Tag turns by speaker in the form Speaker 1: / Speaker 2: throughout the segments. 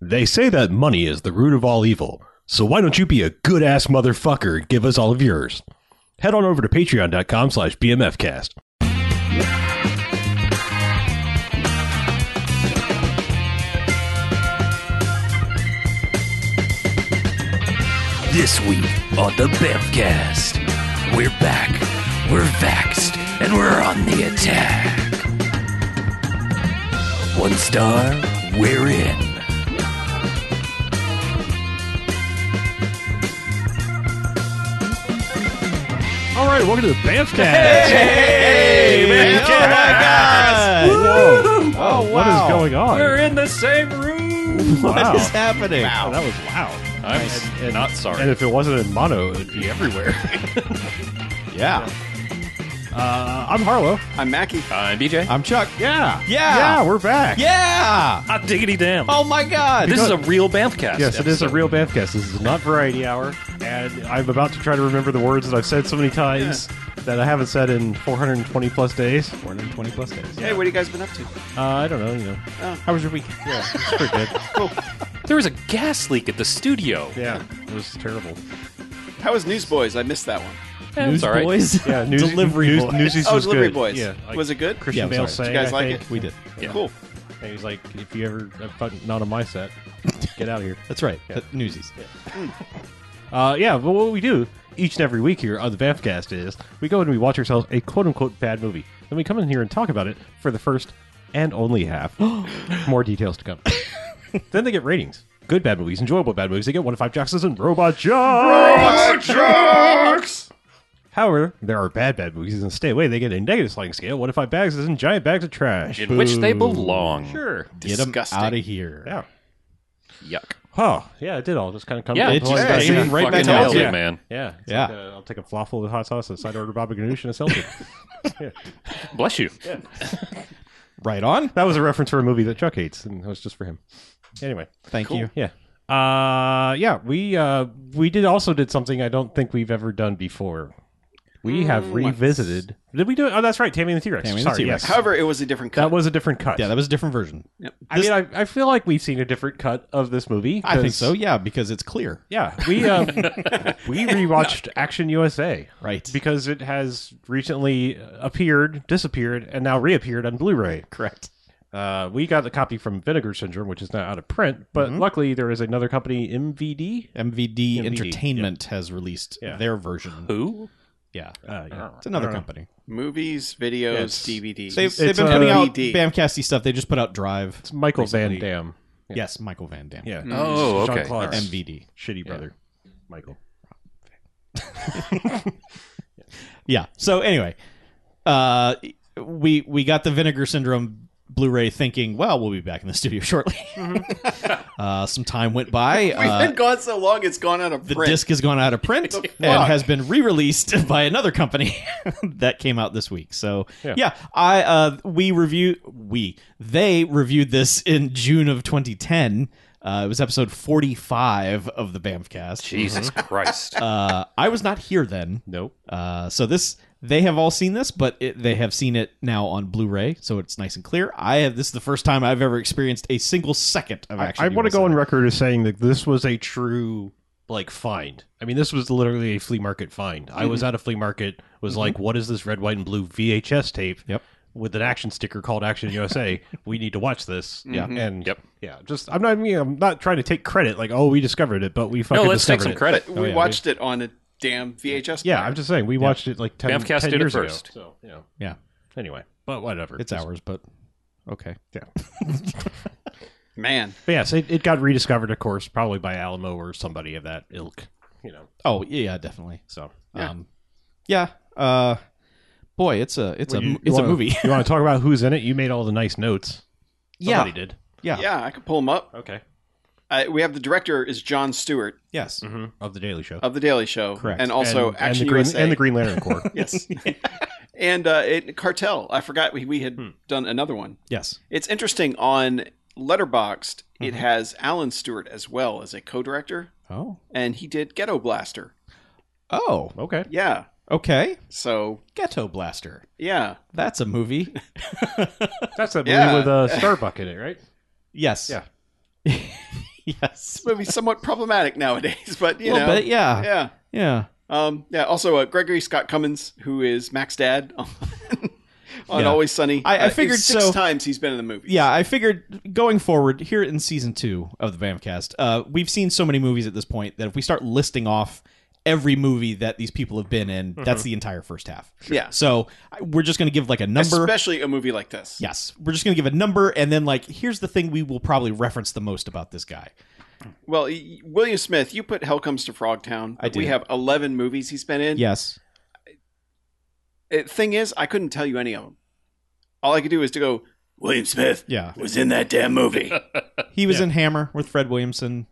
Speaker 1: They say that money is the root of all evil, so why don't you be a good ass motherfucker and give us all of yours? Head on over to patreon.com slash bmfcast.
Speaker 2: This week on the Bevcast, we're back, we're vaxxed, and we're on the attack. One star, we're in.
Speaker 1: All right, welcome to the BAMFcast.
Speaker 3: Hey,
Speaker 1: BAMFcast!
Speaker 3: man. Oh,
Speaker 1: Whoa.
Speaker 3: my Oh,
Speaker 1: What is going on?
Speaker 2: We're in the same room!
Speaker 1: wow.
Speaker 3: What is happening?
Speaker 1: Wow, that was loud.
Speaker 2: I'm s- not sorry.
Speaker 1: And if it wasn't in mono, it'd be everywhere.
Speaker 3: Yeah.
Speaker 1: Uh, I'm Harlow.
Speaker 4: I'm Mackie.
Speaker 2: I'm BJ.
Speaker 3: I'm Chuck.
Speaker 1: Yeah.
Speaker 3: Yeah.
Speaker 1: Yeah, we're back.
Speaker 3: Yeah.
Speaker 2: Hot diggity damn.
Speaker 3: Oh my God.
Speaker 2: this is a real Bamfcast.
Speaker 1: Yes, it is a real BAMFcast. This is not Variety Hour. And I'm about to try to remember the words that I've said so many times that I haven't said in 420 plus days.
Speaker 3: 420 plus days.
Speaker 4: Hey, what have you guys been up to?
Speaker 1: Uh, I don't know, you know.
Speaker 3: How was your week? Yeah.
Speaker 1: It's pretty good.
Speaker 2: There was a gas leak at the studio.
Speaker 1: yeah, it was terrible.
Speaker 4: How was Newsboys? I missed that one.
Speaker 2: Eh, it's all right.
Speaker 1: Yeah, news,
Speaker 3: Delivery
Speaker 1: news,
Speaker 3: Boys.
Speaker 1: Newsies
Speaker 4: oh,
Speaker 1: was
Speaker 4: Delivery
Speaker 1: good.
Speaker 4: Boys.
Speaker 1: Yeah, like
Speaker 4: was it good?
Speaker 1: Christian
Speaker 3: Yeah, it
Speaker 1: Bale
Speaker 3: was
Speaker 1: sang.
Speaker 3: alright.
Speaker 4: Did you guys
Speaker 1: I
Speaker 4: like
Speaker 1: think.
Speaker 4: it?
Speaker 3: We did.
Speaker 2: Yeah.
Speaker 4: Cool.
Speaker 1: And he was like, "If you ever uh, fuck, not on my set, get out of here." Mm.
Speaker 3: That's right. Uh, Newsies.
Speaker 1: Uh, yeah, but what we do each and every week here on the Bamfcast is we go and we watch ourselves a quote unquote bad movie. Then we come in here and talk about it for the first and only half. More details to come. then they get ratings. Good bad movies, enjoyable bad movies. They get one to five jocks and robot jocks. However, there are bad bad movies, and stay away. They get a negative sliding scale. One to five bags is in giant bags of trash.
Speaker 2: In which they belong.
Speaker 1: Sure.
Speaker 3: Get them
Speaker 4: Disgusting.
Speaker 3: out of here.
Speaker 1: Yeah.
Speaker 2: Yuck.
Speaker 1: Huh. Yeah, it did all just kind of come.
Speaker 2: Yeah,
Speaker 1: to
Speaker 2: it
Speaker 1: the
Speaker 3: just
Speaker 1: point.
Speaker 3: got
Speaker 1: Yeah,
Speaker 3: sent right back
Speaker 2: fucking
Speaker 3: out.
Speaker 2: nailed it,
Speaker 3: Yeah.
Speaker 2: man.
Speaker 1: Yeah, it's
Speaker 3: Yeah.
Speaker 1: like, uh, I'll take a falafel with hot sauce, a side order baba ganoush, and a seltzer.
Speaker 2: Bless you.
Speaker 3: Right on.
Speaker 1: that was a reference for a movie that Chuck hates, and it was just for him. Anyway,
Speaker 3: Thank you.
Speaker 1: yeah, uh, yeah, we uh, we did also did something I don't think we've ever done before. We have revisited. Did we do it? Oh, that's right, Tammy and the T Rex.
Speaker 3: Tammy and the
Speaker 1: Sorry,
Speaker 3: T-Rex.
Speaker 1: yes.
Speaker 4: However, it was a different cut.
Speaker 1: that was a different cut.
Speaker 3: Yeah, that was a different version.
Speaker 1: I mean, I, I feel like we've seen a different cut of this movie.
Speaker 3: I think
Speaker 1: 'cause-
Speaker 3: so. Yeah, because it's clear.
Speaker 1: Yeah, we um, we rewatched Action USA,
Speaker 3: Right.
Speaker 1: Because it has recently appeared, disappeared, and now reappeared on Blu-ray.
Speaker 3: Correct.
Speaker 1: Uh, we got the copy from Vinegar Syndrome, which is now out of print, but luckily there is another company, MVD.
Speaker 3: MVD,
Speaker 1: MVD,
Speaker 3: Entertainment has released
Speaker 1: Yeah.
Speaker 3: their version.
Speaker 2: Who?
Speaker 3: Yeah.
Speaker 1: Uh, yeah.
Speaker 2: Oh.
Speaker 3: It's another company.
Speaker 4: Movies, videos,
Speaker 1: Yes.
Speaker 4: DVDs.
Speaker 3: They've, they've
Speaker 1: it's
Speaker 3: been
Speaker 1: a-
Speaker 3: putting out
Speaker 4: DVD.
Speaker 3: Bamcasty stuff. They just put out Drive.
Speaker 1: It's Michael Van Dam.
Speaker 3: Yes, Michael Van Dam.
Speaker 1: Yeah.
Speaker 2: Oh, okay.
Speaker 1: Jean Claude's
Speaker 3: MVD.
Speaker 1: shitty brother, Michael.
Speaker 3: Yeah. So anyway, uh, we we got the Vinegar Syndrome Blu-ray, thinking, well, we'll be back in the studio shortly.
Speaker 1: Mm-hmm.
Speaker 3: uh, some time went by.
Speaker 4: We've
Speaker 3: Uh,
Speaker 4: been gone so long, it's gone out of
Speaker 3: the
Speaker 4: print.
Speaker 3: disc has gone out of print and has been re-released by another company that came out this week. So yeah, I uh, we review we they reviewed this in June of 2010. Uh, it was episode 45 of the Bamfcast.
Speaker 2: Jesus Christ.
Speaker 3: Uh, I was not here then.
Speaker 1: Mm-hmm. Nope.
Speaker 3: Uh, so this they have all seen this, but it, they have seen it now on Blu-ray, so it's nice and clear. I have this is the first time I've ever experienced a single second of action.
Speaker 1: I want to go
Speaker 3: USA.
Speaker 1: on record as saying that this was a true like find. I mean, this was literally a flea market find. I was at a flea market, was like, "What is this red, white, and blue VHS tape?"
Speaker 3: Yep.
Speaker 1: With an action sticker called Action USA, we need to watch this. Yeah, and
Speaker 2: Mm-hmm. Yep.
Speaker 1: yeah. Just I'm not. I mean, I'm not trying to take credit. Like, oh, we discovered it, but we fucking
Speaker 2: no, let's take
Speaker 1: discovered
Speaker 2: some
Speaker 1: it.
Speaker 2: credit.
Speaker 4: we watched it on a damn VHS.
Speaker 1: Oh, Yeah,
Speaker 4: player.
Speaker 1: I'm just saying we watched it like 10, 10
Speaker 2: Bamfcast did it
Speaker 1: years
Speaker 2: first.
Speaker 1: ago. So you know,
Speaker 3: Yeah,
Speaker 1: anyway, but whatever.
Speaker 3: it's ours, but okay.
Speaker 4: man.
Speaker 1: But yes, it, it got rediscovered, of course, probably by Alamo or somebody of that ilk. You know,
Speaker 3: Oh yeah, definitely.
Speaker 1: so
Speaker 3: Yeah. Um, yeah. Uh, boy, it's a it's a
Speaker 1: You-
Speaker 3: mo-
Speaker 1: you
Speaker 3: it's
Speaker 1: wanna-
Speaker 3: a movie.
Speaker 1: you want to talk about who's in it? You made all the nice notes.
Speaker 3: yeah.
Speaker 1: Somebody did.
Speaker 3: Yeah.
Speaker 4: Yeah, I could pull them up.
Speaker 1: Okay.
Speaker 4: Uh, we have the director is John Stewart
Speaker 3: Yes.
Speaker 1: Of the Daily Show.
Speaker 4: of The Daily Show.
Speaker 3: Correct.
Speaker 4: And Uh, also
Speaker 1: and,
Speaker 4: Action
Speaker 1: and the Green,
Speaker 4: USA.
Speaker 1: And the Green Lantern Corps.
Speaker 4: yes. and uh, it, Cartel. I forgot we, we had done another one.
Speaker 3: Yes.
Speaker 4: It's interesting on Letterboxd, it has Alan Stewart as well as a co-director,
Speaker 3: Oh.
Speaker 4: and he did Ghetto Blaster.
Speaker 3: Oh.
Speaker 1: okay.
Speaker 4: Yeah.
Speaker 3: Okay.
Speaker 4: So
Speaker 3: Ghetto Blaster.
Speaker 4: yeah,
Speaker 3: That's a movie.
Speaker 1: That's that movie
Speaker 4: Yeah.
Speaker 1: with uh, Starbuck in it, right?
Speaker 3: yes.
Speaker 1: Yeah.
Speaker 3: yes.
Speaker 4: movie somewhat problematic nowadays, but you
Speaker 3: a little
Speaker 4: know,
Speaker 3: bit, yeah. yeah.
Speaker 4: yeah, um, yeah. Also, uh, Gregory Scott Cummins, who is Mac's dad on, on
Speaker 3: Yeah.
Speaker 4: Always Sunny,
Speaker 3: I- I
Speaker 4: uh, is
Speaker 3: figured
Speaker 4: six
Speaker 3: so.
Speaker 4: times he's been in the movie.
Speaker 3: Yeah, I figured going forward here in season two of the Vamcast, uh, we've seen so many movies at this point that if we start listing off every movie that these people have been in, that's the entire first half.
Speaker 4: Yeah.
Speaker 3: So I- we're just going to give like a number.
Speaker 4: especially a movie like this.
Speaker 3: Yes, we're just going to give a number, and then like here's the thing we will probably reference the most about this guy.
Speaker 4: Well, y- William Smith, you put Hell Comes to Frogtown.
Speaker 3: I
Speaker 4: We
Speaker 3: did.
Speaker 4: have eleven movies he's been in.
Speaker 3: Yes.
Speaker 4: Uh, thing is, I couldn't tell you any of them. All I could do is to go. William Smith
Speaker 3: Yeah.
Speaker 4: was in that damn movie.
Speaker 3: He was in Hammer with Fred Williamson.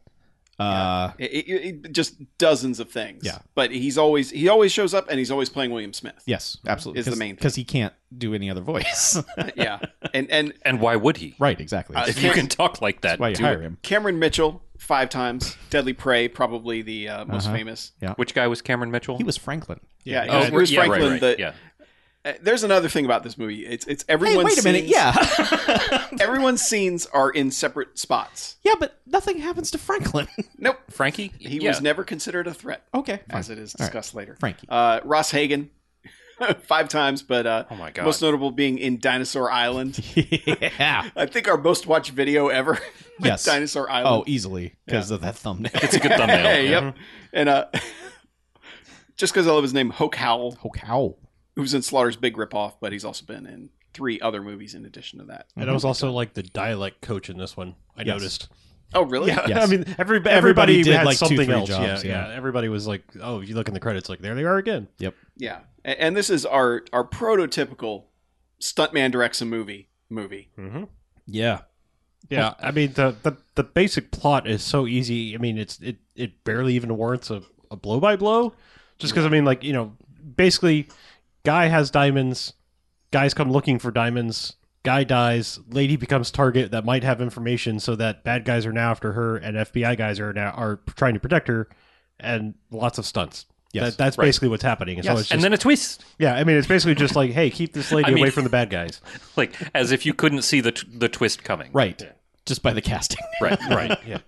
Speaker 3: Uh,
Speaker 4: It- it- it- just dozens of things.
Speaker 3: Yeah.
Speaker 4: But he's always he always shows up and he's always playing William Smith.
Speaker 3: Yes, absolutely.
Speaker 4: Is the main thing.
Speaker 3: because he can't do any other voice.
Speaker 4: yeah. And and
Speaker 2: And why would he?
Speaker 3: right, exactly.
Speaker 4: Uh,
Speaker 3: That's
Speaker 2: If you can talk like that,
Speaker 3: why you
Speaker 2: do
Speaker 3: hire
Speaker 2: it.
Speaker 3: him.
Speaker 4: Cameron Mitchell five times. Deadly Prey probably the uh, most
Speaker 3: Uh-huh.
Speaker 4: famous.
Speaker 2: Which guy was Cameron Mitchell?
Speaker 3: He was Franklin.
Speaker 4: Yeah.
Speaker 1: Oh,
Speaker 4: it was Bruce
Speaker 2: yeah, right,
Speaker 4: Franklin.
Speaker 2: right,
Speaker 4: that-
Speaker 2: yeah.
Speaker 4: uh, there's another thing about this movie. It's it's everyone's scenes,
Speaker 3: Yeah,
Speaker 4: everyone's scenes are in separate spots.
Speaker 3: yeah, but nothing happens to Franklin.
Speaker 4: Nope.
Speaker 2: Frankie.
Speaker 4: He
Speaker 2: yeah.
Speaker 4: was never considered a threat,
Speaker 3: okay, fine.
Speaker 4: as it is
Speaker 3: All right.
Speaker 4: discussed later.
Speaker 3: Frankie.
Speaker 4: Uh, Ross Hagen, five times, but uh,
Speaker 2: Oh my God.
Speaker 4: most notable being in Dinosaur Island.
Speaker 3: yeah.
Speaker 4: I think our most watched video ever. was
Speaker 3: Yes.
Speaker 4: Dinosaur
Speaker 3: Oh,
Speaker 4: Island.
Speaker 3: easily because of that thumbnail.
Speaker 2: It's a good thumbnail.
Speaker 4: hey,
Speaker 2: yeah.
Speaker 4: yep. And uh, just because I love his name, Hoke Howell,
Speaker 3: oh, cow.
Speaker 4: who's in Slaughter's Big Ripoff, but he's also been in three other movies in addition to that.
Speaker 1: And I was also like the dialect coach in this one. I
Speaker 3: Yes.
Speaker 1: noticed.
Speaker 4: Oh, really?
Speaker 1: Yeah,
Speaker 3: Yes.
Speaker 1: I mean, every, everybody,
Speaker 3: Everybody did,
Speaker 1: had
Speaker 3: like, two,
Speaker 1: something
Speaker 3: three
Speaker 1: else.
Speaker 3: jobs,
Speaker 1: yeah,
Speaker 3: yeah.
Speaker 1: yeah, Everybody was like, "Oh, you look in the credits, like there they are again."
Speaker 4: Yeah. A- And this is our our prototypical stuntman directs a movie movie.
Speaker 1: Mm-hmm.
Speaker 3: Yeah,
Speaker 1: Yeah, I mean the, the the basic plot is so easy. I mean, it's it it barely even warrants a, a blow by blow, just because I mean, like you know, basically, guy has diamonds, guys come looking for diamonds, guy dies, lady becomes target that might have information, so that bad guys are now after her, and FBI guys are now are trying to protect her, and lots of stunts.
Speaker 3: Yes,
Speaker 1: that, that's
Speaker 2: right.
Speaker 1: basically what's happening. And so it's just,
Speaker 2: and then a twist.
Speaker 1: yeah, I mean, it's basically just like, hey, keep this lady
Speaker 2: I mean-
Speaker 1: away from the bad guys.
Speaker 2: Like, as if you couldn't see the, t- the twist coming.
Speaker 3: right. Just by the casting.
Speaker 2: Right.
Speaker 1: right yeah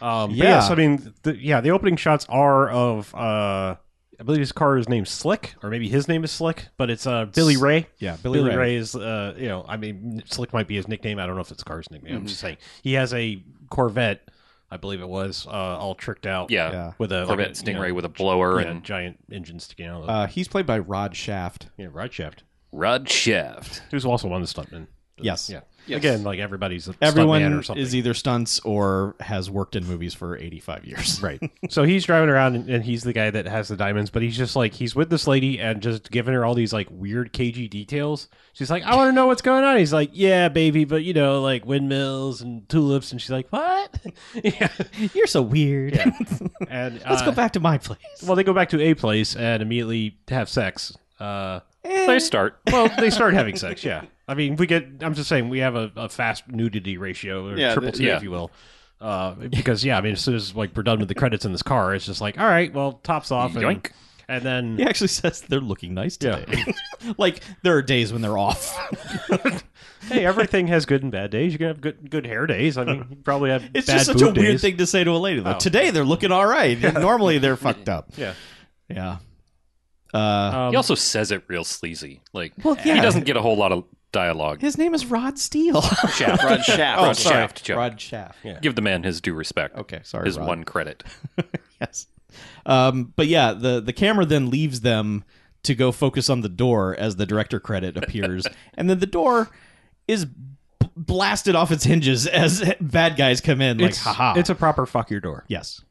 Speaker 1: um but
Speaker 3: Yeah.
Speaker 1: yeah so i mean the, yeah the opening shots are of uh i believe his car is named slick or maybe his name is slick but it's uh billy ray
Speaker 3: Yeah, Billy,
Speaker 1: Billy,
Speaker 3: Ray.
Speaker 1: Ray. is, uh, you know, I mean, Slick might be his nickname. I don't know if it's Car's nickname. I'm just saying he has a Corvette, I believe it was, uh, all tricked out.
Speaker 2: Yeah.
Speaker 3: Yeah.
Speaker 1: with a
Speaker 2: Corvette
Speaker 1: like a, you
Speaker 2: Stingray
Speaker 1: know,
Speaker 2: with a blower
Speaker 1: yeah,
Speaker 2: and
Speaker 1: giant engine sticking out. Of the,
Speaker 3: Uh, he's played by Rod Shaft.
Speaker 1: yeah, Rod Shaft,
Speaker 2: Rod Shaft.
Speaker 1: who's also one of the stuntmen.
Speaker 3: Yes.
Speaker 1: yeah.
Speaker 4: Yes.
Speaker 1: Again, like everybody's a stuntman
Speaker 3: Everyone
Speaker 1: or something.
Speaker 3: is either stunts or has worked in movies for 85 years.
Speaker 1: Right. so he's driving around and, and he's the guy that has the diamonds, but he's just like he's with this lady and just giving her all these like weird cagey details. She's like, I want to know what's going on. He's like, Yeah, baby, but you know, like windmills and tulips and she's like, What? yeah.
Speaker 3: You're so weird.
Speaker 1: And
Speaker 3: Let's
Speaker 1: uh,
Speaker 3: go back to my place.
Speaker 1: Well, they go back to a place and immediately have sex. Uh
Speaker 3: Eh.
Speaker 2: They start.
Speaker 1: well, they start having sex, yeah. I mean, we get. I'm just saying, we have a, a fast nudity ratio, or
Speaker 4: Yeah,
Speaker 1: triple
Speaker 4: the-
Speaker 1: T,
Speaker 2: yeah.
Speaker 1: if you will. Uh, because yeah, I mean, as soon as like we're done with the credits in this car, it's just like, all right, well, tops off, and,
Speaker 2: Yoink.
Speaker 1: and then
Speaker 3: He actually says they're looking nice
Speaker 1: Yeah.
Speaker 3: today. like there are days when they're off.
Speaker 1: hey, everything has good and bad days. You can have good good hair days. I mean, you probably have
Speaker 3: It's
Speaker 1: bad
Speaker 3: just such a
Speaker 1: boob
Speaker 3: weird
Speaker 1: days.
Speaker 3: thing to say to a lady. Though.
Speaker 1: Oh.
Speaker 3: Today they're looking all right. Normally they're fucked up.
Speaker 1: Yeah.
Speaker 3: Yeah. Uh,
Speaker 1: Um,
Speaker 2: He also says it real sleazy. Like,
Speaker 3: well, yeah.
Speaker 2: he doesn't get a whole lot of dialogue.
Speaker 3: His name is Rod Steele.
Speaker 2: Shaft.
Speaker 4: Rod Shaft.
Speaker 1: Oh,
Speaker 2: Rod Shaft. Joe.
Speaker 3: Rod Shaft.
Speaker 1: Yeah.
Speaker 2: Give the man his due respect.
Speaker 3: Okay, sorry.
Speaker 2: His
Speaker 3: Rod.
Speaker 2: one credit.
Speaker 3: yes. Um, but yeah, the the camera then leaves them to go focus on the door as the director credit appears, and then the door is b- blasted off its hinges as bad guys come in. Like,
Speaker 1: it's
Speaker 3: haha.
Speaker 1: it's a proper fuck your door
Speaker 3: yes.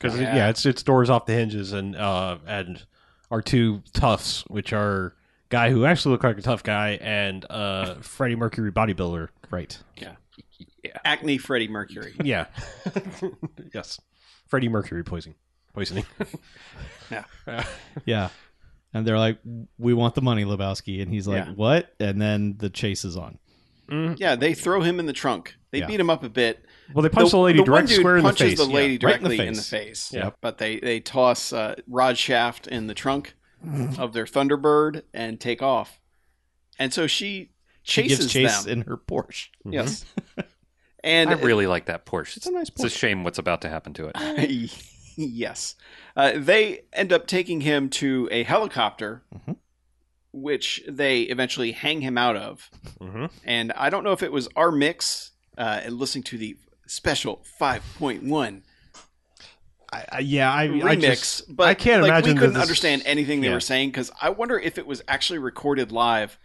Speaker 1: because yeah. it's it's doors off the hinges and uh and our two toughs, which are guy who actually looked like a tough guy and uh Freddie Mercury bodybuilder.
Speaker 3: Right.
Speaker 4: Acne Freddie Mercury.
Speaker 1: Yeah. yes. Freddie Mercury poisoning. Poisoning.
Speaker 3: Yeah. And they're like, "We want the money, Lebowski," and he's like,
Speaker 4: Yeah.
Speaker 3: "What?" And then the chase is on.
Speaker 4: Yeah, they throw him in the trunk. They
Speaker 3: Yeah.
Speaker 4: beat him up a bit.
Speaker 1: Well, they punch the, lady
Speaker 4: the one
Speaker 1: direct
Speaker 4: dude
Speaker 1: square in the
Speaker 4: punches
Speaker 1: face.
Speaker 4: the lady
Speaker 3: right in the
Speaker 4: directly in the
Speaker 3: face.
Speaker 4: face.
Speaker 1: Yep.
Speaker 4: But they they toss uh, Rod Shaft in the trunk of their Thunderbird and take off. And so she
Speaker 3: She
Speaker 4: chases
Speaker 3: gives chase
Speaker 4: them.
Speaker 3: in her Porsche.
Speaker 1: Mhm.
Speaker 4: Yes. And
Speaker 2: I really like that Porsche.
Speaker 3: It's a nice
Speaker 2: It's a
Speaker 3: Porsche.
Speaker 2: shame what's about to happen to it.
Speaker 4: yes. Uh, they end up taking him to a helicopter,
Speaker 1: Mm-hmm.
Speaker 3: Mhm.
Speaker 4: which they eventually hang him out of.
Speaker 1: Mm-hmm.
Speaker 4: And I don't know if it was our mix uh, and listening to the special 5.1
Speaker 1: I, I, yeah, I,
Speaker 4: remix,
Speaker 1: I just,
Speaker 4: but
Speaker 1: I can't
Speaker 4: like,
Speaker 1: imagine
Speaker 4: we
Speaker 1: that
Speaker 4: couldn't
Speaker 1: this-
Speaker 4: understand anything they
Speaker 1: yeah.
Speaker 4: were saying because I wonder if it was actually recorded live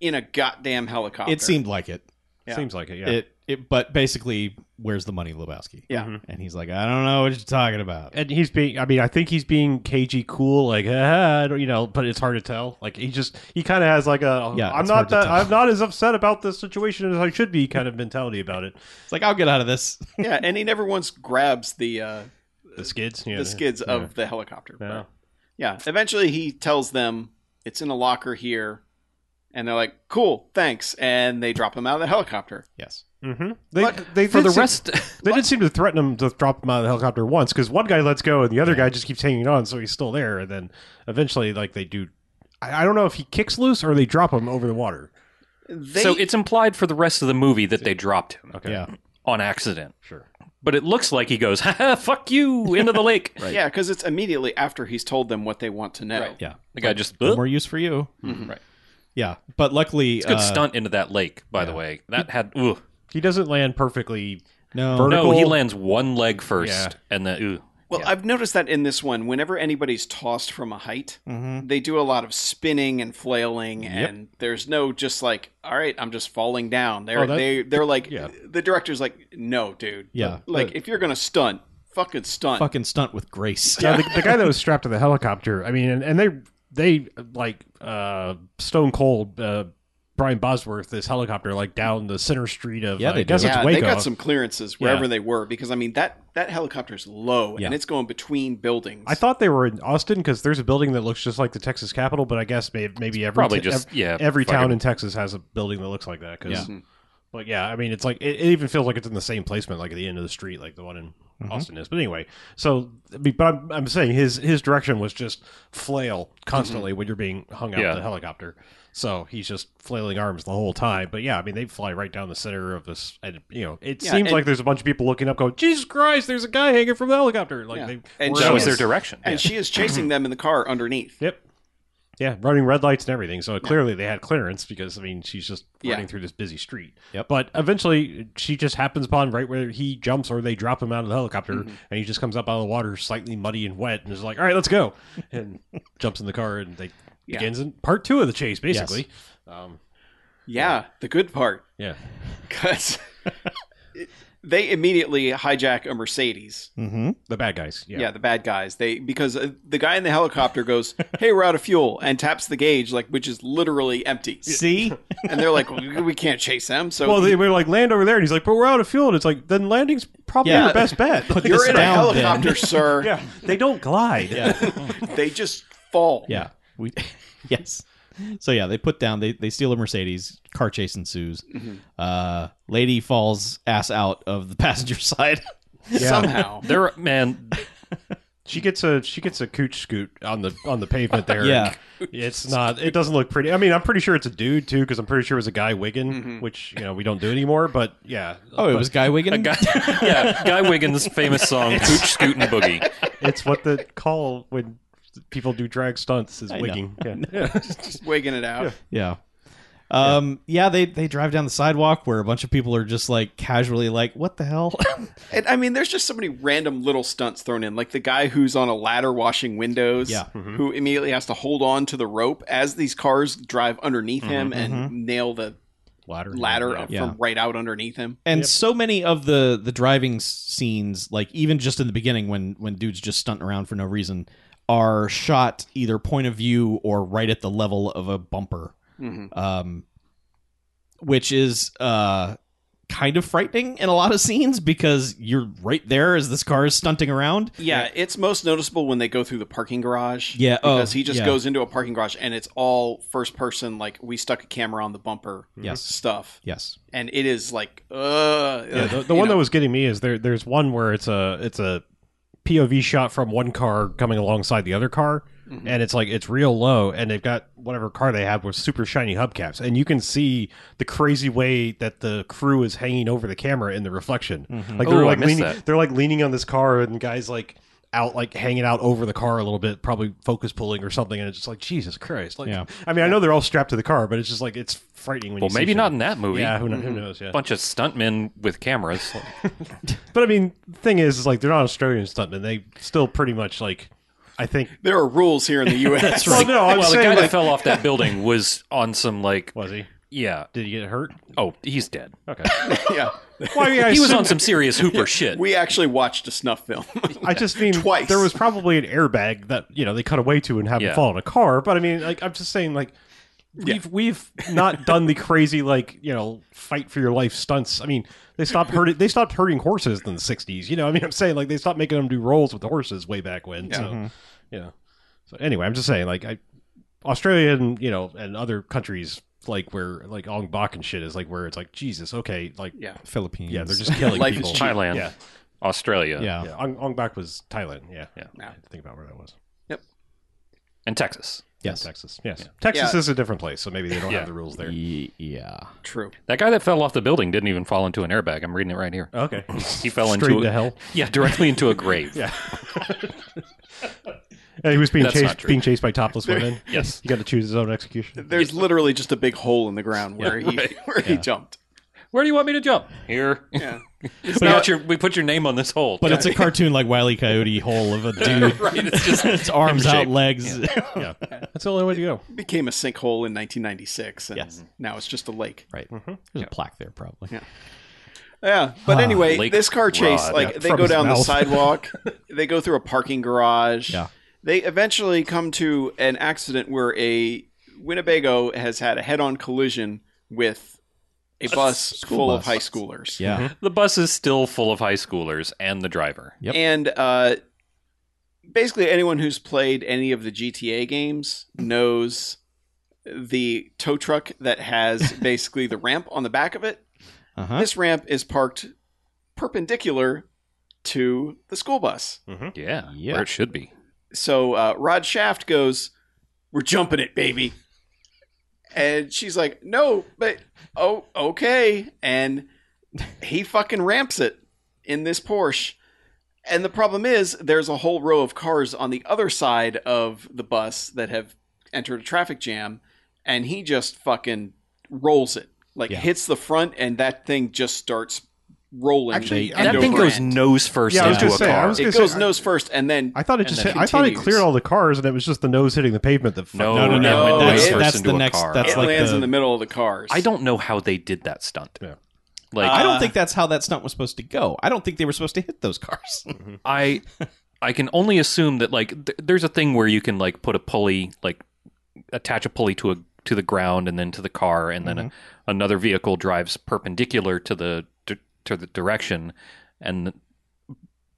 Speaker 4: in a goddamn helicopter.
Speaker 3: It seemed like it.
Speaker 4: Yeah.
Speaker 1: seems like it. Yeah,
Speaker 3: It, it. But basically, where's the money, Lebowski?
Speaker 4: Yeah.
Speaker 1: Mhm.
Speaker 3: And he's like, I don't know what you're talking about.
Speaker 1: and he's being. I mean, I think he's being cagey cool, like ah, I don't, you know, but it's hard to tell. Like he just he kind of has like a
Speaker 3: Yeah,
Speaker 1: I'm
Speaker 3: it's
Speaker 1: not
Speaker 3: hard to
Speaker 1: that
Speaker 3: tell.
Speaker 1: I'm not as upset about this situation as I should be kind of mentality about it.
Speaker 3: It's like I'll get out of this.
Speaker 4: yeah, and he never once grabs the uh,
Speaker 1: The skids, yeah,
Speaker 4: the skids
Speaker 1: yeah.
Speaker 4: of the helicopter. but-
Speaker 1: Yeah.
Speaker 4: yeah. Eventually, he tells them it's in a locker here, and they're like, "Cool, thanks," and they drop him out of the helicopter.
Speaker 3: Yes.
Speaker 1: Mm-hmm. They,
Speaker 4: But
Speaker 1: they
Speaker 2: For
Speaker 1: did
Speaker 2: the
Speaker 1: seem-
Speaker 2: rest,
Speaker 1: they did seem to threaten him to drop him out of the helicopter once because one guy lets go and the other guy just keeps hanging on, so he's still there. And then eventually, like they do, I, I don't know if he kicks loose or they drop him over the water.
Speaker 4: They,
Speaker 2: so it's implied for the rest of the movie that they dropped him
Speaker 1: Okay,
Speaker 3: Yeah.
Speaker 2: on accident.
Speaker 1: sure.
Speaker 2: But it looks like he goes, "Ha ha, fuck you, into the lake.
Speaker 3: Right.
Speaker 4: yeah, because it's immediately after he's told them what they want to know.
Speaker 2: Right.
Speaker 3: Yeah.
Speaker 2: The guy just,
Speaker 3: No
Speaker 2: "Ugh."
Speaker 3: more use for you.
Speaker 4: Mhm.
Speaker 2: Right.
Speaker 3: Yeah. But luckily,
Speaker 2: It's a good
Speaker 3: uh,
Speaker 2: stunt into that lake, by the
Speaker 3: yeah.
Speaker 2: way. That had, ooh.
Speaker 1: He doesn't land perfectly.
Speaker 3: No.
Speaker 1: Vertical-
Speaker 2: No, he lands one leg first,
Speaker 1: Yeah.
Speaker 2: and then, ooh.
Speaker 4: Well,
Speaker 2: Yeah.
Speaker 4: I've noticed that in this one, whenever anybody's tossed from a height,
Speaker 3: Mhm.
Speaker 1: Mm-hmm.
Speaker 4: they do a lot of spinning and flailing,
Speaker 3: Yep.
Speaker 4: and there's no just like, all right, I'm just falling down. They're
Speaker 1: Oh, that-
Speaker 4: they they're like
Speaker 1: yeah.
Speaker 4: the director's like, no, dude,
Speaker 3: Yeah.
Speaker 4: like if you're gonna stunt, fucking stunt.
Speaker 3: Fucking stunt with grace.
Speaker 1: Yeah, the, the guy that was strapped to the helicopter. I mean, and, and they they like uh, Stone Cold uh, Brian Bosworth this helicopter like down the center street of
Speaker 3: Yeah,
Speaker 1: uh,
Speaker 3: they
Speaker 1: I guess
Speaker 3: did.
Speaker 1: it's
Speaker 4: Yeah,
Speaker 1: Waco.
Speaker 4: they got some clearances wherever
Speaker 1: Yeah.
Speaker 4: they were because I mean that that helicopter's low
Speaker 3: Yeah.
Speaker 4: and it's going between buildings.
Speaker 1: I thought they were in Austin because there's a building that looks just like the Texas Capitol, but I guess maybe, maybe every
Speaker 2: Probably
Speaker 1: ta-
Speaker 2: just, yeah. Mm-hmm.
Speaker 1: every
Speaker 2: fucking-
Speaker 1: town in Texas has a building that looks like that. 'cause-
Speaker 4: Yeah.
Speaker 1: But yeah, I mean, it's like it, it even feels like it's in the same placement, like at the end of the street, like the one in
Speaker 4: Mm-hmm.
Speaker 3: Mhm.
Speaker 1: Austin is. But anyway, so I mean, but I'm, I'm saying his his direction was just flail constantly when you're being hung out
Speaker 2: Mm-hmm. Yeah.
Speaker 1: the helicopter. So he's just flailing arms the whole time. But yeah, I mean, they fly right down the center of this, and you know, it
Speaker 4: Yeah,
Speaker 1: seems
Speaker 4: and-
Speaker 1: like there's a bunch of people looking up, going, "Jesus Christ, there's a guy hanging from the helicopter!" Like
Speaker 4: Yeah.
Speaker 1: they
Speaker 4: And
Speaker 1: were
Speaker 2: That was
Speaker 1: always-
Speaker 2: their direction.
Speaker 4: and she is chasing them in the car underneath.
Speaker 1: Yep. Yeah, running red lights and everything. So clearly they had clearance because I mean she's just
Speaker 4: Yeah.
Speaker 1: running through this busy street.
Speaker 3: Yep.
Speaker 1: But eventually she just happens upon right where he jumps or they drop him out of the helicopter and he just comes up out of the water slightly muddy and wet and is like, "All right, let's go," and jumps in the car and they
Speaker 4: Yeah.
Speaker 1: begins in part two of the chase basically. Um,
Speaker 4: Yeah, the good part
Speaker 1: yeah.
Speaker 4: because they immediately hijack a Mercedes.
Speaker 1: Mm.
Speaker 3: Mm-hmm.
Speaker 1: The bad guys. Yeah.
Speaker 4: Yeah. the bad guys. They because uh, the guy in the helicopter goes, "Hey, we're out of fuel," and taps the gauge like which is literally empty.
Speaker 3: See?
Speaker 4: And they're like, "We we can't chase them." So
Speaker 1: Well, they were like land over there, and he's like, "But we're out of fuel." And it's like, then landing's probably
Speaker 3: Yeah.
Speaker 1: your best bet.
Speaker 4: you're in a
Speaker 3: down, then.
Speaker 4: helicopter, sir.
Speaker 1: yeah, they don't glide.
Speaker 3: Yeah.
Speaker 4: They just fall.
Speaker 3: Yeah. We yes. So yeah, they put down they they steal a Mercedes, car chase ensues. Uh lady falls ass out of the passenger side.
Speaker 1: yeah.
Speaker 4: somehow.
Speaker 2: There, man,
Speaker 1: She gets a she gets a cooch scoot on the on the pavement there.
Speaker 3: Yeah.
Speaker 1: it's not. It doesn't look pretty. I mean, I'm pretty sure it's a dude too, because I'm pretty sure it was a guy Wigan, which you know we don't do anymore. But yeah,
Speaker 3: Oh, it was Guy Wiggin.
Speaker 2: guy, yeah, Guy Wiggins' famous song "Cooch Scoot and Boogie."
Speaker 1: it's what the call when people do drag stunts is
Speaker 3: I know.
Speaker 1: wigging. Yeah.
Speaker 4: just wigging it out.
Speaker 3: Yeah. Um yeah. they they drive down the sidewalk where a bunch of people are just like casually like, "What the hell?"
Speaker 4: And I mean, there's just so many random little stunts thrown in, like the guy who's on a ladder washing windows,
Speaker 3: Yeah.
Speaker 4: who immediately has to hold on to the rope as these cars drive underneath him and nail the
Speaker 1: ladder
Speaker 4: ladder up
Speaker 3: Mm-hmm, Yeah.
Speaker 4: from right out underneath him.
Speaker 3: and so many of the the driving s- scenes, like even just in the beginning when when dudes just stunting around for no reason, are shot either point of view or right at the level of a bumper.
Speaker 4: Mhm.
Speaker 3: um, which is uh, kind of frightening in a lot of scenes because you're right there as this car is stunting around.
Speaker 4: Yeah, it's most noticeable when they go through the parking garage.
Speaker 3: Yeah, oh,
Speaker 4: because he just
Speaker 3: yeah.
Speaker 4: goes into a parking garage and it's all first person, like we stuck a camera on the bumper,
Speaker 3: Mm-hmm. Yes.
Speaker 4: stuff,
Speaker 3: Yes.
Speaker 4: and it is like, uh,
Speaker 1: Yeah, the, the one that was getting me is there. There's one where it's a it's a POV shot from one car coming alongside the other car,
Speaker 2: Mm-hmm.
Speaker 1: and it's like it's real low, and they've got whatever car they have with super shiny hubcaps, and you can see the crazy way that the crew is hanging over the camera in the reflection. Like they're
Speaker 2: Mm-hmm. Ooh, I
Speaker 1: like
Speaker 2: missed
Speaker 1: leaning,
Speaker 2: that.
Speaker 1: they're like leaning on this car, and the guys like out like hanging out over the car a little bit, probably focus pulling or something, and it's just like Jesus Christ. Like,
Speaker 3: Yeah.
Speaker 1: I mean, I know they're all strapped to the car, but it's just like it's frightening. When
Speaker 2: Well,
Speaker 1: you see
Speaker 2: maybe
Speaker 1: shit.
Speaker 2: not in Mm-hmm. that movie.
Speaker 1: Yeah, who, kn- who knows? Yeah,
Speaker 2: bunch of stuntmen with cameras.
Speaker 1: but I mean, the thing is, is like they're not Australian stuntmen. They still pretty much like, I think.
Speaker 4: There are rules here in the U.S.
Speaker 1: Well, no, I'm
Speaker 2: well, the guy
Speaker 1: saying
Speaker 2: that
Speaker 1: like,
Speaker 2: fell off that building was on some like,
Speaker 1: was he?
Speaker 2: yeah.
Speaker 1: Did he get hurt?
Speaker 2: Oh, he's dead.
Speaker 1: Okay.
Speaker 4: yeah,
Speaker 1: Well, I mean, I,
Speaker 2: He was
Speaker 1: assume-
Speaker 2: on some serious Hooper shit.
Speaker 4: we actually watched a snuff film.
Speaker 1: I just mean
Speaker 4: twice.
Speaker 1: There was probably an airbag that you know they cut away to and have
Speaker 2: Yeah.
Speaker 1: him fall in a car. But I mean, like I'm just saying, like we've we've not done the crazy like you know fight for your life stunts. I mean, they stopped hurting they stopped hurting horses in the '60s. You know, I mean, I'm saying like they stopped making them do rolls with the horses way back when. So
Speaker 4: Mm-hmm.
Speaker 1: yeah. So anyway, I'm just saying like I Australia and you know and other countries like where like Ong Bak and shit is like where it's like Jesus, okay, like
Speaker 4: yeah,
Speaker 3: Philippines.
Speaker 1: yeah, they're just killing
Speaker 4: Life is
Speaker 1: people.
Speaker 4: cheap.
Speaker 2: Thailand,
Speaker 1: Yeah.
Speaker 2: Australia,
Speaker 3: yeah.
Speaker 1: Yeah, Ong, Ong Bak was Thailand. Yeah,
Speaker 2: Yeah.
Speaker 1: I had to think about where that was.
Speaker 2: and Texas.
Speaker 3: Yes.
Speaker 1: Texas. Yes, Texas
Speaker 4: Yeah.
Speaker 1: is a different place, so maybe they don't
Speaker 2: Yeah.
Speaker 1: have the rules there.
Speaker 3: Y- Yeah.
Speaker 4: true.
Speaker 2: That guy that fell off the building didn't even fall into an airbag. I'm reading it right here.
Speaker 1: Okay,
Speaker 2: He fell
Speaker 1: straight
Speaker 2: into
Speaker 1: to
Speaker 2: a,
Speaker 1: hell.
Speaker 2: yeah, directly into a grave.
Speaker 1: Yeah. And he was being
Speaker 2: That's not
Speaker 1: chased,
Speaker 2: true.
Speaker 1: being chased by topless women.
Speaker 2: Yes.
Speaker 1: He got to choose his own execution.
Speaker 4: There's literally just a big hole in the ground where he where he jumped.
Speaker 2: Where do you want me to jump? Here.
Speaker 4: Yeah,
Speaker 2: we, got your, we put your name on this hole.
Speaker 3: But it's a cartoon like Wile E. Coyote hole of a dude.
Speaker 2: right. It's just
Speaker 3: It's arms
Speaker 2: M-shaped.
Speaker 3: out, legs.
Speaker 1: Yeah, that's the only way to go.
Speaker 4: became a sinkhole in 1996, and
Speaker 3: Yes.
Speaker 4: now it's just a lake.
Speaker 3: Right. There's a plaque there, probably.
Speaker 4: Yeah. Yeah, but anyway,
Speaker 2: Lake
Speaker 4: this car chase,
Speaker 2: Rod.
Speaker 4: like
Speaker 1: Yeah,
Speaker 4: they
Speaker 1: from
Speaker 4: go
Speaker 1: his
Speaker 4: down the
Speaker 1: mouth.
Speaker 4: sidewalk, they go through a parking garage.
Speaker 3: Yeah.
Speaker 4: They eventually come to an accident where a Winnebago has had a head-on collision with a bus full of
Speaker 3: bus.
Speaker 4: high schoolers.
Speaker 3: Yeah.
Speaker 2: the bus is still full of high schoolers and the driver.
Speaker 3: Yep.
Speaker 4: And uh, basically, anyone who's played any of the GTA games knows the tow truck that has basically the ramp on the back of it.
Speaker 3: Uh-huh.
Speaker 4: This ramp is parked perpendicular to the school bus.
Speaker 2: Yeah,
Speaker 3: Yeah.
Speaker 2: where it should be.
Speaker 4: So uh, Rod Shaft goes, "We're jumping it, baby," and she's like, "No, but oh, okay." And he fucking ramps it in this Porsche. And the problem is, there's a whole row of cars on the other side of the bus that have entered a traffic jam, and he just fucking rolls it, like
Speaker 3: Yeah.
Speaker 4: hits the front, and that thing just starts rolling.
Speaker 1: Actually,
Speaker 4: They
Speaker 1: I
Speaker 4: end
Speaker 2: That
Speaker 1: know
Speaker 2: thing
Speaker 4: over
Speaker 2: goes
Speaker 4: end.
Speaker 2: nose first
Speaker 1: Yeah, I was
Speaker 2: into
Speaker 1: gonna
Speaker 2: a
Speaker 1: say, I
Speaker 2: car.
Speaker 1: was
Speaker 4: It
Speaker 1: gonna
Speaker 4: goes
Speaker 1: say, I-
Speaker 4: nose first, and then
Speaker 1: I thought it just.
Speaker 4: then
Speaker 1: Hit, I thought it
Speaker 4: continues.
Speaker 1: cleared all the cars, and it was just the nose hitting the pavement. That
Speaker 2: no,
Speaker 3: No,
Speaker 4: no,
Speaker 2: no, no,
Speaker 3: no,
Speaker 2: It
Speaker 4: no,
Speaker 2: went
Speaker 4: it-
Speaker 2: nose
Speaker 3: that's
Speaker 2: first into
Speaker 3: the
Speaker 2: a
Speaker 3: next-
Speaker 2: car.
Speaker 3: that's
Speaker 4: it
Speaker 3: like
Speaker 4: lands
Speaker 3: the-
Speaker 4: in the middle of the cars.
Speaker 2: I don't know how they did that stunt.
Speaker 1: Yeah.
Speaker 2: Like
Speaker 3: I
Speaker 4: uh,
Speaker 3: don't think that's how that stunt was supposed to go. I don't think they were supposed to hit those cars.
Speaker 2: I I can only assume that like th- there's a thing where you can like put a pulley like attach a pulley to a to the ground and then to the car and then
Speaker 1: Mm-hmm.
Speaker 2: a, another vehicle drives perpendicular to the to, to the direction and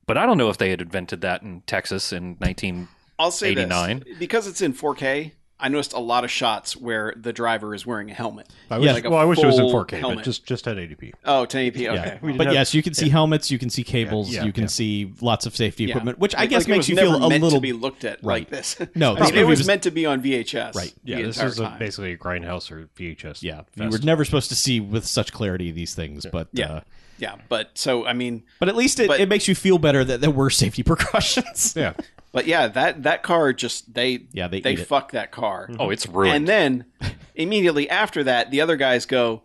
Speaker 2: but I don't know if they had invented that in Texas in 19
Speaker 4: I'll say
Speaker 2: 89.
Speaker 4: this because it's in 4K. I noticed a lot of shots where the driver is wearing a helmet.
Speaker 1: I wish,
Speaker 3: Yeah,
Speaker 4: like a
Speaker 1: well, I wish it was in
Speaker 4: full
Speaker 1: 4K,
Speaker 4: helmet.
Speaker 1: but just just at 80p.
Speaker 4: Oh, 1080p. Okay.
Speaker 1: We didn't
Speaker 3: But
Speaker 1: have-
Speaker 3: yes, you can see helmets, you can see cables,
Speaker 1: yeah,
Speaker 3: you can
Speaker 1: yeah.
Speaker 3: see lots of safety
Speaker 4: Yeah.
Speaker 3: equipment, which I
Speaker 4: Like-
Speaker 3: guess
Speaker 4: like it
Speaker 3: makes
Speaker 4: was
Speaker 3: you feel
Speaker 4: never
Speaker 3: a
Speaker 4: meant
Speaker 3: little
Speaker 4: to be looked at
Speaker 3: Right.
Speaker 4: like this.
Speaker 3: No,
Speaker 4: I
Speaker 3: this
Speaker 4: mean, it
Speaker 3: movie
Speaker 4: was,
Speaker 3: was-
Speaker 4: meant to be on VHS.
Speaker 3: Right.
Speaker 1: Yeah,
Speaker 4: the
Speaker 1: this
Speaker 4: entire
Speaker 1: is a,
Speaker 4: time.
Speaker 1: basically a grindhouse or VHS.
Speaker 3: Yeah, you
Speaker 1: fest.
Speaker 3: were never supposed to see with such clarity these things, but
Speaker 4: Yeah.
Speaker 3: uh,
Speaker 4: yeah, but so I mean,
Speaker 3: but at least it,
Speaker 4: But-
Speaker 3: it makes you feel better that there were safety precautions.
Speaker 1: yeah.
Speaker 4: but yeah, that that car just they
Speaker 3: Yeah, they
Speaker 4: they
Speaker 3: eat it.
Speaker 4: fuck that car.
Speaker 2: Oh, it's ruined.
Speaker 4: And then immediately after that, the other guys go,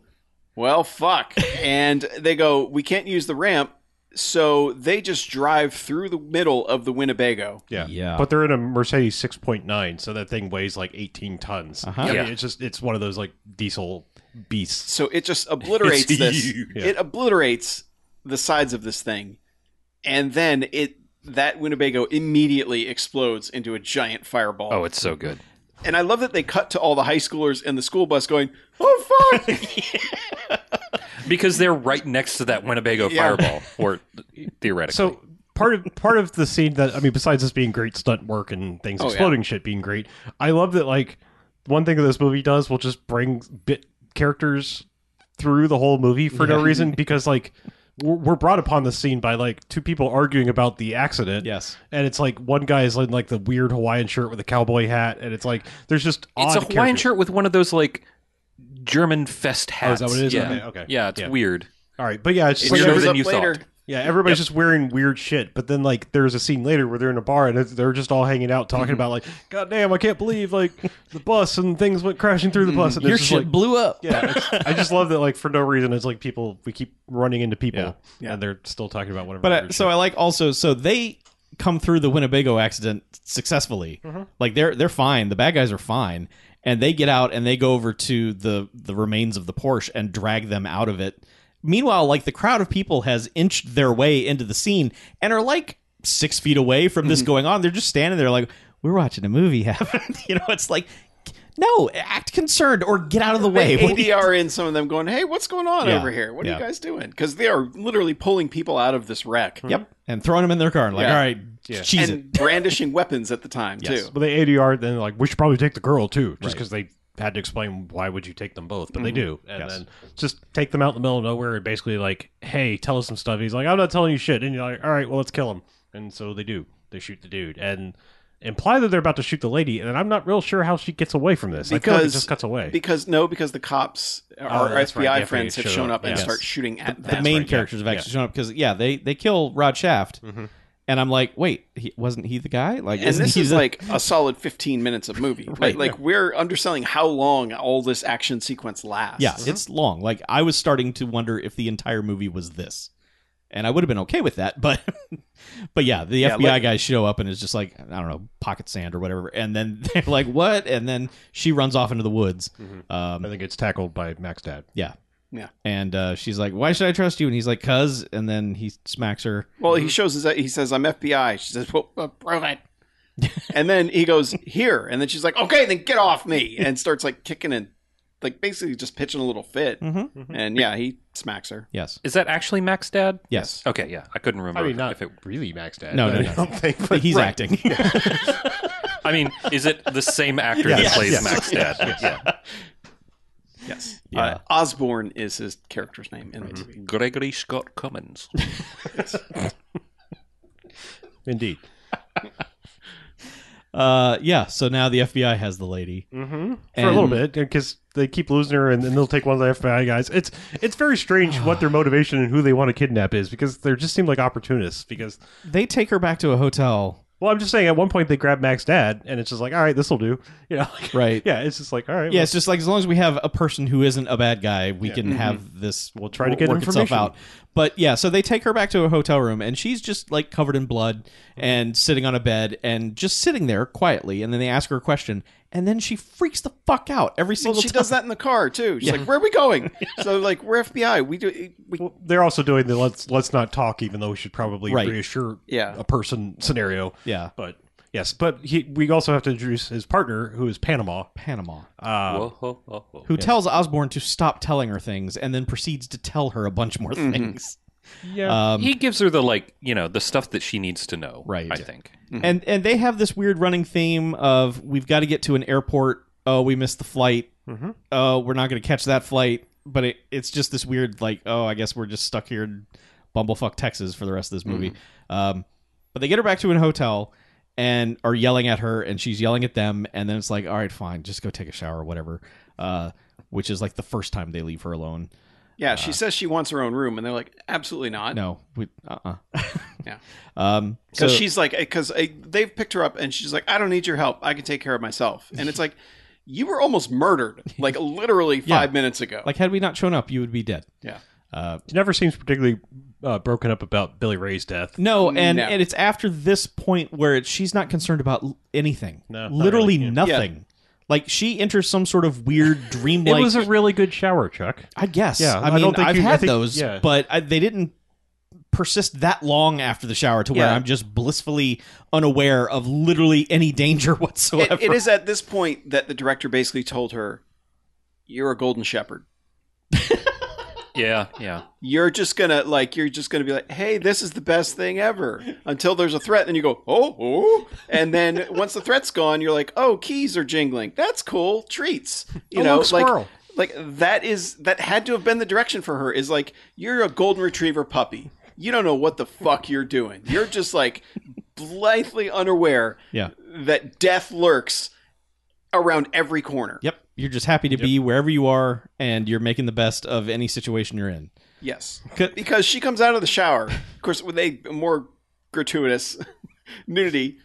Speaker 4: Well, fuck. And they go, We can't use the ramp. So they just drive through the middle of the Winnebago.
Speaker 1: Yeah.
Speaker 3: Yeah.
Speaker 1: But they're in a Mercedes 6.9, so that thing weighs like 18 tons. I mean,
Speaker 2: Yeah.
Speaker 1: it's just it's one of those like diesel beasts.
Speaker 4: So it just obliterates
Speaker 2: It's
Speaker 4: this.
Speaker 2: huge.
Speaker 4: It obliterates the sides of this thing. And then it that Winnebago immediately explodes into a giant fireball.
Speaker 2: oh, it's so good.
Speaker 4: And I love that they cut to all the high schoolers and the school bus going, Oh fuck.
Speaker 2: Because they're right next to that Winnebago fireball or theoretically.
Speaker 1: So part of part of the scene that I mean, besides this being great stunt work and things
Speaker 2: Oh,
Speaker 4: yeah.
Speaker 1: exploding shit being great, I love that like one thing that this movie does will just bring bit characters through the whole movie for no reason because like we're we're brought upon the scene by like two people arguing about the accident.
Speaker 3: Yes.
Speaker 1: and it's like one guy is in like the weird Hawaiian shirt with a cowboy hat, and it's like there's just odd
Speaker 2: It's a Hawaiian
Speaker 1: characters.
Speaker 2: shirt with one of those like German fest
Speaker 1: Oh, is
Speaker 2: hats.
Speaker 1: that what it is?
Speaker 2: Yeah,
Speaker 1: Okay, okay.
Speaker 2: yeah, it's
Speaker 1: Yeah.
Speaker 2: weird.
Speaker 1: All right, but yeah, it's
Speaker 2: It
Speaker 1: just
Speaker 4: Well,
Speaker 1: like
Speaker 4: yeah,
Speaker 2: shows
Speaker 4: it was
Speaker 2: than
Speaker 4: up
Speaker 2: you
Speaker 4: later.
Speaker 2: thought.
Speaker 1: Yeah, everybody's just wearing weird shit, but then like there's a scene later where they're in a bar and it's- they're just all hanging out
Speaker 3: Mm-hmm.
Speaker 1: talking about like, God damn, I can't believe like the bus and things went crashing through the bus. And it's
Speaker 3: Mm-hmm. Your
Speaker 1: just
Speaker 3: shit
Speaker 1: like,
Speaker 3: blew up.
Speaker 1: yeah, it's- I just love that like for no reason it's like people we keep running into people
Speaker 3: Yeah.
Speaker 1: and they're still talking about whatever.
Speaker 3: But uh, I,
Speaker 1: weird
Speaker 3: so
Speaker 1: shit.
Speaker 3: I like also so they come through the Winnebago accident successfully.
Speaker 4: Mm-hmm.
Speaker 3: Like they're they're fine. The bad guys are fine, and they get out and they go over to the the remains of the Porsche and drag them out of it. Meanwhile, like the crowd of people has inched their way into the scene and are like six feet away from
Speaker 4: Mm-hmm.
Speaker 3: this going on. They're just standing there like we're watching a movie happen. you know, it's like no, act concerned or get out of the way. What are we-
Speaker 4: ADR in some of them going, "Hey, what's going on
Speaker 3: Yeah.
Speaker 4: over here? What
Speaker 3: Yeah.
Speaker 4: are you guys doing?" Because they are literally pulling people out of this wreck.
Speaker 3: Yep, and throwing them in their car and like,
Speaker 4: Yeah.
Speaker 3: all right,
Speaker 1: Yeah.
Speaker 3: cheese it.
Speaker 4: and brandishing weapons at the time
Speaker 3: Yes.
Speaker 4: too.
Speaker 1: but they ADR then like we should probably take the girl too, just
Speaker 3: Right.
Speaker 1: because they had to explain why would you take them both, but they do, and
Speaker 3: Yes.
Speaker 1: then just take them out in the middle of nowhere and basically like, hey, tell us some stuff. He's like, I'm not telling you shit, and you're like, all right, well let's kill him, and so they do. They shoot the dude and imply that they're about to shoot the lady, and I'm not real sure how she gets away from this. I feel like it
Speaker 4: Because-
Speaker 1: just cuts away.
Speaker 4: Because no, because the cops,
Speaker 3: Oh,
Speaker 4: our
Speaker 1: that's right.
Speaker 4: FBI
Speaker 1: Yeah,
Speaker 4: friends,
Speaker 1: they
Speaker 4: have
Speaker 1: show
Speaker 4: shown
Speaker 1: up.
Speaker 4: up and
Speaker 1: Yes.
Speaker 4: start shooting at
Speaker 3: the
Speaker 4: them.
Speaker 3: main
Speaker 1: right, yeah.
Speaker 3: characters have actually shown up because yeah, they they kill Rod Shaft, and I'm like, wait, he, wasn't he the guy? Like,
Speaker 4: and
Speaker 3: isn't
Speaker 4: this
Speaker 3: he
Speaker 4: is
Speaker 3: the-
Speaker 4: like a solid 15 minutes of movie right,
Speaker 3: Right.
Speaker 4: like we're underselling how long all this action sequence lasts
Speaker 3: yeah, it's long. Like, I was starting to wonder if the entire movie was this, and I would have been okay with that, but but yeah, the FBI guys show up and it's just like I don't know, pocket sand or whatever, and then they're like, what? And then she runs off into the woods, um,
Speaker 1: I think it's tackled by Max Dad.
Speaker 3: yeah,
Speaker 4: Yeah.
Speaker 3: and uh, she's like, why should I trust you? And he's like, cuz, and then he smacks her.
Speaker 4: well he shows his he says i'm fbi she says well, uh, prove it and then he goes here and then she's like okay then get off me and starts like kicking and like basically just pitching a little fit
Speaker 3: Mm-hmm.
Speaker 4: and yeah he smacks her
Speaker 3: Yes,
Speaker 2: Is that actually Max Dad?
Speaker 3: yes.
Speaker 2: Okay, yeah, I couldn't remember.
Speaker 1: I mean, not
Speaker 2: if it,
Speaker 1: really Max Dad.
Speaker 3: No,
Speaker 1: but
Speaker 3: no,
Speaker 1: I
Speaker 3: no.
Speaker 1: don't think.
Speaker 3: But
Speaker 1: But
Speaker 3: he's acting.
Speaker 2: I mean, is it the same actor that
Speaker 3: Yes.
Speaker 2: plays
Speaker 3: Yes.
Speaker 2: Max Dad? Yeah.
Speaker 4: yes
Speaker 3: Yeah.
Speaker 4: Uh, osborne is his character's name in the movie
Speaker 2: Gregory Scott Cummins.
Speaker 1: indeed.
Speaker 3: Uh, yeah. So now the FBI has the lady.
Speaker 1: for a little
Speaker 3: Mm-hmm. And-
Speaker 1: bit because they keep losing her, and then they'll take one of the FBI guys. It's it's very strange what their motivation and who they want to kidnap is because they just seem like opportunists. Because
Speaker 3: They take her back to a hotel.
Speaker 1: well, I'm just saying, at one point they grab Mac's dad, and it's just like, all right, this will do. You know,
Speaker 3: Right.
Speaker 1: yeah, it's just like, all right,
Speaker 3: Yeah, it's just like as long as we have a person who isn't a bad guy, we can have this.
Speaker 1: We'll try to get
Speaker 3: work itself
Speaker 1: information.
Speaker 3: out. But yeah, so they take her back to a hotel room, and she's just like covered in blood and sitting on a bed and just sitting there quietly. And then they ask her a question, and then she freaks the fuck out every
Speaker 4: well,
Speaker 3: single
Speaker 4: she
Speaker 3: time.
Speaker 4: does that in the car too. She's like, "Where are we going?" So like, "We're FBI. We do. We
Speaker 1: Well, they're also doing the let's let's not talk, even though we should probably
Speaker 3: Right.
Speaker 1: reassure
Speaker 4: Yeah.
Speaker 1: a person scenario.
Speaker 3: Yeah.
Speaker 1: but yes, but he, we also have to introduce his partner, who is Panama.
Speaker 3: Panama,
Speaker 1: Uh,
Speaker 2: Whoa, ho, ho, ho.
Speaker 3: who tells Osborne to stop telling her things, and then proceeds to tell her a bunch more
Speaker 2: Mm-hmm.
Speaker 3: things.
Speaker 1: yeah,
Speaker 3: Um,
Speaker 2: he gives her the like, you know, the stuff that she needs to know.
Speaker 3: Right.
Speaker 2: I think.
Speaker 3: and and they have this weird running theme of we've got to get to an airport. Oh, we missed the flight.
Speaker 1: Mhm.
Speaker 3: Oh, we're not going to catch that flight. But it, it's just this weird like oh, I guess we're just stuck here in Bumblefuck Texas for the rest of this movie. Um, but they get her back to an hotel and are yelling at her, and she's yelling at them. And then it's like all right, fine, just go take a shower, or whatever. Uh, which is like the first time they leave her alone.
Speaker 4: Yeah, she says she wants her own room, and they're like, absolutely not.
Speaker 3: Uh. No, we uh uh
Speaker 4: Yeah.
Speaker 3: Um, so
Speaker 4: Because she's like, because they've picked her up, and she's like, I don't need your help. I can take care of myself. And it's like, you were almost murdered, like literally five minutes ago.
Speaker 3: like had we not shown up, you would be dead.
Speaker 4: yeah.
Speaker 3: Uh,
Speaker 1: he never seems particularly uh, broken up about Billy Ray's death.
Speaker 3: No, and
Speaker 4: No.
Speaker 3: and it's after this point where it, she's not concerned about l- anything.
Speaker 1: No, not
Speaker 3: literally
Speaker 1: really, yeah.
Speaker 3: nothing. Like she enters some sort of weird
Speaker 1: It
Speaker 3: dreamlike.
Speaker 1: was a really good shower, Chuck.
Speaker 3: I guess.
Speaker 1: Yeah,
Speaker 3: I
Speaker 1: I
Speaker 3: mean, I
Speaker 1: don't think
Speaker 3: have
Speaker 1: you- I
Speaker 3: had
Speaker 1: think-
Speaker 3: those,
Speaker 1: yeah.
Speaker 3: but I, they didn't persist that long after the shower to where
Speaker 4: Yeah.
Speaker 3: I'm just blissfully unaware of literally any danger
Speaker 4: It,
Speaker 3: whatsoever.
Speaker 4: it is at this point that the director basically told her, You're a golden shepherd.
Speaker 2: Yeah, yeah.
Speaker 4: You're just gonna like you're just gonna be like, hey, this is the best thing ever. Until there's a threat, then you go, oh, oh. and then once the threat's gone, you're like, oh, keys are jingling. That's cool. Treats, you
Speaker 1: Oh,
Speaker 4: know,
Speaker 1: look,
Speaker 4: like
Speaker 1: squirrel.
Speaker 4: like that is that had to have been the direction for her is like you're a golden retriever puppy you don't know what the fuck you're doing you're just like blithely unaware
Speaker 3: Yeah.
Speaker 4: that death lurks around every corner
Speaker 3: Yep. You're just happy to be wherever you are, and you're making the best of any situation you're in.
Speaker 4: yes
Speaker 3: Could-
Speaker 4: because she comes out of the shower of course with a more gratuitous nudity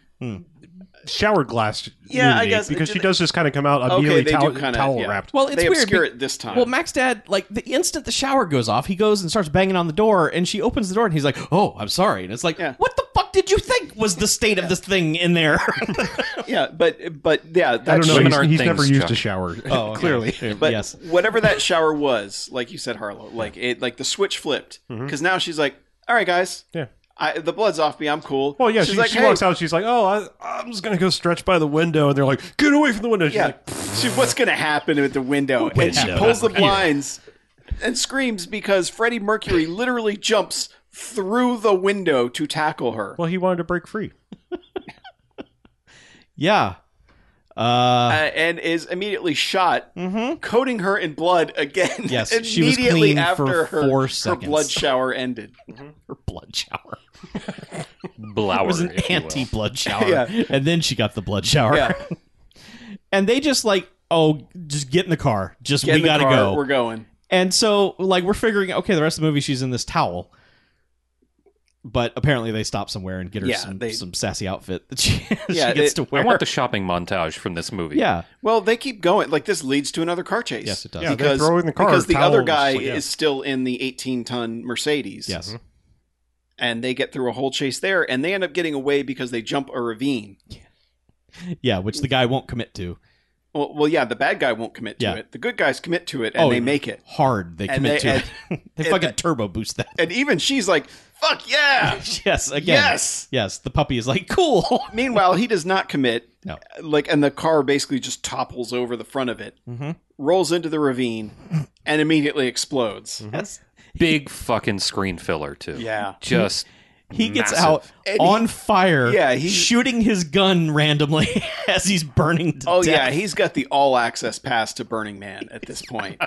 Speaker 1: Shower glass.
Speaker 4: Yeah, I
Speaker 1: nudity,
Speaker 4: guess-
Speaker 1: because
Speaker 4: do
Speaker 1: she
Speaker 4: they-
Speaker 1: does just kind of come out immediately
Speaker 4: okay they
Speaker 1: towel,
Speaker 4: do kind
Speaker 1: towel
Speaker 4: of yeah.
Speaker 1: wrapped.
Speaker 3: Well, it's
Speaker 4: they
Speaker 3: weird
Speaker 4: obscure
Speaker 3: be-
Speaker 4: it this time
Speaker 3: Well, Max Dad, like the instant the shower goes off, he goes and starts banging on the door, and she opens the door, and he's like, "Oh, I'm sorry," and it's like,
Speaker 4: Yeah.
Speaker 3: "What the fuck did you think was the state of this thing in there?"
Speaker 4: yeah but but yeah
Speaker 1: I don't know.
Speaker 2: women
Speaker 1: He's,
Speaker 2: aren't
Speaker 1: he's
Speaker 2: things,
Speaker 1: never used
Speaker 2: Chuck.
Speaker 1: a shower.
Speaker 4: Uh,
Speaker 3: oh, clearly,
Speaker 4: But
Speaker 3: yes.
Speaker 4: whatever that shower was, like you said, Harlow, like it, like the switch flipped because now she's like, "All right, guys,
Speaker 1: Mm-hmm. Yeah.
Speaker 4: I, the blood's off me. I'm cool."
Speaker 1: Well, yeah,
Speaker 4: she's
Speaker 1: she,
Speaker 4: like,
Speaker 1: she
Speaker 4: "Hey."
Speaker 1: walks out. She's like, "Oh, I, I'm just gonna go stretch by the window," and they're like, "Get away from the window!" She's
Speaker 4: Yeah,
Speaker 1: like,
Speaker 4: she, what's gonna happen at the window? And she
Speaker 1: Window.
Speaker 4: pulls the
Speaker 1: Yeah.
Speaker 4: blinds and screams because Freddie Mercury literally jumps through the window to tackle her.
Speaker 1: "Well, he wanted to break free."
Speaker 3: yeah. Uh,
Speaker 4: uh, and is immediately shot,
Speaker 3: mhm.
Speaker 4: coating her in blood again.
Speaker 3: Yes, she was
Speaker 4: immediately
Speaker 3: clean
Speaker 4: after
Speaker 3: for
Speaker 4: her,
Speaker 3: four
Speaker 4: her
Speaker 3: seconds.
Speaker 4: blood shower ended.
Speaker 3: Her blood shower.
Speaker 2: Blower.
Speaker 3: It was an
Speaker 2: if you will.
Speaker 3: anti blood shower.
Speaker 4: Yeah.
Speaker 3: And then she got the blood shower.
Speaker 4: Yeah.
Speaker 3: And they just like, oh, just get in the car. Just
Speaker 4: Get
Speaker 3: we
Speaker 4: in the
Speaker 3: gotta
Speaker 4: car,
Speaker 3: go.
Speaker 4: We're going.
Speaker 3: And so like we're figuring, okay, the rest of the movie she's in this towel. But apparently they stop somewhere and get her
Speaker 4: Yeah,
Speaker 3: some,
Speaker 4: they-
Speaker 3: some sassy outfit that she,
Speaker 4: Yeah,
Speaker 3: she gets
Speaker 4: they-
Speaker 3: to
Speaker 2: I
Speaker 3: wear.
Speaker 2: want the shopping montage from this movie.
Speaker 3: yeah.
Speaker 4: Well, they keep going. Like this leads to another car chase.
Speaker 3: Yes, it does.
Speaker 1: Yeah, they
Speaker 4: because
Speaker 1: throw in the car,
Speaker 4: because the other
Speaker 1: towels,
Speaker 4: guy
Speaker 1: yeah.
Speaker 4: is still in the 18 ton Mercedes.
Speaker 3: Yes.
Speaker 4: and they get through a whole chase there, and they end up getting away because they jump a ravine.
Speaker 3: Yeah, which the guy won't commit to.
Speaker 4: Well, well yeah, the bad guy won't commit to
Speaker 3: Yeah.
Speaker 4: it. The good guys commit to it, and
Speaker 3: Oh,
Speaker 4: they
Speaker 3: yeah.
Speaker 4: make it.
Speaker 3: Hard they
Speaker 4: And
Speaker 3: commit
Speaker 4: they-
Speaker 3: to
Speaker 4: and-
Speaker 3: it. they
Speaker 4: and-
Speaker 3: fucking turbo boost that.
Speaker 4: And even she's like, "Fuck yeah,
Speaker 3: yes, again.
Speaker 4: yes."
Speaker 3: Yes. The puppy is like, cool.
Speaker 4: Meanwhile, he does not commit.
Speaker 3: No.
Speaker 4: Like, and the car basically just topples over the front of it,
Speaker 3: Mhm.
Speaker 4: rolls into the ravine, and immediately explodes.
Speaker 3: Yes.
Speaker 2: Big fucking screen filler too.
Speaker 4: Yeah.
Speaker 2: Just
Speaker 3: He gets
Speaker 2: Massive.
Speaker 3: out
Speaker 4: And
Speaker 3: on fire,
Speaker 4: Yeah, he-
Speaker 3: shooting his gun randomly as he's burning to
Speaker 4: Oh yeah,
Speaker 3: death.
Speaker 4: he's got the all access pass to Burning Man at this point.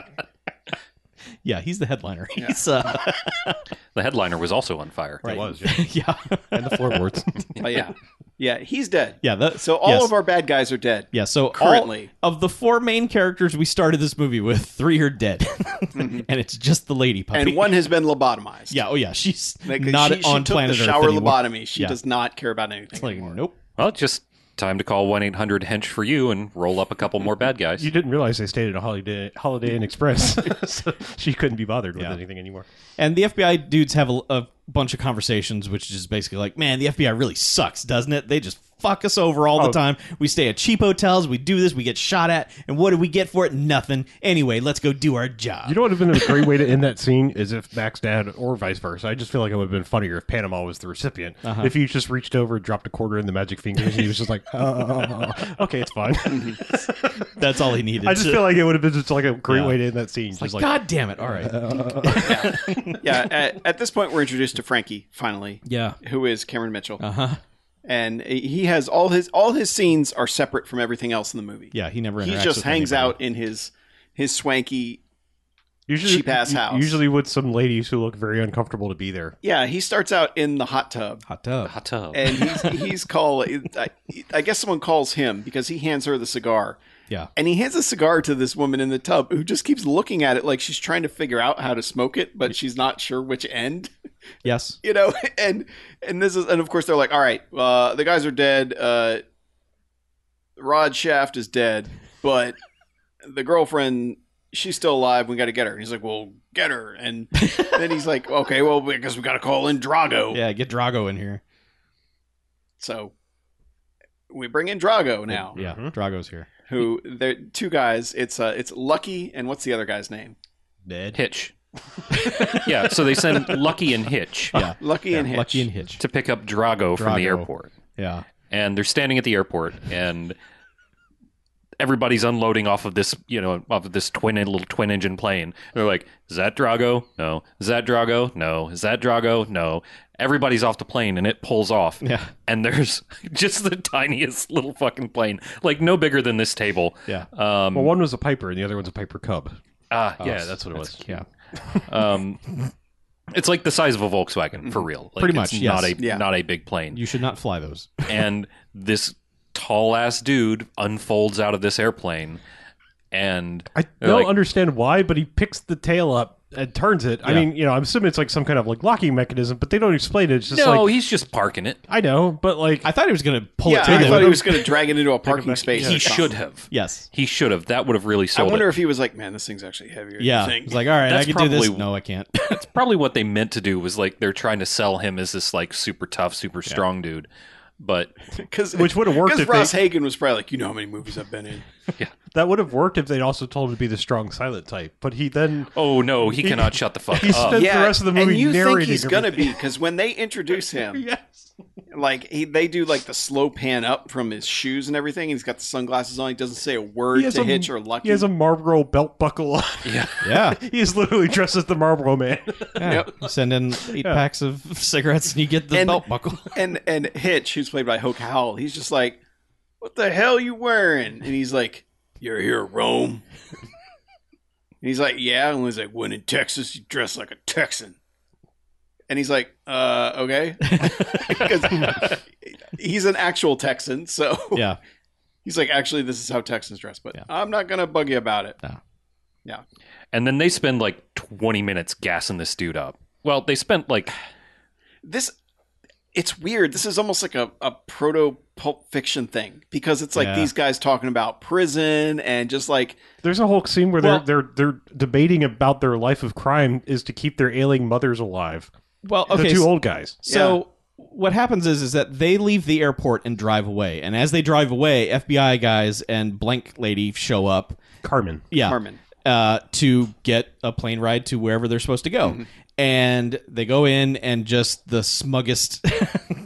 Speaker 3: yeah, he's the headliner. He's uh,
Speaker 2: the headliner was also on fire.
Speaker 1: It was, yeah.
Speaker 3: yeah,
Speaker 1: and the floorboards.
Speaker 4: But yeah, yeah, he's dead.
Speaker 3: yeah. That,
Speaker 4: So all
Speaker 3: yes.
Speaker 4: of our bad guys are dead.
Speaker 3: yeah. So all
Speaker 4: Currently.
Speaker 3: of the four main characters we started this movie with, three are dead, and it's just the lady puppy.
Speaker 4: Mm-hmm. And one has been lobotomized.
Speaker 3: yeah, oh yeah, she's
Speaker 4: Like,
Speaker 3: not
Speaker 4: she, she
Speaker 3: on
Speaker 4: took
Speaker 3: planet
Speaker 4: the shower
Speaker 3: Earth anymore.
Speaker 4: lobotomy. She
Speaker 3: Yeah.
Speaker 4: does not care about anything.
Speaker 3: Like,
Speaker 4: anymore.
Speaker 3: nope.
Speaker 2: Well, just time to call one eight hundred hench for you and roll up a couple more bad guys.
Speaker 1: you didn't realize they stayed at a Holiday Holiday Inn Express, so she couldn't be bothered with
Speaker 3: Yeah.
Speaker 1: anything anymore.
Speaker 3: And the FBI dudes have a, a bunch of conversations, which is basically like, man, the FBI really sucks, doesn't it? They just fuck us over all the
Speaker 1: Oh.
Speaker 3: time. We stay at cheap hotels, we do this, we get shot at, and what do we get for it? Nothing. Anyway, let's go do our job.
Speaker 1: You know what would have been a great way to end that scene is if Max Dad or vice versa. I just feel like it would have been funnier if Panama was the recipient.
Speaker 2: Uh-huh.
Speaker 1: If he just reached over, dropped a quarter in the magic fingers, and he was just like, oh, "Okay, it's fine."
Speaker 3: That's all he needed.
Speaker 1: I just
Speaker 3: to-
Speaker 1: feel like it would have been just like a great
Speaker 3: Yeah.
Speaker 1: way to end that scene.
Speaker 3: like,
Speaker 1: Just like,
Speaker 3: God damn it. All right.
Speaker 4: yeah. At, at this point, we're introduced to Frankie finally,
Speaker 3: yeah.
Speaker 4: who is Cameron Mitchell,
Speaker 3: Uh huh.
Speaker 4: and he has all his all his scenes are separate from everything else in the movie.
Speaker 3: Yeah, he never
Speaker 4: he
Speaker 3: interacts
Speaker 4: just
Speaker 3: with
Speaker 4: hangs
Speaker 3: anybody.
Speaker 4: out in his his swanky.
Speaker 1: usually
Speaker 4: cheap-ass
Speaker 1: u-
Speaker 4: house.
Speaker 1: Usually with some ladies who look very uncomfortable to be there.
Speaker 4: Yeah, he starts out in the hot tub.
Speaker 3: Hot tub.
Speaker 2: Hot tub.
Speaker 4: and he's he's call. I, I guess someone calls him because he hands her the cigar,
Speaker 3: Yeah.
Speaker 4: and he hands a cigar to this woman in the tub who just keeps looking at it like she's trying to figure out how to smoke it, but she's not sure which end,
Speaker 3: Yes.
Speaker 4: you know. And and this is and of course they're like, all right, uh, the guys are dead. Uh, Rod Shaft is dead, but the girlfriend. She's still alive. We got to get her. And he's like, "Well, get her." And then he's like, "Okay, well, I guess we got to call in Drago."
Speaker 3: Yeah, get Drago in here.
Speaker 4: So we bring in Drago now,
Speaker 3: Yeah,
Speaker 1: Mhm.
Speaker 3: Drago's here.
Speaker 4: who they're two guys. It's uh, it's Lucky and what's the other guy's name?
Speaker 3: Dead.
Speaker 2: Hitch. yeah, so they send Lucky and Hitch
Speaker 3: Yeah.
Speaker 4: Lucky and Hitch.
Speaker 3: Lucky and Hitch.
Speaker 2: to pick up Drago, from the
Speaker 3: Drago.
Speaker 2: airport.
Speaker 3: Yeah.
Speaker 2: And they're standing at the airport and everybody's unloading off of this, you know, off of this twin little twin engine plane. And they're like, "Is that Drago? No. Is that Drago? No. Is that Drago? No." Everybody's off the plane and it pulls off.
Speaker 3: Yeah.
Speaker 2: And there's just the tiniest little fucking plane, like no bigger than this table.
Speaker 3: Yeah.
Speaker 2: Um,
Speaker 1: Well, one was a Piper and the other one's a Piper Cub.
Speaker 2: Ah,
Speaker 3: oh,
Speaker 2: yeah,
Speaker 1: so
Speaker 2: that's what it was.
Speaker 3: Yeah.
Speaker 2: Um, it's like the size of a Volkswagen for real. Like,
Speaker 3: Mm-hmm. Pretty
Speaker 2: it's
Speaker 3: much,
Speaker 2: Not
Speaker 3: yes.
Speaker 2: a
Speaker 4: Yeah.
Speaker 2: not a big plane.
Speaker 3: You should not fly those.
Speaker 2: and this tall ass dude unfolds out of this airplane, and
Speaker 1: I
Speaker 2: They're
Speaker 1: don't
Speaker 2: like-
Speaker 1: understand why, but he picks the tail up and turns it. I
Speaker 3: Yeah.
Speaker 1: mean, you know, I'm assuming it's like some kind of like locking mechanism, but they don't explain it. It's just
Speaker 2: no,
Speaker 1: like
Speaker 2: he's just parking it.
Speaker 1: I know, but like
Speaker 3: I thought he was going to pull
Speaker 4: yeah,
Speaker 3: it
Speaker 4: I
Speaker 3: to
Speaker 4: thought
Speaker 3: them.
Speaker 4: he was going to drag it into a parking
Speaker 1: back-
Speaker 4: space.
Speaker 2: He
Speaker 4: or something.
Speaker 2: should have.
Speaker 3: yes.
Speaker 2: He should have. That would have really
Speaker 4: I
Speaker 2: sold
Speaker 4: wonder
Speaker 2: it.
Speaker 4: if he was like, man, this thing's actually heavier. than
Speaker 3: Yeah.
Speaker 4: you think."
Speaker 3: It's like, all right,
Speaker 2: That's
Speaker 3: I can do this.
Speaker 2: probably-
Speaker 3: No, I can't.
Speaker 2: That's probably what they meant to do. Was like they're trying to sell him as this like super tough, super strong dude. But
Speaker 4: Cause,
Speaker 1: Which would've worked
Speaker 4: 'cause
Speaker 1: if
Speaker 4: Ross
Speaker 1: they-
Speaker 4: Hagen was probably like, you know how many movies I've been in.
Speaker 1: that would have worked if they'd also told him to be the strong silent type. But he then
Speaker 2: oh no, he cannot shut the fuck
Speaker 1: he
Speaker 2: up.
Speaker 1: spent the rest of the movie
Speaker 4: and you
Speaker 1: narrating.
Speaker 4: think he's
Speaker 1: everything.
Speaker 4: gonna be because when they introduce him,
Speaker 1: Yes.
Speaker 4: like he, they do like the slow pan up from his shoes and everything. He's got the sunglasses on. He doesn't say a word
Speaker 1: He has
Speaker 4: to
Speaker 1: a-
Speaker 4: Hitch or Lucky.
Speaker 1: He has a Marlboro belt buckle on.
Speaker 2: Yeah.
Speaker 3: yeah.
Speaker 1: he is literally dressed as the Marlboro man.
Speaker 3: yeah. You Send in eight packs of cigarettes and you get the
Speaker 4: And-
Speaker 3: belt buckle.
Speaker 4: and and Hitch, who's played by Hoke Howell, he's just like, "What the hell you wearing?" And he's like, "You're here, Rome." and he's like, "Yeah." And he's like, "When in Texas, you dress like a Texan." And he's like, "Uh, okay," because he's an actual Texan, so
Speaker 3: yeah.
Speaker 4: he's like, "Actually, this is how Texans dress." But
Speaker 3: Yeah.
Speaker 4: I'm not gonna bug you about it.
Speaker 2: And then they spend like 20 minutes gassing this dude up. Well, they spent like
Speaker 4: This, it's weird. This is almost like a, a proto Pulp Fiction thing because it's like
Speaker 3: Yeah.
Speaker 4: these guys talking about prison and just like
Speaker 1: There's a whole scene where
Speaker 3: Well-
Speaker 1: they're they're they're debating about their life of crime is to keep their ailing mothers alive.
Speaker 3: Well, okay.
Speaker 1: the two
Speaker 3: so-
Speaker 1: old guys.
Speaker 3: So what happens is is that they leave the airport and drive away. And as they drive away, FBI guys and blank lady show up.
Speaker 1: Carmen.
Speaker 3: Yeah.
Speaker 4: Harmon.
Speaker 3: Uh, to get a plane ride to wherever they're supposed to go. And they go in, and just the smuggest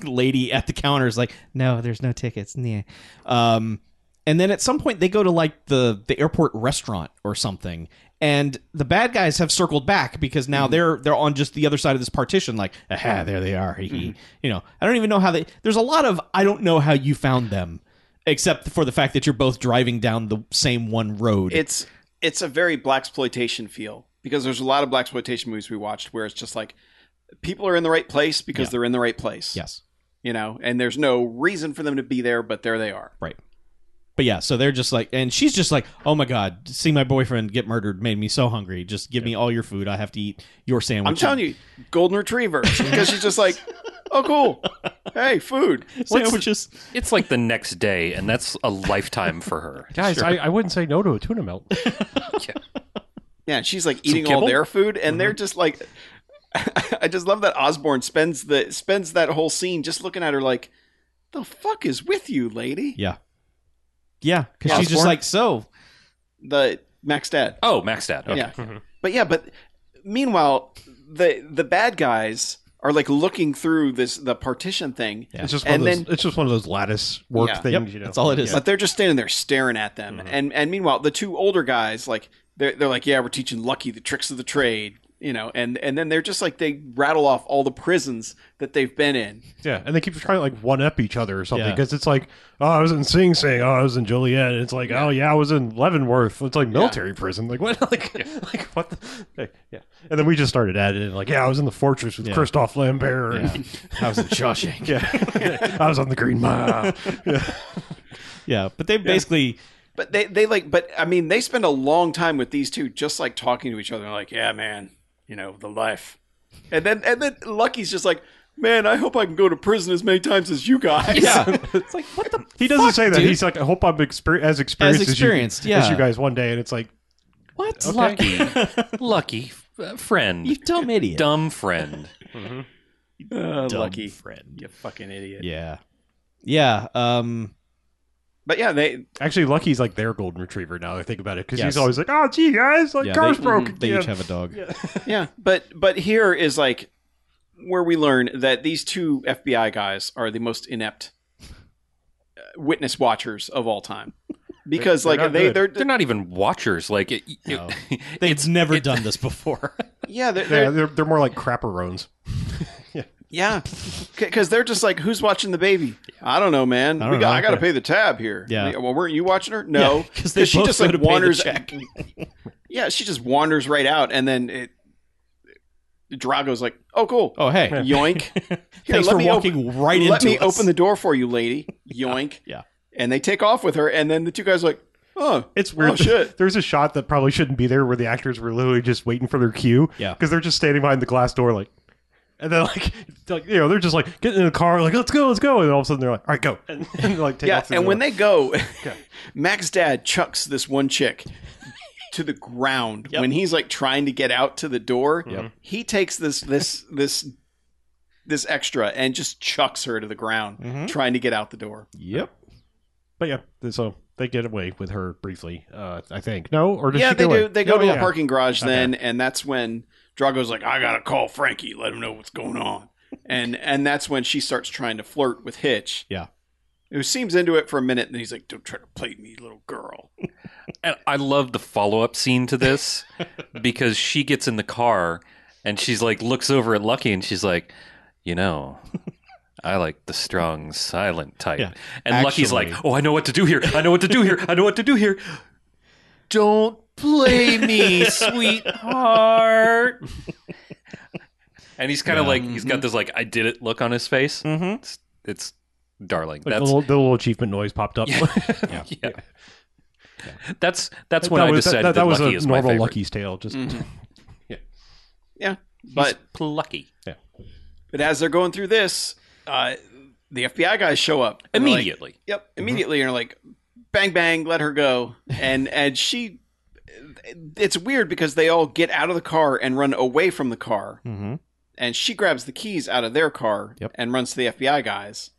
Speaker 3: lady at the counter is like, "No, there's no tickets." Nah. Um, and then at some point they go to like the the airport restaurant or something, and the bad guys have circled back because now they're they're on just the other side of this partition. Like, aha, there they are. He, you know, I don't even know how they. There's a lot of I don't know how you found them, except for the fact that you're both driving down the same one road.
Speaker 4: it's it's a very black exploitation feel because there's a lot of black exploitation movies we watched where it's just like people are in the right place because
Speaker 3: Yeah.
Speaker 4: they're in the right place.
Speaker 3: yes.
Speaker 4: You know, and there's no reason for them to be there, but there they are.
Speaker 3: But yeah, so they're just like, and she's just like, oh my god, seeing my boyfriend get murdered made me so hungry. Just give me all your food. I have to eat your sandwich.
Speaker 4: I'm telling you, golden retriever because she's just like, oh cool, hey food.
Speaker 3: sandwiches.
Speaker 2: it's like the next day and that's a lifetime for her.
Speaker 1: Guys, I, I wouldn't say no to a tuna melt.
Speaker 4: Yeah, and she's like eating all
Speaker 2: kibble?
Speaker 4: their food, and they're
Speaker 3: Mm-hmm.
Speaker 4: just like, I just love that Osborne spends the spends that whole scene just looking at her like, the fuck is with you, lady?
Speaker 3: Yeah, yeah, because
Speaker 4: Yeah,
Speaker 3: she's just
Speaker 4: Osborne.
Speaker 3: like, so
Speaker 4: The Max Dad.
Speaker 2: Oh, Max Dad. Okay.
Speaker 4: Yeah. But yeah, but meanwhile, the the bad guys are like looking through this the partition thing,
Speaker 3: Yeah.
Speaker 1: It's just one
Speaker 4: And
Speaker 1: of those,
Speaker 4: then-
Speaker 1: it's just one of those lattice work
Speaker 4: Yeah.
Speaker 1: things,
Speaker 3: Yep,
Speaker 1: you know.
Speaker 3: that's all it is.
Speaker 4: but they're just standing there staring at them. And and meanwhile, the two older guys like they're they're like, yeah, we're teaching Lucky the tricks of the trade, you know. And and then they're just like they rattle off all the prisons that they've been in.
Speaker 1: Yeah, and they keep trying to like one up each other or something
Speaker 3: Yeah.
Speaker 1: because it's like, oh, I was in Sing Sing, oh, I was in Joliet. It's like, oh yeah, I was in Leavenworth. It's like military prison. Like what? Like, like what? The... like, yeah. And then we just started at it. And like, yeah, I was in the fortress with Christophe Lambert.
Speaker 3: yeah.
Speaker 1: and-
Speaker 3: I was in Shawshank.
Speaker 1: Yeah, I was on the Green Mile.
Speaker 3: yeah, but they basically,
Speaker 4: But they they like, but I mean, they spend a long time with these two, just like talking to each other. like, yeah, man, you know, the life. And then and then Lucky's just like. Man, I hope I can go to prison as many times as you guys.
Speaker 3: yeah, it's like what the
Speaker 1: He doesn't
Speaker 3: Fuck,
Speaker 1: say that.
Speaker 3: dude.
Speaker 1: He's like, I hope I'm exper- as experienced as,
Speaker 3: experienced,
Speaker 1: you, as
Speaker 3: yeah.
Speaker 1: you guys one day. And it's like,
Speaker 3: what?
Speaker 2: Lucky, lucky uh,
Speaker 3: you
Speaker 2: friend,
Speaker 3: dumb idiot,
Speaker 2: dumb friend.
Speaker 4: Uh,
Speaker 3: Dumb
Speaker 4: Lucky.
Speaker 3: friend.
Speaker 4: You fucking idiot.
Speaker 3: Yeah, yeah. Um,
Speaker 4: But yeah, they
Speaker 1: actually, Lucky's like their golden retriever now. that I think about it because
Speaker 3: Yes.
Speaker 1: he's always like, oh, gee, guys, like
Speaker 3: Yeah,
Speaker 1: car's
Speaker 3: they-
Speaker 1: broken.
Speaker 3: they
Speaker 1: again."
Speaker 3: each have a dog.
Speaker 4: yeah, but but here is like where we learn that these two FBI guys are the most inept uh, witness watchers of all time. Because
Speaker 1: They're-
Speaker 4: like
Speaker 1: they're not
Speaker 4: they
Speaker 1: good.
Speaker 4: they're,
Speaker 2: They're not even watchers. Like, it, it-
Speaker 3: No.
Speaker 2: it-
Speaker 3: They've never done this before.
Speaker 4: yeah, they're,
Speaker 1: Yeah,
Speaker 4: they're
Speaker 1: they're, they're more like crapperones.
Speaker 4: yeah. Cuz they're just like who's watching the baby? I don't know, man.
Speaker 3: I
Speaker 4: we
Speaker 3: don't
Speaker 4: got,
Speaker 3: know.
Speaker 4: I got to pay the tab here.
Speaker 3: Yeah.
Speaker 4: Well, weren't you watching her? No.
Speaker 3: Yeah, 'cause they both go to pay the check.
Speaker 4: yeah, she just wanders right out, and then it. Drago's like, "Oh, cool,
Speaker 3: Oh, hey.
Speaker 4: yoink." Here,
Speaker 3: Thanks
Speaker 4: let
Speaker 3: for
Speaker 4: me
Speaker 3: walking right
Speaker 4: Let
Speaker 3: into
Speaker 4: me
Speaker 3: us.
Speaker 4: open the door for you, lady. Yoink.
Speaker 3: yeah.
Speaker 4: And they take off with her, and then the two guys are like, "Oh,
Speaker 1: It's weird.
Speaker 4: Oh shit!
Speaker 1: There's a shot that probably shouldn't be there where the actors were literally just waiting for their cue.
Speaker 3: Yeah.
Speaker 1: Because they're just standing behind the glass door, like, and then like, like, you know, they're just like getting in the car, like, let's go, let's go, and all of a sudden they're like, all right, go, and, and like, take
Speaker 4: yeah."
Speaker 1: off
Speaker 4: And when they go, Mac's dad chucks this one chick to the ground
Speaker 3: Yep.
Speaker 4: when he's like trying to get out to the door.
Speaker 1: Mm-hmm.
Speaker 4: He takes this this this this extra and just chucks her to the ground,
Speaker 1: Mm-hmm.
Speaker 3: Mhm.
Speaker 4: trying to get out the door.
Speaker 3: Yep.
Speaker 1: but yeah, so they get away with her briefly, uh, I think. No, or does
Speaker 4: yeah,
Speaker 1: she
Speaker 4: they
Speaker 1: go
Speaker 4: do.
Speaker 1: in?
Speaker 4: They go
Speaker 1: No,
Speaker 4: to
Speaker 1: yeah.
Speaker 4: the parking garage then, and that's when Drago's like, "I gotta call Frankie, let him know what's going on," and and that's when she starts trying to flirt with Hitch.
Speaker 3: Yeah.
Speaker 4: who seems into it for a minute, and he's like, "Don't try to play me, little girl."
Speaker 2: And I love the follow up scene to this because she gets in the car and she's like, looks over at Lucky and she's like, you know, I like the strong, silent type.
Speaker 3: Yeah.
Speaker 2: and Lucky's
Speaker 3: Actually-
Speaker 2: like, oh, I know what to do here. I know what to do here. I know what to do here. Don't play me, sweetheart. and he's kind of like, he's got this, like, I did it look on his face.
Speaker 3: Mm-hmm.
Speaker 2: It's, it's darling.
Speaker 1: Like the
Speaker 2: That's
Speaker 1: little, the little achievement noise popped up.
Speaker 2: yeah. That's that's when
Speaker 1: that
Speaker 2: I
Speaker 1: was,
Speaker 2: decided
Speaker 1: that,
Speaker 2: that,
Speaker 1: that was
Speaker 2: Lucky
Speaker 1: a
Speaker 2: is my
Speaker 1: normal
Speaker 2: favorite.
Speaker 1: Lucky's tale. Just
Speaker 4: Mm-hmm. Yeah, but
Speaker 2: He's plucky
Speaker 4: but as they're going through this, uh, the FBI guys show up and they're like,
Speaker 2: immediately.
Speaker 4: Yep,
Speaker 1: Mm-hmm.
Speaker 4: immediately and are like, bang bang, let her go, and and she. It's weird because they all get out of the car and run away from the car,
Speaker 3: Mm-hmm.
Speaker 4: and she grabs the keys out of their car
Speaker 3: Yep.
Speaker 4: and runs to the FBI guys,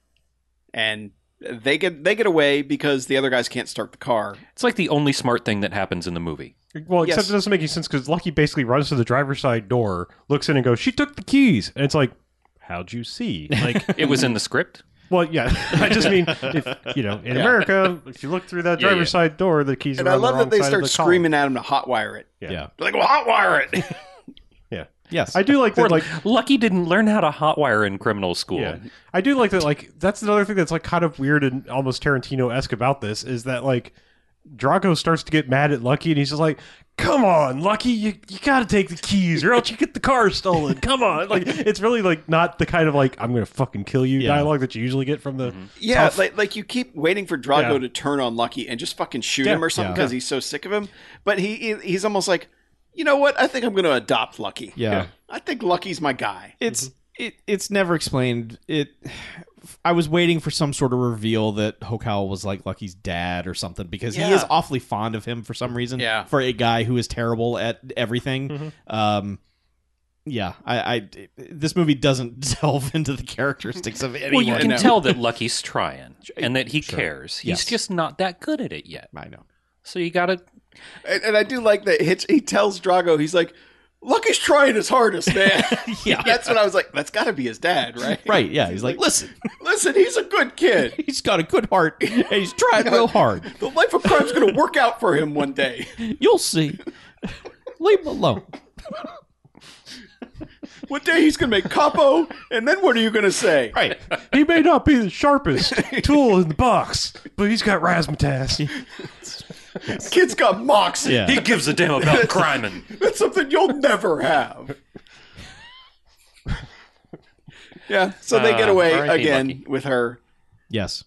Speaker 4: and they get they get away because the other guys can't start the car.
Speaker 2: it's like the only smart thing that happens in the movie.
Speaker 1: Well, except
Speaker 4: Yes.
Speaker 1: it doesn't make any sense because Lucky basically runs to the driver's side door, looks in, and goes, "She took the keys," and it's like, "How'd you see?" Like,
Speaker 2: It was in the script.
Speaker 1: well, yeah, I just mean, if, you know, in
Speaker 4: Yeah.
Speaker 1: America, if you look through that
Speaker 2: Yeah,
Speaker 1: driver's
Speaker 2: yeah.
Speaker 1: side door, the keys.
Speaker 4: And
Speaker 1: are
Speaker 4: I
Speaker 1: on the
Speaker 4: love that
Speaker 1: wrong
Speaker 4: they
Speaker 1: side of
Speaker 4: start
Speaker 1: the
Speaker 4: screaming at him to hotwire it.
Speaker 1: Yeah.
Speaker 3: Yeah.
Speaker 4: They're like, "Well, hotwire it!"
Speaker 3: Yes.
Speaker 1: column. I do like
Speaker 2: Poor
Speaker 1: that. Like,
Speaker 2: Lucky didn't learn how to hotwire in criminal school.
Speaker 1: yeah, I do like that. Like, that's another thing that's like kind of weird and almost Tarantino esque about this is that like Drago starts to get mad at Lucky, and he's just like. Come on, Lucky, you, you gotta take the keys or else you get the car stolen. Come on. Like it's really like not the kind of like I'm gonna fucking kill you
Speaker 3: Yeah.
Speaker 1: dialogue that you usually get from the
Speaker 4: Yeah,
Speaker 1: Tough.
Speaker 4: like like you keep waiting for Drago
Speaker 1: Yeah.
Speaker 4: to turn on Lucky and just fucking shoot
Speaker 1: Yeah,
Speaker 4: him or something
Speaker 3: yeah.
Speaker 4: because he's so sick of him. But he he- he's almost like, you know what? I think I'm going to adopt Lucky.
Speaker 3: Yeah. Yeah.
Speaker 4: I think Lucky's my guy.
Speaker 3: it's it, it's never explained. It I was waiting for some sort of reveal that Hokal was like Lucky's dad or something because he
Speaker 4: Yeah.
Speaker 3: is awfully fond of him for some reason.
Speaker 4: Yeah.
Speaker 3: For a guy who is terrible at everything. Um yeah, I, I this movie doesn't delve into the characteristics of
Speaker 2: Well,
Speaker 3: anyone.
Speaker 2: you can
Speaker 4: No.
Speaker 2: tell that Lucky's trying and that he cares. He's
Speaker 3: Yes.
Speaker 2: just not that good at it yet.
Speaker 3: I know.
Speaker 2: So you got to.
Speaker 4: And, and I do like that Hitch. He tells Drago, he's like, Lucky's trying his hardest, man.
Speaker 3: Yeah.
Speaker 4: that's what I was like. That's got to be his dad, right?
Speaker 3: Right, yeah. He's like, listen,
Speaker 4: Listen, he's a good kid.
Speaker 3: he's got a good heart and he's trying real hard.
Speaker 4: The life of crime's going to work out for him one day.
Speaker 3: You'll see. Leave him alone.
Speaker 4: One day he's going to make capo, and then what are you going to say?
Speaker 3: Right.
Speaker 1: He may not be the sharpest tool in the box, but he's got razzmatazz.
Speaker 4: Kid's got moxie.
Speaker 3: Yeah.
Speaker 2: He gives a damn about criming.
Speaker 4: That's something you'll never have. yeah, so they get
Speaker 2: Uh,
Speaker 4: away
Speaker 2: R.I.P.
Speaker 4: again
Speaker 2: Lucky.
Speaker 4: with her.
Speaker 3: Yes.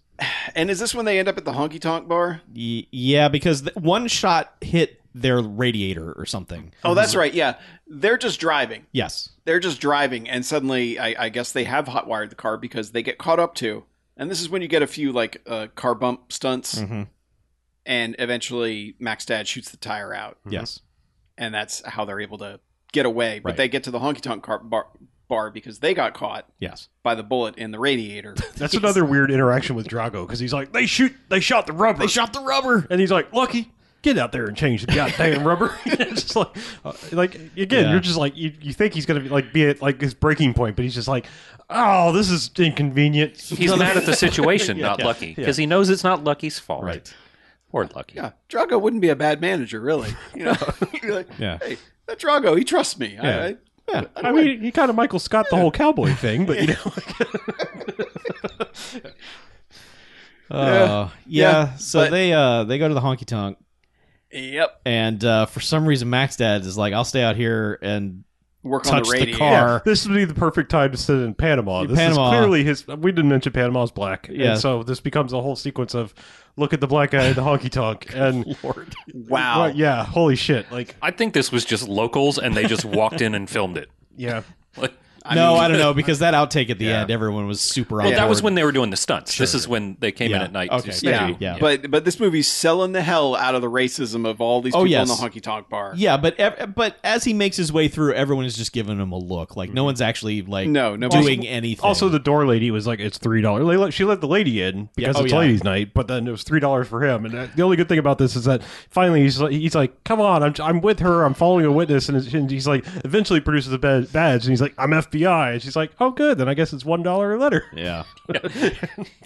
Speaker 4: And is this when they end up at the honky tonk bar?
Speaker 3: Y- yeah, because th- one shot hit their radiator or something.
Speaker 4: Oh, that's right. Yeah, they're just driving.
Speaker 3: Yes.
Speaker 4: They're just driving, and suddenly, I, I guess they have hotwired the car because they get caught up to. And this is when you get a few like uh, car bump stunts,
Speaker 3: Mhm.
Speaker 4: and eventually Max Dad shoots the tire out,
Speaker 3: Yes.
Speaker 4: and that's how they're able to get away. But
Speaker 3: Right.
Speaker 4: they get to the honky tonk car bar, bar because they got caught
Speaker 3: Yes.
Speaker 4: by the bullet in the radiator.
Speaker 1: That's another weird interaction with Drago because he's like, "They shoot, they shot the rubber,"
Speaker 3: They shot the rubber.
Speaker 1: and he's like, "Lucky, get out there and change the goddamn rubber." It's just like, uh, like again,
Speaker 3: Yeah.
Speaker 1: you're just like you, you think he's gonna be like be at like his breaking point, but he's just like, "Oh, this is inconvenient."
Speaker 2: He's mad at the situation, not
Speaker 3: yeah,
Speaker 2: Lucky, because he knows it's not Lucky's fault.
Speaker 3: Right.
Speaker 2: Poor Lucky.
Speaker 4: Yeah, Drago wouldn't be a bad manager, really. You know, You're like,
Speaker 3: Yeah.
Speaker 4: hey, that Drago, he trusts me. I-
Speaker 1: Yeah.
Speaker 4: I,
Speaker 3: Yeah.
Speaker 1: I mean, he kind of Michael Scott the whole cowboy thing, but you know,
Speaker 3: Uh, yeah.
Speaker 4: Yeah,
Speaker 3: So
Speaker 4: but-
Speaker 3: uh, they uh they go to the honky tonk
Speaker 4: Yep.
Speaker 3: And uh, for some reason, Max Dad is like, I'll stay out here and
Speaker 4: Work on
Speaker 3: touch
Speaker 4: the
Speaker 3: the,
Speaker 4: radio.
Speaker 1: Yeah,
Speaker 3: car.
Speaker 1: this would be the perfect time to sit in Panama. This
Speaker 3: Panama.
Speaker 1: is clearly his. We didn't mention Panama's black,
Speaker 3: Yeah.
Speaker 1: and so this becomes a whole sequence of look at the black guy in the honky tonk, and
Speaker 2: Lord.
Speaker 4: Wow.
Speaker 1: well, yeah, holy shit, like
Speaker 2: I think this was just locals and they just walked in and filmed it.
Speaker 1: yeah,
Speaker 2: Like,
Speaker 3: no,
Speaker 4: mean-
Speaker 3: I don't know because that outtake at the
Speaker 1: Yeah.
Speaker 3: end, everyone was super.
Speaker 2: well,
Speaker 3: on
Speaker 2: that was
Speaker 3: board.
Speaker 2: when they were doing the stunts. This is when they came in
Speaker 3: Yeah.
Speaker 2: at night.
Speaker 3: Okay.
Speaker 2: to
Speaker 3: Yeah.
Speaker 2: do-
Speaker 3: Yeah.
Speaker 4: But but this movie's selling the hell out of the racism of all these
Speaker 3: Oh,
Speaker 4: people
Speaker 3: yes.
Speaker 4: in the honky tonk bar.
Speaker 3: Yeah, but ev- but as he makes his way through, everyone is just giving him a look. Like no one's actually like
Speaker 4: No, nobody's-
Speaker 3: doing anything.
Speaker 1: Also, the door lady was like, "It's three dollars." She let the lady in because
Speaker 3: Yeah. Oh,
Speaker 1: it's
Speaker 3: yeah.
Speaker 1: ladies' night, but then it was three dollars for him. And that, the only good thing about this is that finally he's like, he's like, "Come on, I'm I'm with her. I'm following a witness." And, it's- and he's like, eventually produces a ba- badge, and he's like, "I'm FBI," and she's like, "Oh, good. Then I guess it's one dollar a letter."
Speaker 3: yeah,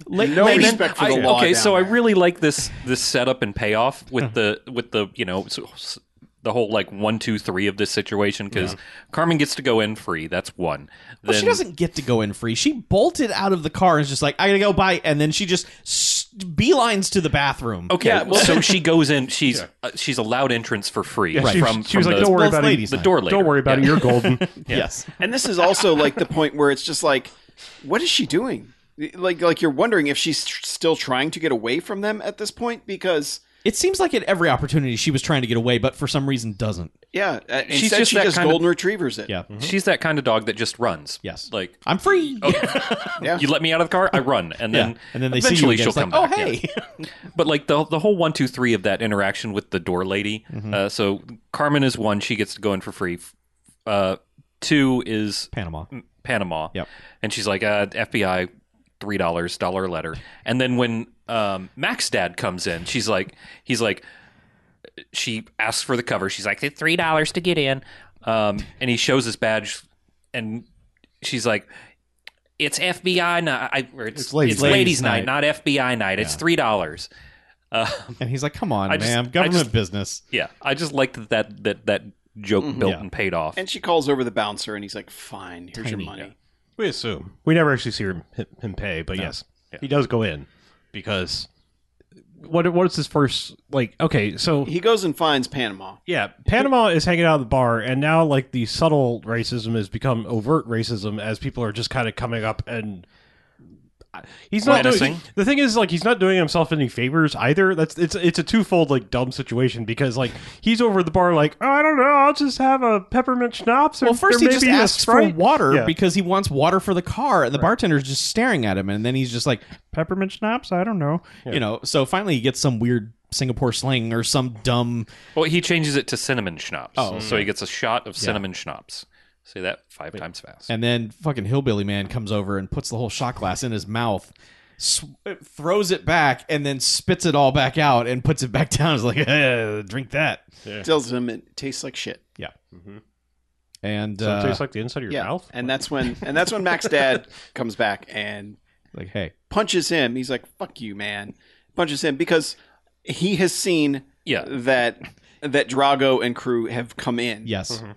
Speaker 4: No
Speaker 2: And then
Speaker 4: respect for the
Speaker 2: I-
Speaker 4: law.
Speaker 2: Okay,
Speaker 4: down
Speaker 2: so I
Speaker 4: there.
Speaker 2: really like this this setup and payoff with the with the you know s- s- the whole like one two three of this situation because Carmen gets to go in free. That's one. Then,
Speaker 3: Well, she doesn't get to go in free. She bolted out of the car and is just like, "I gotta go buy," and then she just s- beelines to the bathroom.
Speaker 2: Okay,
Speaker 4: Yeah, well-
Speaker 2: so she goes in. She's uh, she's allowed entrance for free
Speaker 1: Yeah, she,
Speaker 2: from
Speaker 1: she was
Speaker 2: from
Speaker 1: like,
Speaker 2: the,
Speaker 1: "Don't worry
Speaker 3: Well, it's
Speaker 1: about
Speaker 3: ladies'
Speaker 1: it.
Speaker 2: the
Speaker 3: night.
Speaker 2: door later.
Speaker 1: Don't worry about it. You're golden."
Speaker 3: Yes.
Speaker 4: And this is also like the point where it's just like, what is she doing? Like, like you're wondering if she's tr- still trying to get away from them at this point because
Speaker 3: It seems like at every opportunity she was trying to get away, but for some reason doesn't.
Speaker 4: yeah, uh,
Speaker 2: She's
Speaker 4: instead
Speaker 2: just
Speaker 4: she
Speaker 2: that
Speaker 4: just
Speaker 2: kind of-
Speaker 4: golden retrievers it.
Speaker 3: Yeah.
Speaker 2: She's that kind of dog that just runs.
Speaker 3: Yes.
Speaker 2: like
Speaker 3: I'm free.
Speaker 4: yeah.
Speaker 2: you let me out of the car, I run, and
Speaker 3: Yeah.
Speaker 2: then
Speaker 3: and then they see you
Speaker 2: eventually
Speaker 3: again.
Speaker 2: she'll
Speaker 3: It's like,
Speaker 2: come
Speaker 3: oh,
Speaker 2: back. yeah.
Speaker 3: hey.
Speaker 2: But like the the whole one two three of that interaction with the door lady. Uh, so Carmen is one; she gets to go in for free. Uh, two is
Speaker 3: Panama.
Speaker 2: Panama.
Speaker 3: Yep.
Speaker 2: And she's like, uh, FBI, three dollars, dollar letter. And then when um, Max Dad comes in, she's like, he's like, she asks for the cover. She's like, three dollars to get in. Um, and he shows his badge, and she's like. It's FBI night. I, or it's,
Speaker 1: It's ladies'
Speaker 2: it's
Speaker 3: night.
Speaker 2: ladies' night, not FBI night. It's three dollars.
Speaker 3: And he's like, "Come on,
Speaker 2: I just-
Speaker 3: ma'am,
Speaker 2: I
Speaker 3: government
Speaker 2: just-
Speaker 3: business."
Speaker 2: Yeah, I just liked that that that joke built
Speaker 3: Mm-hmm. Yeah.
Speaker 2: and paid off.
Speaker 4: And she calls over the bouncer and he's like, "Fine, here's your money."
Speaker 1: We assume. We never actually see him, him pay, but yes, he does go in because what what's his first like? Okay, so
Speaker 4: He goes and finds Panama.
Speaker 1: yeah, Panama is hanging out at the bar, and now like the subtle racism has become overt racism as people are just kind of coming up and. uh, He's not doing,
Speaker 2: Menacing.
Speaker 1: the thing is like he's not doing himself any favors either. That's it's it's a twofold like dumb situation because like he's over at the bar like oh, I don't know I'll just have a peppermint schnapps. or-
Speaker 3: Well, first
Speaker 1: or
Speaker 3: he just
Speaker 1: maybe a
Speaker 3: asks for
Speaker 1: Sprite."
Speaker 3: water
Speaker 1: Yeah.
Speaker 3: because he wants water for the car, and the bartender's just staring at him, and then he's just like, "Peppermint schnapps? I don't know." You know. So finally, he gets some weird Singapore sling or some dumb.
Speaker 2: Well, he changes it to cinnamon schnapps. Oh, so he gets a shot of cinnamon schnapps. Say that five times fast.
Speaker 3: And then fucking hillbilly man comes over and puts the whole shot glass in his mouth, sw- throws it back, and then spits it all back out and puts it back down. It's like, eh, drink that.
Speaker 4: Tells him it tastes like shit.
Speaker 3: Yeah. And
Speaker 1: Mm-hmm. So it
Speaker 3: uh,
Speaker 1: tastes like the inside of your
Speaker 4: yeah,
Speaker 1: mouth.
Speaker 4: and that's when and that's when Max Dad comes back and
Speaker 3: like, hey,
Speaker 4: punches him. He's like, "Fuck you, man!" Punches him because he has seen
Speaker 2: Yeah.
Speaker 4: that that Drago and crew have come in.
Speaker 3: yes,
Speaker 1: Mm-hmm.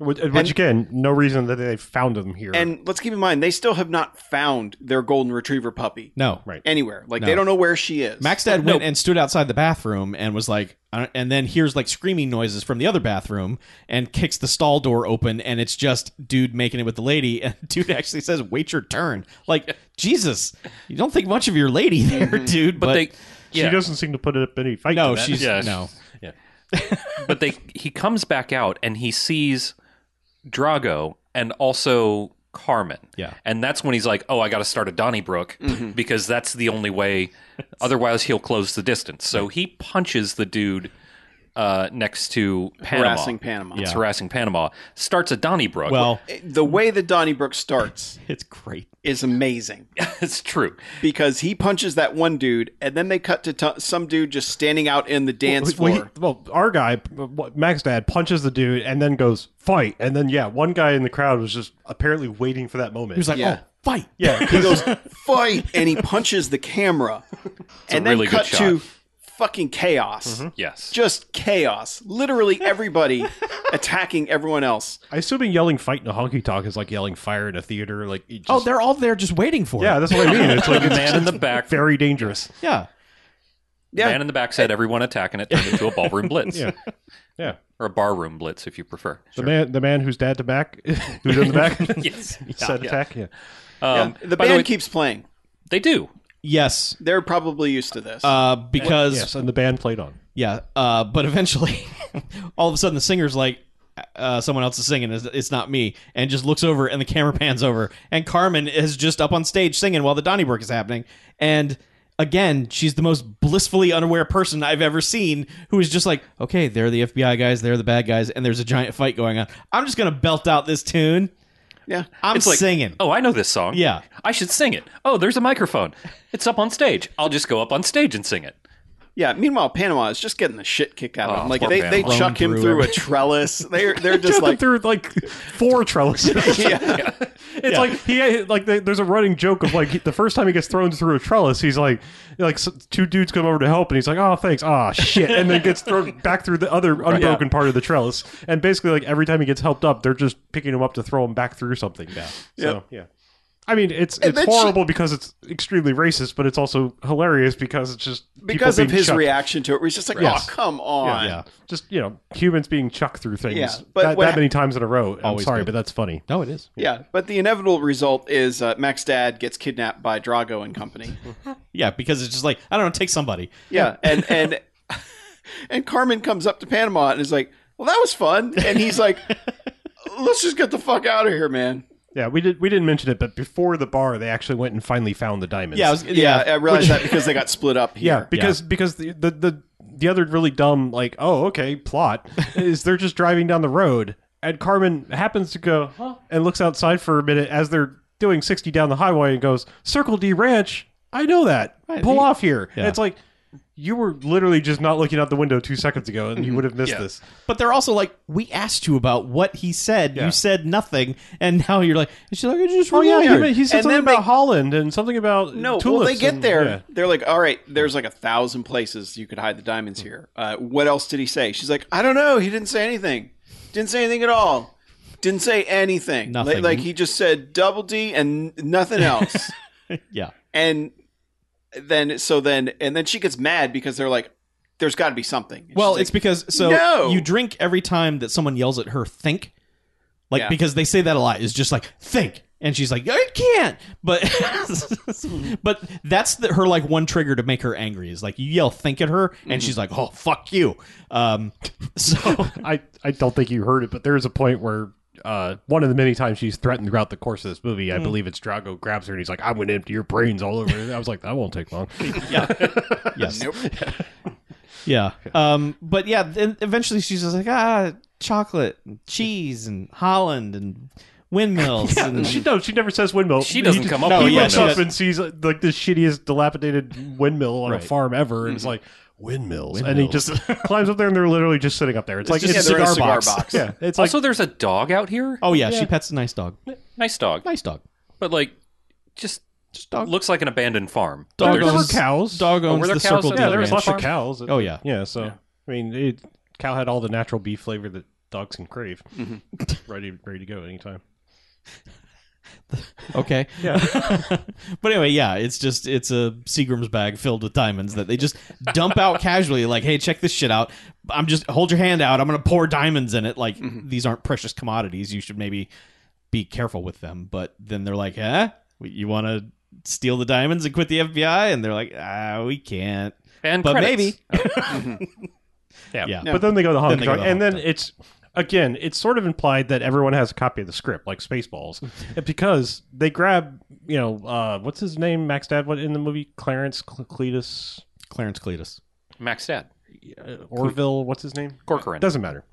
Speaker 1: Which, which again, no reason that they found him here.
Speaker 4: And let's keep in mind they still have not found their golden retriever puppy
Speaker 3: no,
Speaker 1: Right.
Speaker 4: anywhere. Like
Speaker 3: No.
Speaker 4: they don't know where she is.
Speaker 3: Max Dad went and stood outside the bathroom and was like, I don't- and then hears like screaming noises from the other bathroom and kicks the stall door open and it's just dude making it with the lady and dude actually says, "Wait your turn." Like Jesus, you don't think much of your lady there, dude. But,
Speaker 2: but they,
Speaker 1: she
Speaker 2: yeah,
Speaker 1: doesn't seem to put up any fight.
Speaker 3: no,
Speaker 1: to that.
Speaker 3: she's
Speaker 2: Yeah.
Speaker 3: no.
Speaker 2: but they he comes back out and he sees Drago and also Carmen.
Speaker 3: Yeah. Mm-hmm.
Speaker 2: and that's when he's like, "Oh, I got to start a Donnybrook because that's the only way. Otherwise, he'll close the distance." So he punches the dude uh, next to Panama.
Speaker 4: harassing Panama.
Speaker 2: It's harassing Panama. Starts a Donnybrook.
Speaker 3: Well,
Speaker 4: The way that Donnybrook starts
Speaker 3: it's great.
Speaker 4: is amazing
Speaker 2: it's true.
Speaker 4: because he punches that one dude, and then they cut to t- some dude just standing out in the dance
Speaker 1: well,
Speaker 4: floor.
Speaker 1: he- well, our guy, Max Dad, punches the dude and then goes fight, and then yeah, one guy in the crowd was just apparently waiting for that moment.
Speaker 3: He was like,
Speaker 4: Yeah.
Speaker 3: "Oh, fight."
Speaker 1: yeah,
Speaker 4: He goes fight, and he punches the camera, and then
Speaker 2: really good
Speaker 4: cut to
Speaker 2: shot.
Speaker 4: fucking chaos.
Speaker 1: Mm-hmm.
Speaker 2: Yes.
Speaker 4: Just chaos. Literally everybody attacking everyone else.
Speaker 1: I assuming yelling fight in a honky tonk is like yelling fire in a theater. Like, it just,
Speaker 3: Oh, they're all there just waiting for
Speaker 1: yeah,
Speaker 3: it.
Speaker 1: that's what I mean. It's like
Speaker 2: the man in the back.
Speaker 1: very dangerous.
Speaker 3: Yeah.
Speaker 4: Yeah.
Speaker 2: Man in the back said everyone attacking it turned into a ballroom blitz.
Speaker 1: Yeah. Yeah.
Speaker 2: Or a barroom blitz if you prefer.
Speaker 1: The man, the man who's dad to back, who's in the back,
Speaker 2: Yes.
Speaker 1: said
Speaker 2: yeah.
Speaker 1: attack. Yeah.
Speaker 2: Um,
Speaker 4: yeah, the
Speaker 2: by
Speaker 4: band
Speaker 2: the way,
Speaker 4: keeps playing.
Speaker 2: they do.
Speaker 3: Yes.
Speaker 4: They're probably used to this.
Speaker 3: Uh, because
Speaker 1: Yes, and the band played on.
Speaker 3: yeah, uh, but eventually, all of a sudden, the singer's like, uh, someone else is singing. It's, it's not me, and just looks over, and the camera pans over, and Carmen is just up on stage singing while the Donnybrook is happening, and. Again, she's the most blissfully unaware person I've ever seen who is just like, okay, they're the FBI guys, they're the bad guys, and there's a giant fight going on. I'm just going to belt out this tune.
Speaker 4: yeah.
Speaker 3: I'm
Speaker 2: It's like,
Speaker 3: singing.
Speaker 2: Oh, I know this song.
Speaker 3: Yeah.
Speaker 2: I should sing it. Oh, there's a microphone. It's up on stage. I'll just go up on stage and sing it.
Speaker 4: Yeah. Meanwhile, Panama is just getting the shit kicked out of
Speaker 2: Oh,
Speaker 4: him. Like
Speaker 2: poor
Speaker 4: they, they
Speaker 2: Panama.
Speaker 4: chuck him
Speaker 3: Thrown
Speaker 4: through
Speaker 3: through
Speaker 4: a trellis. They're they're just
Speaker 1: Jumping
Speaker 4: like
Speaker 1: through like four trellises.
Speaker 4: yeah.
Speaker 1: It's like he like they, there's a running joke of like he- the first time he gets thrown through a trellis, he's like like s two dudes come over to help, and he's like, "Oh, thanks, ah, shit," and then gets thrown back through the other unbroken part of the trellis. And basically, like every time he gets helped up, they're just picking him up to throw him back through something. Yeah. So yeah. I mean, it's it's
Speaker 4: then she-
Speaker 1: horrible because it's extremely racist, but it's also hilarious because it's just people
Speaker 4: because of
Speaker 1: being
Speaker 4: his
Speaker 1: chucked.
Speaker 4: reaction to it. He's just like,
Speaker 1: Yes.
Speaker 4: oh come on.
Speaker 1: Yeah. Just you know, humans being chucked through things
Speaker 4: Yeah, but
Speaker 1: that,
Speaker 4: what
Speaker 1: that
Speaker 4: hap-
Speaker 1: many times in a row. I'm
Speaker 3: Always
Speaker 1: sorry,
Speaker 3: good.
Speaker 1: but that's funny.
Speaker 3: No, it is.
Speaker 4: Yeah, but the inevitable result is uh, Mac's dad gets kidnapped by Drago and company.
Speaker 3: Yeah, because it's just like, I don't know, take somebody.
Speaker 4: Yeah, and and and Carmen comes up to Panama and is like, "Well, that was fun," and he's like, "Let's just get the fuck out of here, man."
Speaker 1: Yeah, we did. We didn't mention it, but before the bar, they actually went and finally found the diamonds.
Speaker 3: Yeah, I was,
Speaker 4: Yeah, I realized that because they got split up
Speaker 1: yeah,
Speaker 4: here.
Speaker 1: because because the, the the the other really dumb like oh okay plot is they're just driving down the road and Carmen happens to go huh? and looks outside for a minute as they're doing sixty down the highway and goes Circle D Ranch. I know that. Pull off here. And it's like you were literally just not looking out the window two seconds ago, and you would have missed
Speaker 2: Yeah.
Speaker 1: this.
Speaker 3: But they're also like, we asked you about what he said.
Speaker 1: Yeah.
Speaker 3: You said nothing, and now you're like, and she's like, I just oh
Speaker 1: he, he said
Speaker 4: And
Speaker 1: something
Speaker 4: then
Speaker 1: about
Speaker 4: they-
Speaker 1: Holland and something about
Speaker 4: No, well,
Speaker 1: tulips
Speaker 4: they get
Speaker 1: and-
Speaker 4: there.
Speaker 1: yeah.
Speaker 4: They're like, all right, there's like a thousand places you could hide the diamonds here. Uh, what else did he say? She's like, I don't know. He didn't say anything. Didn't say anything at all. Didn't say anything. Like-
Speaker 3: Nothing.
Speaker 4: Like, he just said double D and n- nothing else.
Speaker 3: yeah,
Speaker 4: and then, so then, and then she gets mad because they're like, there's got to be something. And
Speaker 3: well,
Speaker 4: she's like,
Speaker 3: it's because so
Speaker 4: No!
Speaker 3: you drink every time that someone yells at her, think, like
Speaker 4: Yeah.
Speaker 3: because they say that a lot. Is just like think, and she's like, I can't. But but that's the, her like one trigger to make her angry is like you yell think at her, and she's like, oh fuck you. Um, so
Speaker 1: I, I don't think you heard it, but there is a point where uh, one of the many times she's threatened throughout the course of this movie,
Speaker 4: Hmm.
Speaker 1: I believe it's Drago grabs her and he's like, I'm going to empty your brains all over. And I was like, that won't take long.
Speaker 3: yes,
Speaker 4: nope.
Speaker 3: Yeah. Um. But yeah, then eventually she's just like ah, chocolate, and cheese, and Holland, and windmills. and
Speaker 1: she, no, she never says windmill.
Speaker 2: She doesn't
Speaker 1: He
Speaker 2: come up
Speaker 1: no,
Speaker 2: with
Speaker 1: He looks
Speaker 3: windmill.
Speaker 1: up and sees uh, like the shittiest dilapidated windmill on a
Speaker 3: Right.
Speaker 1: farm ever. And it's
Speaker 4: Mm-hmm.
Speaker 1: like, windmills. And he just climbs up there and they're literally just sitting up there. It's, like,
Speaker 4: just-
Speaker 1: it's
Speaker 4: yeah, they're in a
Speaker 1: cigar
Speaker 4: cigar
Speaker 1: box.
Speaker 4: box.
Speaker 1: Yeah. It's like,
Speaker 2: Also, there's a dog out here.
Speaker 3: oh yeah, she pets a nice dog.
Speaker 2: Nice dog.
Speaker 3: Nice dog.
Speaker 2: But like, just
Speaker 3: Just dog.
Speaker 2: looks like an abandoned farm.
Speaker 3: Dog
Speaker 1: there were
Speaker 3: owns-
Speaker 1: cows.
Speaker 3: Dog
Speaker 2: Oh,
Speaker 3: owns
Speaker 2: were there
Speaker 3: the
Speaker 2: cows
Speaker 3: circle.
Speaker 2: in
Speaker 3: deal
Speaker 1: yeah, there was
Speaker 3: ranch.
Speaker 1: lots of cows.
Speaker 3: Oh yeah.
Speaker 1: Yeah, so I mean, it, cow had all the natural beef flavor that dogs can crave.
Speaker 3: Mm-hmm.
Speaker 1: ready, ready to go anytime.
Speaker 3: Okay.
Speaker 1: Yeah.
Speaker 3: but anyway, yeah, it's just it's a Seagram's bag filled with diamonds that they just dump out casually. Like, hey, check this shit out. I'm just hold your hand out. I'm gonna pour diamonds in it. Like these aren't precious commodities. You should maybe be careful with them. But then they're like, huh? You want to steal the diamonds and quit the FBI? And they're like, ah, we can't.
Speaker 2: And
Speaker 3: But
Speaker 2: credits. Uh,
Speaker 3: maybe.
Speaker 2: Yeah.
Speaker 3: Yeah.
Speaker 1: But then they go to
Speaker 3: Then
Speaker 1: honky
Speaker 3: they go
Speaker 1: tonk,
Speaker 3: to
Speaker 1: and
Speaker 3: honky
Speaker 1: then it's again, it's sort of implied that everyone has a copy of the script, like Spaceballs, and because they grab, you know, uh, what's his name, Max Dad, what in the movie, Clarence Cle- Cletus
Speaker 3: Clarence Cletus,
Speaker 2: Max Dad.
Speaker 1: uh, Orville, what's his name?
Speaker 2: Corcoran.
Speaker 1: Doesn't matter.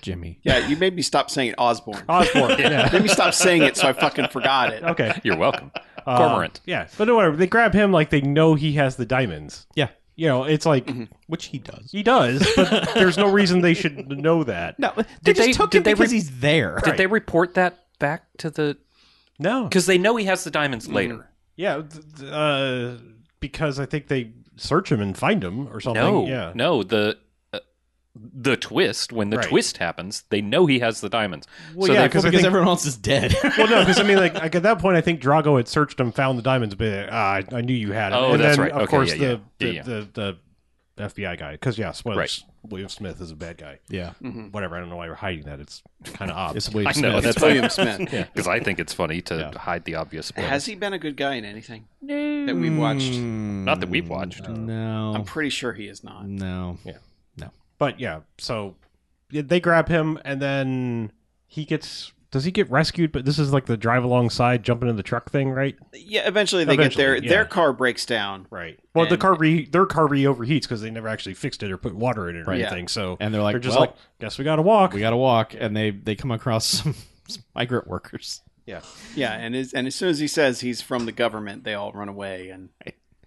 Speaker 3: Jimmy.
Speaker 4: yeah, you made me stop saying it, Osborne.
Speaker 1: Osborne. yeah.
Speaker 4: Made me stop saying it, so I fucking forgot it.
Speaker 1: Okay.
Speaker 2: You're welcome.
Speaker 1: Uh,
Speaker 2: Cormorant.
Speaker 1: Yeah, but no, whatever. They grab him like they know he has the diamonds.
Speaker 3: Yeah.
Speaker 1: You know, it's like
Speaker 3: Which he does.
Speaker 1: He does, but there's no reason they should know that.
Speaker 3: No, they just
Speaker 2: they-
Speaker 3: took
Speaker 2: did
Speaker 3: him
Speaker 2: they
Speaker 3: because
Speaker 2: re-
Speaker 3: he's there.
Speaker 2: Did they report that back to the?
Speaker 1: No.
Speaker 2: Because they know he has the diamonds later.
Speaker 1: Yeah, th- th- uh, because I think they search him and find him or something.
Speaker 2: No.
Speaker 1: Yeah.
Speaker 2: No. The. uh, The twist when the
Speaker 1: Right.
Speaker 2: twist happens, they know he has the diamonds.
Speaker 1: Well,
Speaker 2: so
Speaker 1: yeah,
Speaker 2: they-
Speaker 1: because
Speaker 3: because
Speaker 1: I think.
Speaker 3: everyone else is dead.
Speaker 1: well, no, because I mean, like, like, at that point, I think Drago had searched him, found the diamonds, but ah, I, I knew you had it.
Speaker 2: Oh,
Speaker 1: and
Speaker 2: that's
Speaker 1: then,
Speaker 2: right.
Speaker 1: Of
Speaker 2: Okay,
Speaker 1: course,
Speaker 2: yeah,
Speaker 1: the,
Speaker 2: yeah.
Speaker 1: The,
Speaker 2: Yeah,
Speaker 1: the the FBI guy. Because yeah, spoilers. William Smith is a bad guy.
Speaker 3: Yeah.
Speaker 2: Mm-hmm.
Speaker 4: Mhm.
Speaker 1: Whatever. I don't know why you're hiding that. It's kind of odd.
Speaker 3: It's William
Speaker 2: I know.
Speaker 3: Smith.
Speaker 2: That's
Speaker 4: It's William Smith.
Speaker 2: Because I think it's funny to hide the obvious. spoilers.
Speaker 4: Has he been a good guy in anything that we've watched?
Speaker 2: Not that we've watched.
Speaker 3: Hmm. No.
Speaker 4: I'm pretty sure he is not.
Speaker 3: no.
Speaker 1: But yeah, so yeah, they grab him, and then he gets. Does he get rescued? But this is like the drive alongside, jumping in the truck thing, right?
Speaker 4: Yeah, eventually they
Speaker 1: Eventually,
Speaker 4: get there.
Speaker 1: yeah.
Speaker 4: Their car breaks down.
Speaker 1: Right. Well, the
Speaker 4: And-
Speaker 1: car re their car re overheats because they never actually fixed it or put water in it or
Speaker 4: Right.
Speaker 1: anything. So
Speaker 3: And they're like,
Speaker 1: they're just
Speaker 3: "Well,
Speaker 1: like, guess we gotta walk.
Speaker 3: We got to walk, and they they come across some, some migrant workers.
Speaker 1: yeah.
Speaker 4: Yeah, and as, and as soon as he says he's from the government, they all run away. And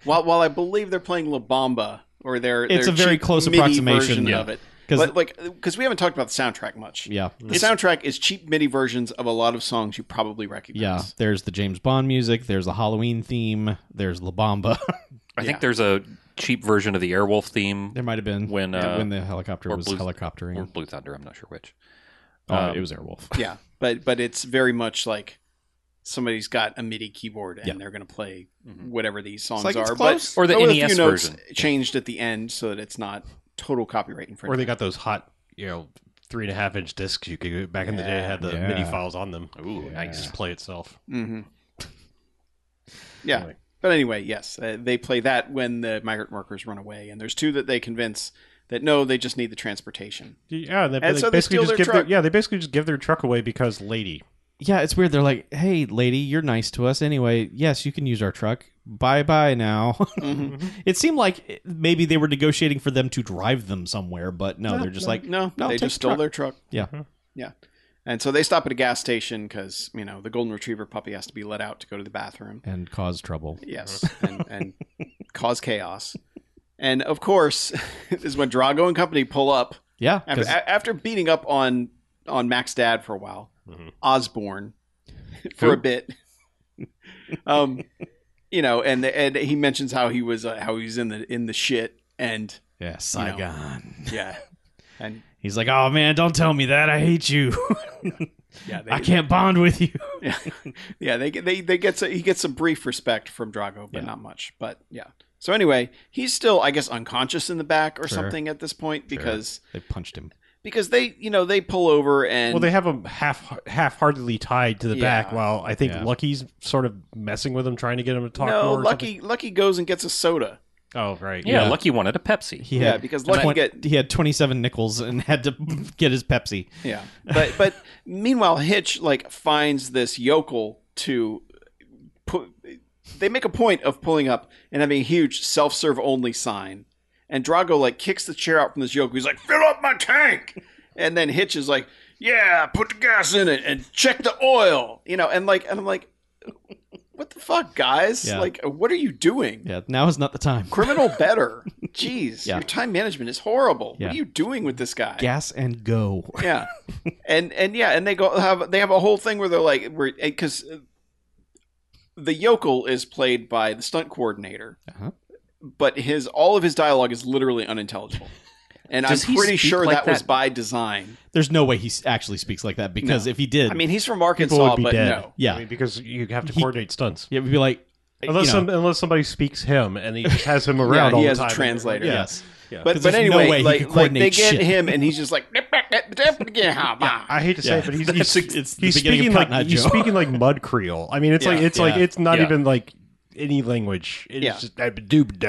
Speaker 4: while while I believe they're playing La Bamba, or they're
Speaker 3: It's
Speaker 4: their
Speaker 3: a very
Speaker 4: cheap
Speaker 3: close
Speaker 4: MIDI
Speaker 3: approximation,
Speaker 4: version
Speaker 3: yeah.
Speaker 4: of it.
Speaker 3: 'Cause-
Speaker 4: But like, because we haven't talked about the soundtrack much.
Speaker 3: Yeah.
Speaker 4: the soundtrack is cheap MIDI versions of a lot of songs you probably recognize.
Speaker 3: Yeah, there's the James Bond music. There's the Halloween theme. There's La Bamba.
Speaker 2: I think
Speaker 4: Yeah.
Speaker 2: there's a cheap version of the Airwolf theme
Speaker 3: there might have been
Speaker 2: When,
Speaker 3: yeah,
Speaker 2: uh,
Speaker 3: when the helicopter
Speaker 2: or
Speaker 3: was
Speaker 2: Blue-
Speaker 3: helicoptering.
Speaker 2: or Blue Thunder. I'm not sure which.
Speaker 3: oh,
Speaker 2: um,
Speaker 3: it was Airwolf.
Speaker 4: yeah, but but it's very much like somebody's got a MIDI keyboard and
Speaker 3: Yeah.
Speaker 4: they're going to play
Speaker 2: Mhm.
Speaker 4: whatever these songs
Speaker 3: like,
Speaker 4: are,
Speaker 3: it's close.
Speaker 4: but
Speaker 2: Or the
Speaker 4: but with a
Speaker 2: NES
Speaker 4: few notes
Speaker 2: version.
Speaker 4: changed at the end so that it's not total copyright
Speaker 1: Or
Speaker 4: infringement.
Speaker 1: they got those hot, you know, three and a half inch discs you could back in the day had the
Speaker 3: Yeah.
Speaker 1: MIDI files on them.
Speaker 2: Ooh,
Speaker 1: Yeah.
Speaker 2: nice.
Speaker 1: Just play itself.
Speaker 4: Mm-hmm. Yeah.
Speaker 1: Anyway.
Speaker 4: But anyway, yes, uh, they play that when the migrant workers run away, and there's two that they convince that no, they just need the transportation.
Speaker 1: Yeah, and they,
Speaker 4: And
Speaker 1: they
Speaker 4: so they
Speaker 1: basically
Speaker 4: steal
Speaker 1: just
Speaker 4: their
Speaker 1: give
Speaker 4: truck.
Speaker 1: their yeah they basically just give their truck away because lady.
Speaker 3: Yeah, it's weird. They're like, "Hey, lady, you're nice to us anyway. Yes, you can use our truck. Bye, bye now."
Speaker 4: Mm-hmm.
Speaker 3: it seemed like maybe they were negotiating for them to drive them somewhere, but no, they're just like,
Speaker 4: No,
Speaker 3: No,
Speaker 4: they
Speaker 3: take Mm-hmm.
Speaker 4: just
Speaker 3: the
Speaker 4: stole
Speaker 3: truck.
Speaker 4: their truck.
Speaker 3: "Yeah,
Speaker 4: Yeah. And so they stop at a gas station because, you know, the golden retriever puppy has to be let out to go to the bathroom.
Speaker 3: and cause trouble."
Speaker 4: Yes.
Speaker 3: Mm-hmm.
Speaker 4: And, and cause chaos. And of course, this is when Drago and company pull up
Speaker 3: Yeah,
Speaker 4: after,
Speaker 3: 'cause-
Speaker 4: a- after beating up on, on Mac's dad for a while,
Speaker 3: Mm-hmm.
Speaker 1: Mhm.
Speaker 4: Osborne for
Speaker 3: Who?
Speaker 4: a bit. um, you know, and and he mentions how he was uh, how he was in the in the shit, and
Speaker 3: yeah, Saigon.
Speaker 4: yeah, and
Speaker 3: He's like, "Oh man, don't tell me that. I hate you.
Speaker 4: yeah, they,
Speaker 3: I can't bond with you."
Speaker 4: yeah, yeah, they get- they they get some, he gets some brief respect from Drago, but
Speaker 3: Yeah.
Speaker 4: not much. But yeah. So anyway, he's still I guess unconscious in the back or
Speaker 3: Sure.
Speaker 4: something at this point because
Speaker 3: They punched him.
Speaker 4: because they you know they pull over and
Speaker 1: Well, they have him half half heartedly tied to the back
Speaker 4: Yeah.
Speaker 1: while I think
Speaker 3: Yeah.
Speaker 1: Lucky's sort of messing with him, trying to get him to talk
Speaker 4: no
Speaker 1: more. or
Speaker 4: Lucky Lucky goes and gets a soda.
Speaker 1: something. Oh right.
Speaker 2: Yeah,
Speaker 3: Yeah.
Speaker 2: Lucky wanted a Pepsi.
Speaker 3: He
Speaker 4: Yeah,
Speaker 3: had
Speaker 4: because Lucky
Speaker 3: twen-
Speaker 4: get-
Speaker 3: he had 27 nickels and had to get his Pepsi.
Speaker 4: Yeah. But but meanwhile, Hitch like finds this yokel to put. They make a point of pulling up and having a huge self-serve only sign, and Drago like kicks the chair out from this yokel. He's like, "Fill up my tank," and then Hitch is like, "Yeah, put the gas in it and check the oil," you know, and like, and I'm like, "What the fuck, guys?
Speaker 3: Yeah.
Speaker 4: Like, what are you doing?"
Speaker 3: Yeah, now is not the time.
Speaker 4: Criminal better. Jeez,
Speaker 3: Yeah.
Speaker 4: your time management is horrible.
Speaker 3: Yeah.
Speaker 4: What are you doing with this guy?
Speaker 3: Gas and go.
Speaker 4: yeah and and yeah and they go have they have a whole thing where they're like because the yokel is played by the stunt coordinator
Speaker 3: Uh-huh.
Speaker 4: but his all of his dialogue is literally unintelligible and
Speaker 2: Does
Speaker 4: i'm
Speaker 2: he
Speaker 4: pretty
Speaker 2: speak
Speaker 4: sure
Speaker 2: like
Speaker 4: that, was
Speaker 2: that?
Speaker 4: by design
Speaker 3: There's no way he s- actually speaks like that because if he did,
Speaker 4: i mean he's from
Speaker 1: People
Speaker 4: arkansas
Speaker 1: would be
Speaker 4: but
Speaker 1: dead.
Speaker 4: no
Speaker 1: I
Speaker 3: yeah,
Speaker 1: mean, because you have to
Speaker 3: He-
Speaker 1: coordinate stunts.
Speaker 3: it would be like
Speaker 1: Unless
Speaker 3: you know,
Speaker 1: some, unless somebody speaks him and he just has him
Speaker 4: yeah,
Speaker 1: around all
Speaker 4: he
Speaker 1: the
Speaker 4: has a
Speaker 1: time.
Speaker 4: translator
Speaker 1: Yeah.
Speaker 3: yes,
Speaker 4: but
Speaker 3: 'Cause
Speaker 4: but
Speaker 3: there's no
Speaker 4: anyway
Speaker 3: way he
Speaker 4: like,
Speaker 3: could
Speaker 4: like they
Speaker 3: coordinate
Speaker 4: get
Speaker 3: shit.
Speaker 4: him and he's just like
Speaker 1: I hate to say
Speaker 3: Yeah.
Speaker 1: it, but he's
Speaker 3: That's-
Speaker 1: he's,
Speaker 3: it's the
Speaker 1: he's
Speaker 3: beginning
Speaker 1: speaking
Speaker 3: of
Speaker 1: like
Speaker 3: Cotton Eye
Speaker 1: he's
Speaker 3: Joe.
Speaker 1: speaking like mud Creole. I mean, it's like
Speaker 4: Yeah.
Speaker 1: it's like
Speaker 3: Yeah.
Speaker 1: it's not
Speaker 2: Yeah.
Speaker 1: even like any language. It's
Speaker 4: Yeah.
Speaker 1: just but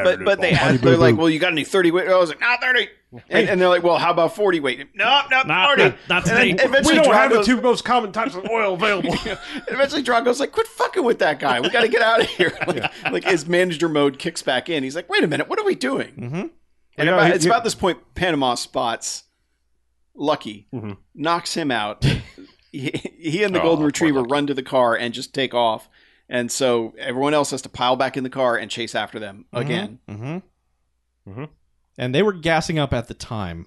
Speaker 4: but but they ask, they're like, well, you got any thirty weight? I was like, not thirty, and, and they're like, well, how about forty weight? No, not forty,
Speaker 3: not
Speaker 4: And then
Speaker 3: today.
Speaker 1: we
Speaker 4: eventually
Speaker 1: don't have the
Speaker 4: Drago's-
Speaker 1: two most common types of oil available.
Speaker 4: And eventually Drago's like, quit fucking with that guy. We got to get out of here. Like, like his manager mode kicks back in. He's like, wait a minute, what are we doing? Mm-hmm. And
Speaker 1: Yeah,
Speaker 4: about-
Speaker 1: he-
Speaker 4: it's
Speaker 1: he-
Speaker 4: about this point, Panama spots Lucky, knocks him out. he, he and the
Speaker 2: Oh,
Speaker 4: Golden
Speaker 2: poor
Speaker 4: Retriever
Speaker 2: Lucky.
Speaker 4: run to the car and just take off. And so everyone else has to pile back in the car and chase after them again.
Speaker 3: Mm-hmm.
Speaker 1: Mhm.
Speaker 3: And they were gassing up at the time,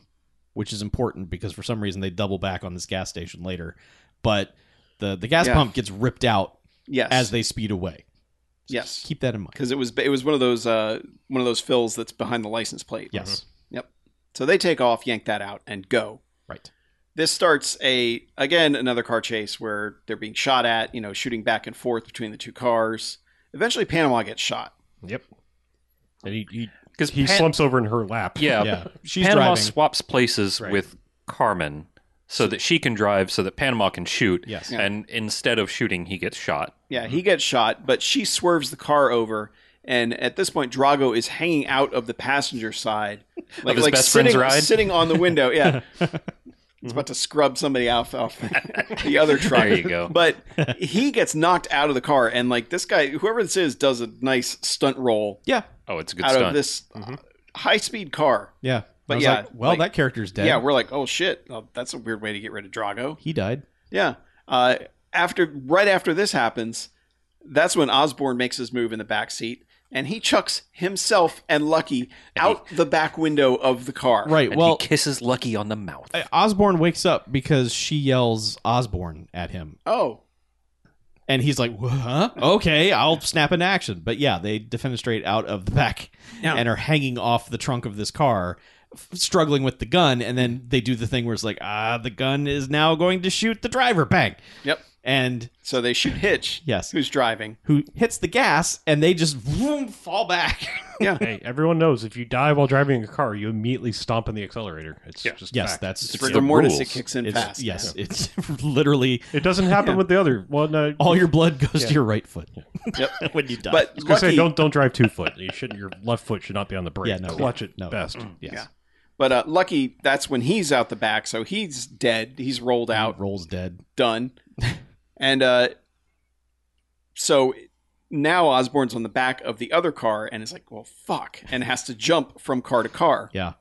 Speaker 3: which is important because for some reason they double back on this gas station later. But the the gas
Speaker 4: Yeah.
Speaker 3: pump gets ripped out
Speaker 4: Yes.
Speaker 3: as they speed away.
Speaker 4: yes.
Speaker 3: Keep that in mind.
Speaker 4: Because it was it was one of those uh, one of those fills that's behind the license plate.
Speaker 3: Yes,
Speaker 4: So they take off, yank that out, and go.
Speaker 3: right.
Speaker 4: this starts a again another car chase where they're being shot at you know shooting back and forth between the two cars eventually panama gets shot
Speaker 1: yep. And he, he
Speaker 2: because
Speaker 1: He slumps over in her lap.
Speaker 2: Yeah,
Speaker 3: Yeah. She's
Speaker 2: Panama
Speaker 3: driving.
Speaker 2: swaps places
Speaker 1: Right.
Speaker 2: with Carmen so that she can drive, so that Panama can shoot.
Speaker 3: Yes.
Speaker 4: Yeah.
Speaker 2: and instead of shooting, he gets shot.
Speaker 4: Yeah, he gets shot, but she swerves the car over, and at this point, Drago is hanging out of the passenger side, like,
Speaker 2: his
Speaker 4: like
Speaker 2: best
Speaker 4: sitting,
Speaker 2: friend's ride?
Speaker 4: sitting on the window. Yeah, he's about to scrub somebody off off the other truck.
Speaker 2: There you go.
Speaker 4: But he gets knocked out of the car, and like this guy, whoever this is, does a nice stunt roll
Speaker 3: Yeah.
Speaker 2: Oh, it's a good
Speaker 4: out
Speaker 2: stunt.
Speaker 4: of this
Speaker 1: Uh-huh.
Speaker 4: high speed car.
Speaker 3: Yeah.
Speaker 4: But
Speaker 3: I was
Speaker 4: yeah,
Speaker 3: like, well,
Speaker 4: like-
Speaker 3: that character's dead.
Speaker 4: Yeah, we're like, oh shit, oh, that's a weird way to get rid of Drago.
Speaker 3: he died.
Speaker 4: Yeah. Uh, after right after this happens, that's when Osborne makes his move in the back seat, and he chucks himself and Lucky out the back window of the car.
Speaker 3: Right.
Speaker 2: And
Speaker 3: well,
Speaker 2: he kisses Lucky on the mouth.
Speaker 3: Osborne wakes up because she yells Osborne at him,
Speaker 4: Oh,
Speaker 3: and he's like, "Wha- "Huh? Okay, I'll snap into action." But yeah, they defenestrate out of the back
Speaker 4: Yeah.
Speaker 3: and are hanging off the trunk of this car, f- struggling with the gun, and then they do the thing where it's like, "Ah, the gun is now going to shoot the driver." Bang,
Speaker 4: yep.
Speaker 3: and
Speaker 4: So they shoot Hitch.
Speaker 3: Yes.
Speaker 4: Who's driving?
Speaker 3: who hits the gas, and they just vroom, fall back.
Speaker 4: Yeah.
Speaker 1: Hey, everyone knows if you die while driving a car, you immediately stomp on the accelerator. It's just
Speaker 3: yes,
Speaker 1: fact.
Speaker 3: that's
Speaker 2: It's
Speaker 4: For
Speaker 2: the
Speaker 4: the mortis, it
Speaker 2: rules.
Speaker 4: kicks in
Speaker 3: it's-
Speaker 4: fast.
Speaker 3: Yes, it's literally
Speaker 1: It doesn't happen
Speaker 4: Yeah.
Speaker 1: with the other one. Uh,
Speaker 3: all your blood goes
Speaker 1: Yeah.
Speaker 3: to your right foot
Speaker 4: Yep.
Speaker 3: when you die.
Speaker 4: But
Speaker 1: I was
Speaker 4: Lucky,
Speaker 1: gonna say don't don't drive two foot. You should your left foot should not be on the brake.
Speaker 3: Yeah, no,
Speaker 1: Clutch
Speaker 3: yeah,
Speaker 1: it
Speaker 3: no.
Speaker 1: best.
Speaker 3: yes,
Speaker 4: Yeah. but uh, Lucky, that's when he's out the back, so he's dead. He's rolled
Speaker 3: Mm-hmm.
Speaker 4: out.
Speaker 3: rolls dead.
Speaker 4: done. and uh, so now Osborne's on the back of the other car and is like, well, fuck, and has to jump from car to car.
Speaker 3: Yeah.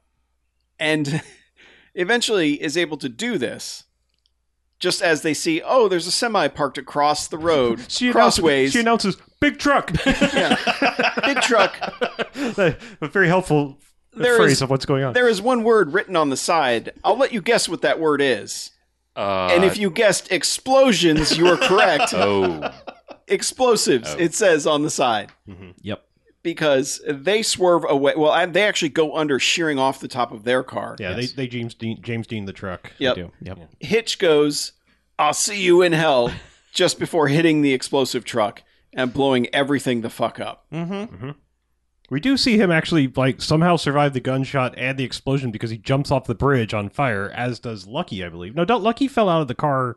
Speaker 4: And eventually is able to do this just as they see, oh, there's a semi parked across the road,
Speaker 1: She announces-
Speaker 4: crossways,
Speaker 1: she announces big truck.
Speaker 4: yeah, big truck.
Speaker 1: a very helpful
Speaker 4: There
Speaker 1: phrase
Speaker 4: is-
Speaker 1: of what's going on.
Speaker 4: There is one word written on the side. I'll let you guess what that word is.
Speaker 2: Uh,
Speaker 4: And if you guessed explosions, you are correct.
Speaker 2: oh,
Speaker 4: Explosives,
Speaker 2: Oh.
Speaker 4: it says on the side.
Speaker 3: Yep.
Speaker 4: because they swerve away. Well, and they actually go under, shearing off the top of their car.
Speaker 1: yeah,
Speaker 3: Yes.
Speaker 1: they, they James Dean, James Dean the truck.
Speaker 4: Yep.
Speaker 3: They do. Yep.
Speaker 4: Hitch goes, "I'll see you in hell," just before hitting the explosive truck and blowing everything the fuck up.
Speaker 1: Mm-hmm. We do see him actually like somehow survive the gunshot and the explosion because he jumps off the bridge on fire, as does Lucky, I believe. No, don't Lucky fell out of the car.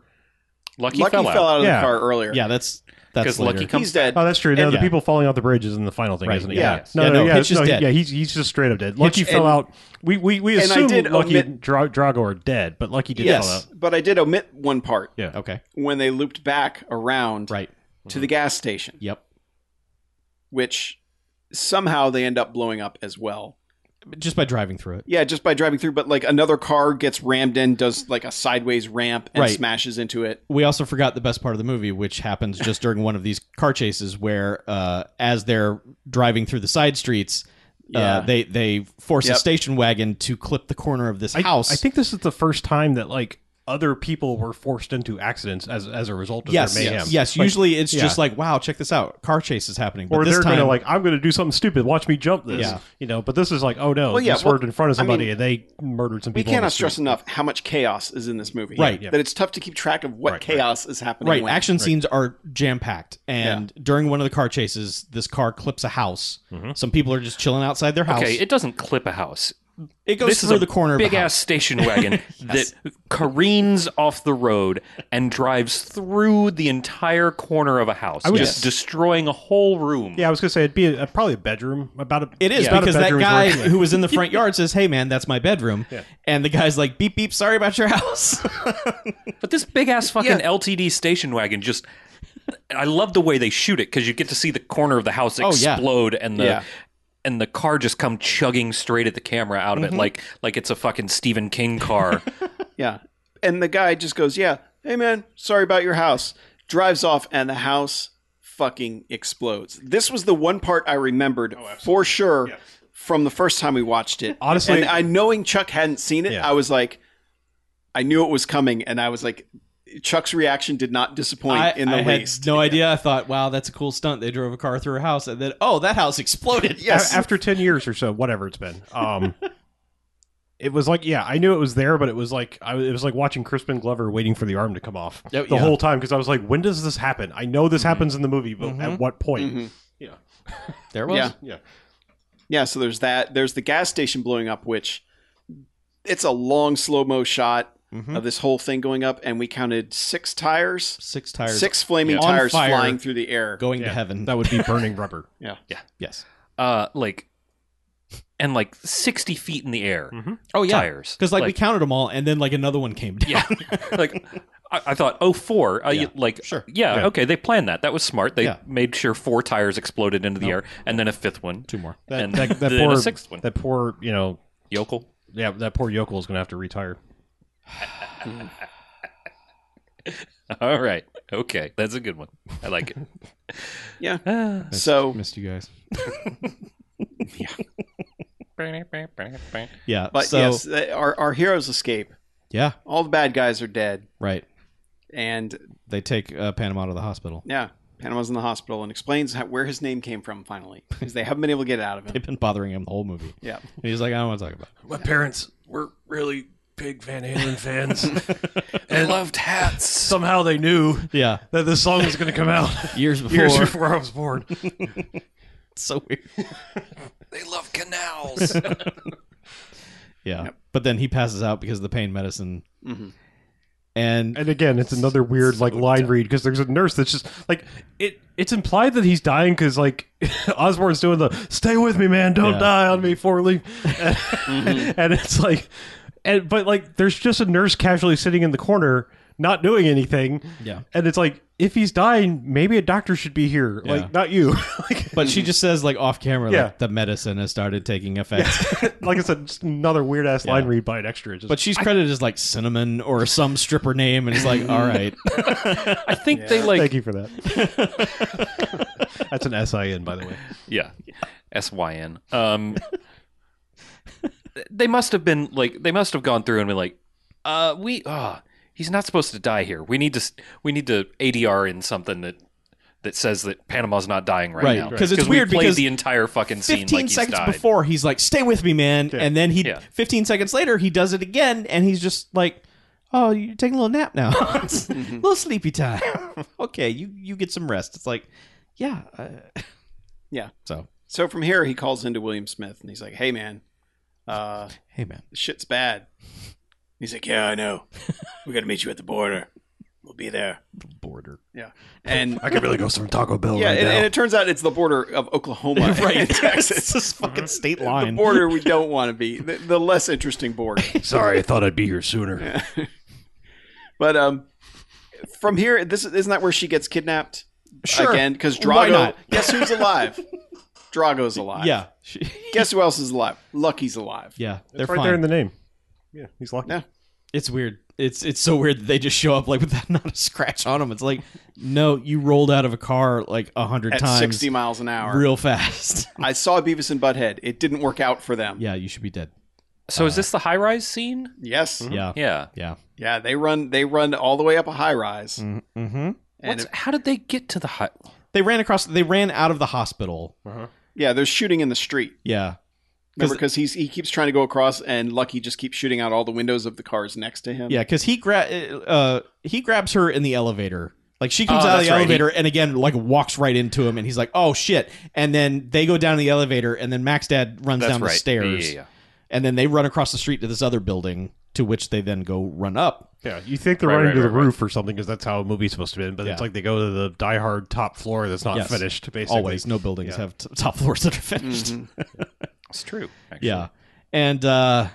Speaker 2: Lucky,
Speaker 4: Lucky
Speaker 2: fell, out
Speaker 4: of
Speaker 1: Yeah.
Speaker 4: the car earlier.
Speaker 3: Yeah, that's that's
Speaker 2: because
Speaker 3: later.
Speaker 2: Lucky comes.
Speaker 4: he's dead.
Speaker 1: Oh, that's true. No,
Speaker 3: And-
Speaker 1: the
Speaker 3: yeah.
Speaker 1: people falling off the bridge isn't the final thing,
Speaker 3: Right,
Speaker 1: isn't it?
Speaker 4: yeah.
Speaker 1: No,
Speaker 3: Yeah,
Speaker 1: no,
Speaker 3: no,
Speaker 1: yeah,
Speaker 3: Hitch is
Speaker 1: no,
Speaker 3: dead.
Speaker 1: yeah, he's he's just straight up dead. Lucky
Speaker 4: Hitch
Speaker 1: fell
Speaker 4: and-
Speaker 1: out. We we, we
Speaker 4: And I
Speaker 1: assume
Speaker 4: did
Speaker 1: Lucky
Speaker 4: omit-
Speaker 1: and Dra- Drago are dead, but Lucky did fall out.
Speaker 4: yes, but I did omit one part
Speaker 1: Yeah.
Speaker 3: Okay.
Speaker 4: when they looped back around
Speaker 3: Right.
Speaker 4: to the gas station,
Speaker 3: Yep.
Speaker 4: which somehow they end up blowing up as well.
Speaker 3: Just by driving through it.
Speaker 4: Yeah, just by driving through, but like another car gets rammed in, does like a sideways ramp and
Speaker 3: Right.
Speaker 4: smashes into it.
Speaker 3: We also forgot the best part of the movie, which happens just during one of these car chases, where uh, as they're driving through the side streets,
Speaker 4: Yeah.
Speaker 3: uh, they they force
Speaker 4: Yep.
Speaker 3: a station wagon to clip the corner of this
Speaker 1: I,
Speaker 3: house.
Speaker 1: I think this is the first time that like other people were forced into accidents as as a result of
Speaker 3: Yes,
Speaker 1: their mayhem.
Speaker 3: yes, yes.
Speaker 1: Like,
Speaker 3: Usually, it's
Speaker 1: yeah.
Speaker 3: just like, wow, check this out, car chase is happening. But
Speaker 1: or
Speaker 3: this
Speaker 1: they're
Speaker 3: time,
Speaker 1: gonna like, I'm gonna do something stupid. Watch me jump this.
Speaker 3: Yeah.
Speaker 1: You know, but this is like, oh no,
Speaker 4: Well, yeah,
Speaker 1: this swerved
Speaker 4: well,
Speaker 1: in front of
Speaker 4: I mean,
Speaker 1: somebody and they murdered some
Speaker 4: We
Speaker 1: people. on the
Speaker 4: cannot stress
Speaker 1: street.
Speaker 4: enough how much chaos is in this movie.
Speaker 3: Right.
Speaker 1: Yeah.
Speaker 4: That it's tough to keep track of what
Speaker 1: Right,
Speaker 4: chaos is happening.
Speaker 3: Right,
Speaker 4: when.
Speaker 3: action scenes are jam packed, and during one of the car chases, this car clips a house. Some people are just chilling outside their house.
Speaker 2: Mm-hmm. Okay, it doesn't clip a house.
Speaker 3: It goes
Speaker 2: this is
Speaker 3: through
Speaker 2: a
Speaker 3: the corner of
Speaker 2: big
Speaker 3: the
Speaker 2: ass
Speaker 3: house.
Speaker 2: station wagon that careens off the road and drives through the entire corner of a house,
Speaker 1: would-
Speaker 2: just destroying a whole room.
Speaker 1: Yeah, I was gonna say it'd be a, probably a bedroom. About a,
Speaker 3: It is
Speaker 1: about a
Speaker 3: because that
Speaker 1: bedroom's
Speaker 3: guy
Speaker 1: worth of it.
Speaker 3: who was in the front yard says, "Hey man, that's my bedroom," and the guy's like, "Beep beep, sorry about your house."
Speaker 2: But this big ass fucking LTD station wagon just. I love the way they shoot it because you get to see the corner of the house
Speaker 3: Oh, yeah.
Speaker 2: explode and the
Speaker 4: Yeah.
Speaker 2: and the car just come chugging straight at the camera out of
Speaker 3: Mm-hmm.
Speaker 2: it like like it's a fucking Stephen King car.
Speaker 4: Yeah. And the guy just goes, Yeah, hey man, sorry about your house. Drives off and the house fucking explodes. This was the one part I remembered for sure from the first time we watched it.
Speaker 1: Honestly-
Speaker 4: And I knowing Chuck hadn't seen it,
Speaker 1: Yeah.
Speaker 4: I was like, I knew it was coming, and I was like Chuck's reaction did not disappoint
Speaker 3: I,
Speaker 4: in the
Speaker 3: I had
Speaker 4: least.
Speaker 3: no idea. I thought, "Wow, that's a cool stunt." They drove a car through a house, and then oh, that house exploded.
Speaker 1: A-
Speaker 4: yes.
Speaker 1: after 10 years or so whatever it's been um it was like yeah i knew it was there but it was like i was- it was like watching crispin glover waiting for the arm to come off
Speaker 3: Oh,
Speaker 1: the
Speaker 3: yeah.
Speaker 1: whole time because i was like when does this happen
Speaker 3: Mm-hmm.
Speaker 4: Mm-hmm.
Speaker 1: i know this happens in the movie but at what point
Speaker 4: Mhm.
Speaker 1: yeah
Speaker 3: There it was.
Speaker 4: Yeah.
Speaker 1: yeah
Speaker 4: yeah, so there's that. There's the gas station blowing up, which it's a long slow mo shot
Speaker 3: Mhm.
Speaker 4: of this whole thing going up, and we counted six tires,
Speaker 3: Six tires
Speaker 4: six flaming
Speaker 3: On
Speaker 4: tires
Speaker 3: fire.
Speaker 4: flying through the air.
Speaker 3: going
Speaker 1: Yeah,
Speaker 3: to heaven.
Speaker 1: That would be burning rubber.
Speaker 3: yes.
Speaker 2: uh, like, and like sixty feet in the air.
Speaker 3: Oh
Speaker 2: Tires
Speaker 3: Because like, we counted them all, and then like another one came down.
Speaker 2: yeah, like I, I thought, oh four, uh,
Speaker 3: Yeah.
Speaker 2: you- like
Speaker 3: Sure.
Speaker 2: yeah,
Speaker 1: Yeah.
Speaker 2: okay, they planned that. That was smart. They
Speaker 3: Yeah.
Speaker 2: made sure four tires exploded into the air, and then a fifth one,
Speaker 3: Two more.
Speaker 1: That,
Speaker 2: and
Speaker 1: that, that
Speaker 2: then
Speaker 1: poor
Speaker 2: a sixth one.
Speaker 1: That poor, you know,
Speaker 2: Yokel.
Speaker 1: yeah, that poor yokel is going to have to retire.
Speaker 2: All right, okay, that's a good one. I like it.
Speaker 4: Yeah.
Speaker 2: Ah.
Speaker 4: So
Speaker 3: Missed you guys.
Speaker 2: That's
Speaker 3: Yeah.
Speaker 4: But
Speaker 3: so
Speaker 4: yes, they- our our heroes escape.
Speaker 3: yeah,
Speaker 4: All the bad guys are dead,
Speaker 3: right.
Speaker 4: and
Speaker 3: They take uh, Panama to the hospital.
Speaker 4: yeah, Panama's in the hospital and explains how, where his name came from. Finally, because they haven't been able to get it out of him.
Speaker 3: They've been bothering him the whole movie.
Speaker 4: Yeah,
Speaker 3: And he's like, I don't want to talk about.
Speaker 5: My parents were really big Van Halen fans. they loved hats. Somehow they knew
Speaker 3: It. Yeah.
Speaker 5: that this song was going to come out
Speaker 3: Years before.
Speaker 5: years before I was born.
Speaker 3: It's so weird.
Speaker 5: They love canals.
Speaker 3: Yeah. But then he passes out because of the pain medicine.
Speaker 4: Mhm.
Speaker 3: And
Speaker 1: And again, it's another weird like line read because there's a nurse that's just like it. It's implied that he's dying because like Osborne's doing the "Stay with me, man, don't
Speaker 3: Yeah.
Speaker 1: die on me, four leaf,"
Speaker 5: Mm-hmm.
Speaker 1: and it's like, and but like there's just a nurse casually sitting in the corner, not doing anything.
Speaker 3: Yeah.
Speaker 1: and it's like if he's dying, maybe a doctor should be here,
Speaker 3: Yeah.
Speaker 1: like not you. like,
Speaker 3: but she just says like off camera,
Speaker 1: Yeah.
Speaker 3: like the medicine has started taking effect.
Speaker 1: like I said, just another weird ass line
Speaker 3: Yeah.
Speaker 1: read by an extra. It's Just,
Speaker 3: But she's credited as like cinnamon or some stripper name, and it's like, all right,
Speaker 2: I think they like
Speaker 1: thank you for that. that's an sin, by the way.
Speaker 2: Yeah. S Y N. Um They must have been like they must have gone through and been like, uh we uh he's not supposed to die here. We need to s- we need to ADR in something that that says that Panama's not dying right,
Speaker 3: Right,
Speaker 2: now.
Speaker 3: 'cause it's
Speaker 2: we
Speaker 3: weird
Speaker 2: played
Speaker 3: because
Speaker 2: the entire fucking scene
Speaker 3: 15
Speaker 2: like he's
Speaker 3: seconds
Speaker 2: died.
Speaker 3: before he's like stay with me man and then he
Speaker 2: Yeah.
Speaker 3: 15 seconds later he does it again and he's just like oh you're taking a little nap now It's a little sleepy time okay you you get some rest it's like yeah uh,
Speaker 4: Yeah.
Speaker 3: so
Speaker 4: so from here he calls into William Smith and he's like, "Hey man, uh,
Speaker 3: hey man
Speaker 4: shit's bad." He's like, "Yeah, I know. We got to meet you at the border. We'll be there."
Speaker 3: border
Speaker 4: Yeah, and
Speaker 5: I could really go some Taco Bell
Speaker 4: yeah,
Speaker 5: right
Speaker 4: and,
Speaker 5: now.
Speaker 4: and it turns out it's the border of Oklahoma and Texas.
Speaker 3: it's this fucking state
Speaker 4: The
Speaker 3: line
Speaker 4: border we don't want to be the, the less interesting border.
Speaker 5: Sorry, I thought I'd be here sooner.
Speaker 4: But um, from here, this isn't that where she gets kidnapped
Speaker 3: Sure.
Speaker 4: again? Because
Speaker 3: Why
Speaker 4: Drago.
Speaker 3: not?
Speaker 4: Guess who's alive? Drago's alive.
Speaker 3: yeah She-
Speaker 4: Guess who else is alive? Lucky's alive.
Speaker 3: yeah they're
Speaker 1: It's right
Speaker 3: fine
Speaker 1: there in the name. Yeah, he's lucky.
Speaker 4: Yeah.
Speaker 3: it's weird it's it's so weird that they just show up like with that not a scratch on them it's like no you rolled out of a car like a hundred
Speaker 4: At
Speaker 3: times
Speaker 4: sixty miles an hour.
Speaker 3: real fast
Speaker 4: I saw Beavis and Butthead. It didn't work out for them.
Speaker 3: yeah you should be dead
Speaker 2: So is this the high rise scene?
Speaker 4: Yes.
Speaker 3: yeah
Speaker 2: Yeah.
Speaker 3: yeah
Speaker 4: Yeah. They run. They run all the way up a high rise.
Speaker 3: mm-hmm
Speaker 4: And
Speaker 2: What's, how did they get to the high
Speaker 3: They ran across. They ran out of the hospital.
Speaker 4: yeah, there's shooting in the street.
Speaker 3: Yeah,
Speaker 4: Remember, because he's he keeps trying to go across, and Lucky just keeps shooting out all the windows of the cars next to him.
Speaker 3: yeah. Because he gra- uh, he grabs her in the elevator. Like she comes
Speaker 2: Oh,
Speaker 3: out of
Speaker 2: that's
Speaker 3: the
Speaker 2: right.
Speaker 3: elevator and again like walks right into him, and he's like, "Oh shit!" And then they go down the elevator, and then Max Dad runs
Speaker 2: That's
Speaker 3: down
Speaker 2: right.
Speaker 3: the
Speaker 2: Yeah,
Speaker 3: stairs,
Speaker 2: yeah, yeah.
Speaker 3: and then they run across the street to this other building, to which they then go run up.
Speaker 1: Yeah, you think they're
Speaker 2: Right,
Speaker 1: running
Speaker 2: right,
Speaker 1: to the
Speaker 2: right, right.
Speaker 1: roof or something because that's how a movie's supposed to be, but it's
Speaker 3: Yeah.
Speaker 1: like they go to the Die Hard top floor that's not
Speaker 3: Yes.
Speaker 1: finished. Basically,
Speaker 3: Always, no buildings
Speaker 1: Yeah.
Speaker 3: have t- top floors that are finished.
Speaker 2: Mm-hmm.
Speaker 4: Mhm.
Speaker 2: It's true. Actually.
Speaker 3: Yeah, and uh,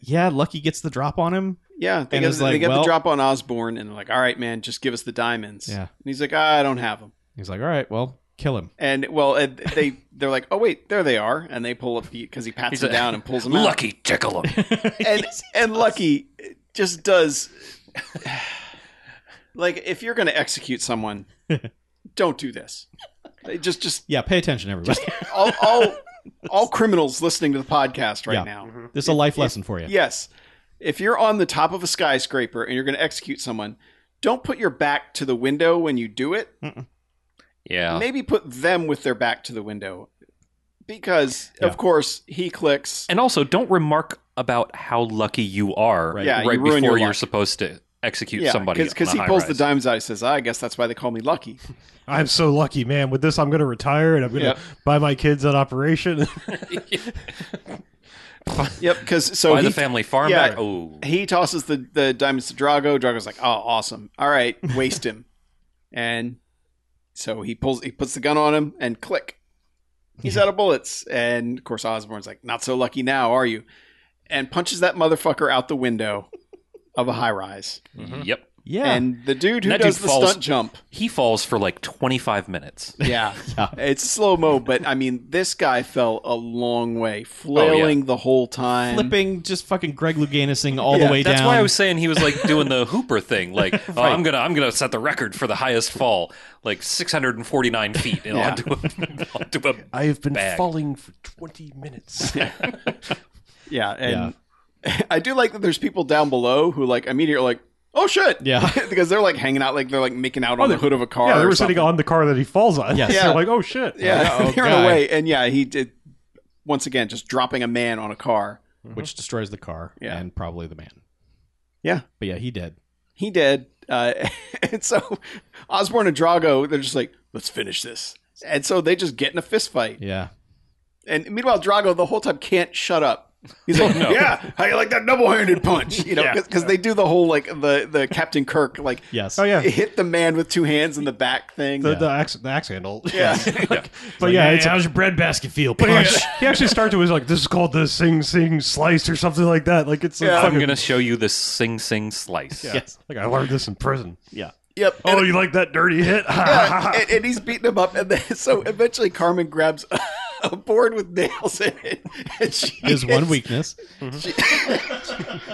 Speaker 3: yeah, Lucky gets the drop on him.
Speaker 4: Yeah, they
Speaker 3: And
Speaker 4: get,
Speaker 3: it's
Speaker 4: they
Speaker 3: like,
Speaker 4: get
Speaker 3: well-
Speaker 4: the drop on Osborne, and they're like, "All right, man, just give us the diamonds."
Speaker 3: Yeah.
Speaker 4: and he's like, "Ah, "I don't have them."
Speaker 3: He's like, "All right, well, kill him."
Speaker 4: And well, and they they're like, "Oh wait, there they are," and they pull up because he pats
Speaker 2: He's
Speaker 4: them
Speaker 2: a-
Speaker 4: down and pulls them out.
Speaker 2: Lucky tickle him.
Speaker 4: and and Lucky just does like if you're going to execute someone, don't do this. They Just just
Speaker 3: Yeah, pay attention, everybody.
Speaker 4: all all, all criminals listening to the podcast right
Speaker 3: Yeah.
Speaker 4: now.
Speaker 3: this is a life lesson for you.
Speaker 4: Yes. If you're on the top of a skyscraper and you're going to execute someone, don't put your back to the window when you do it.
Speaker 2: yeah.
Speaker 4: Maybe put them with their back to the window. Because,
Speaker 3: Yeah.
Speaker 4: of course, he clicks.
Speaker 2: And also, don't remark about how lucky you are
Speaker 3: Right.
Speaker 2: right,
Speaker 4: Yeah, you ruin
Speaker 2: before
Speaker 4: your
Speaker 2: you're
Speaker 4: luck.
Speaker 2: supposed to execute
Speaker 4: Yeah,
Speaker 2: somebody
Speaker 4: because
Speaker 2: on
Speaker 4: he
Speaker 2: a
Speaker 4: pulls the
Speaker 2: high-rise.
Speaker 4: dimes out. He says, "Ah, "I guess that's why they call me Lucky."
Speaker 1: I'm so lucky, man. With this, I'm going to retire and I'm going to
Speaker 4: Yeah.
Speaker 1: buy my kids an operation.
Speaker 4: Yep, because so
Speaker 2: Buy
Speaker 4: he,
Speaker 2: the family farm
Speaker 4: yeah.
Speaker 2: back. Oh,
Speaker 4: he tosses the the diamonds to Drago. Drago's like, "Oh, awesome! All right, waste him." and so he pulls, he puts the gun on him, and click, he's out of bullets. And of course, Osborne's like, "Not so lucky now, are you?" And punches that motherfucker out the window of a high rise.
Speaker 2: yep.
Speaker 3: Yeah.
Speaker 4: And the dude who
Speaker 2: That
Speaker 4: does
Speaker 2: dude
Speaker 4: the
Speaker 2: falls-
Speaker 4: stunt jump,
Speaker 2: He falls for like 25 minutes.
Speaker 4: yeah, it's slow mo. But I mean, this guy fell a long way,
Speaker 2: yeah.
Speaker 4: flailing the whole time.
Speaker 3: flipping, just fucking Greg Louganising all
Speaker 4: Yeah,
Speaker 3: the way
Speaker 2: That's
Speaker 3: down.
Speaker 2: why I was saying he was like doing the Hooper thing. Like, oh, I'm gonna, I'm gonna set the record for the highest fall, like 649 feet, and
Speaker 4: Yeah.
Speaker 2: onto a, onto a
Speaker 1: I have been
Speaker 2: Bag.
Speaker 1: falling for 20 minutes.
Speaker 4: Yeah, and I do like that there's people down below who like immediately are like, oh shit,
Speaker 3: Yeah.
Speaker 4: because they're like hanging out, like they're like making out on the hood of a car.
Speaker 1: Oh, yeah, they
Speaker 4: or
Speaker 1: were sitting
Speaker 4: something.
Speaker 1: on the car that he falls on.
Speaker 3: Yes.
Speaker 1: They're
Speaker 4: Yeah.
Speaker 1: like, oh, shit.
Speaker 4: Yeah,
Speaker 3: Oh,
Speaker 4: they're
Speaker 3: God.
Speaker 4: away, and yeah, he did once again just dropping a man on a car.
Speaker 3: which destroys the car
Speaker 4: Yeah.
Speaker 3: and probably the man.
Speaker 4: Yeah.
Speaker 3: But yeah, he did.
Speaker 4: He did, uh, and so Osborne and Drago, they're just like, let's finish this. And so they just get in a fist fight.
Speaker 3: Yeah.
Speaker 4: And meanwhile, Drago the whole time can't shut up. He's
Speaker 1: Oh,
Speaker 4: like,
Speaker 2: no.
Speaker 4: yeah, how you like that double-handed punch? You know, because they do the whole like the the Captain Kirk like
Speaker 3: Yes.
Speaker 1: Oh, yeah.
Speaker 4: hit the man with two hands in the back thing.
Speaker 1: The, the, axe, the axe handle.
Speaker 4: yeah.
Speaker 1: But yeah, it's,
Speaker 3: how's your bread basket feel?
Speaker 1: but he, actually, he actually starts with like, this is called the Sing Sing Slice or something like that. Like, it's yeah,
Speaker 4: Yeah.
Speaker 2: I'm gonna show you the Sing Sing slice.
Speaker 1: yeah.
Speaker 3: Yes.
Speaker 1: Like, I learned this in prison.
Speaker 3: Yeah.
Speaker 4: Yep.
Speaker 1: Oh,
Speaker 4: and,
Speaker 1: you like that dirty hit?
Speaker 4: yeah, and, and he's beating him up, and then, so eventually Carmen grabs a board with nails in it, and she
Speaker 3: His one
Speaker 4: hits-
Speaker 3: weakness.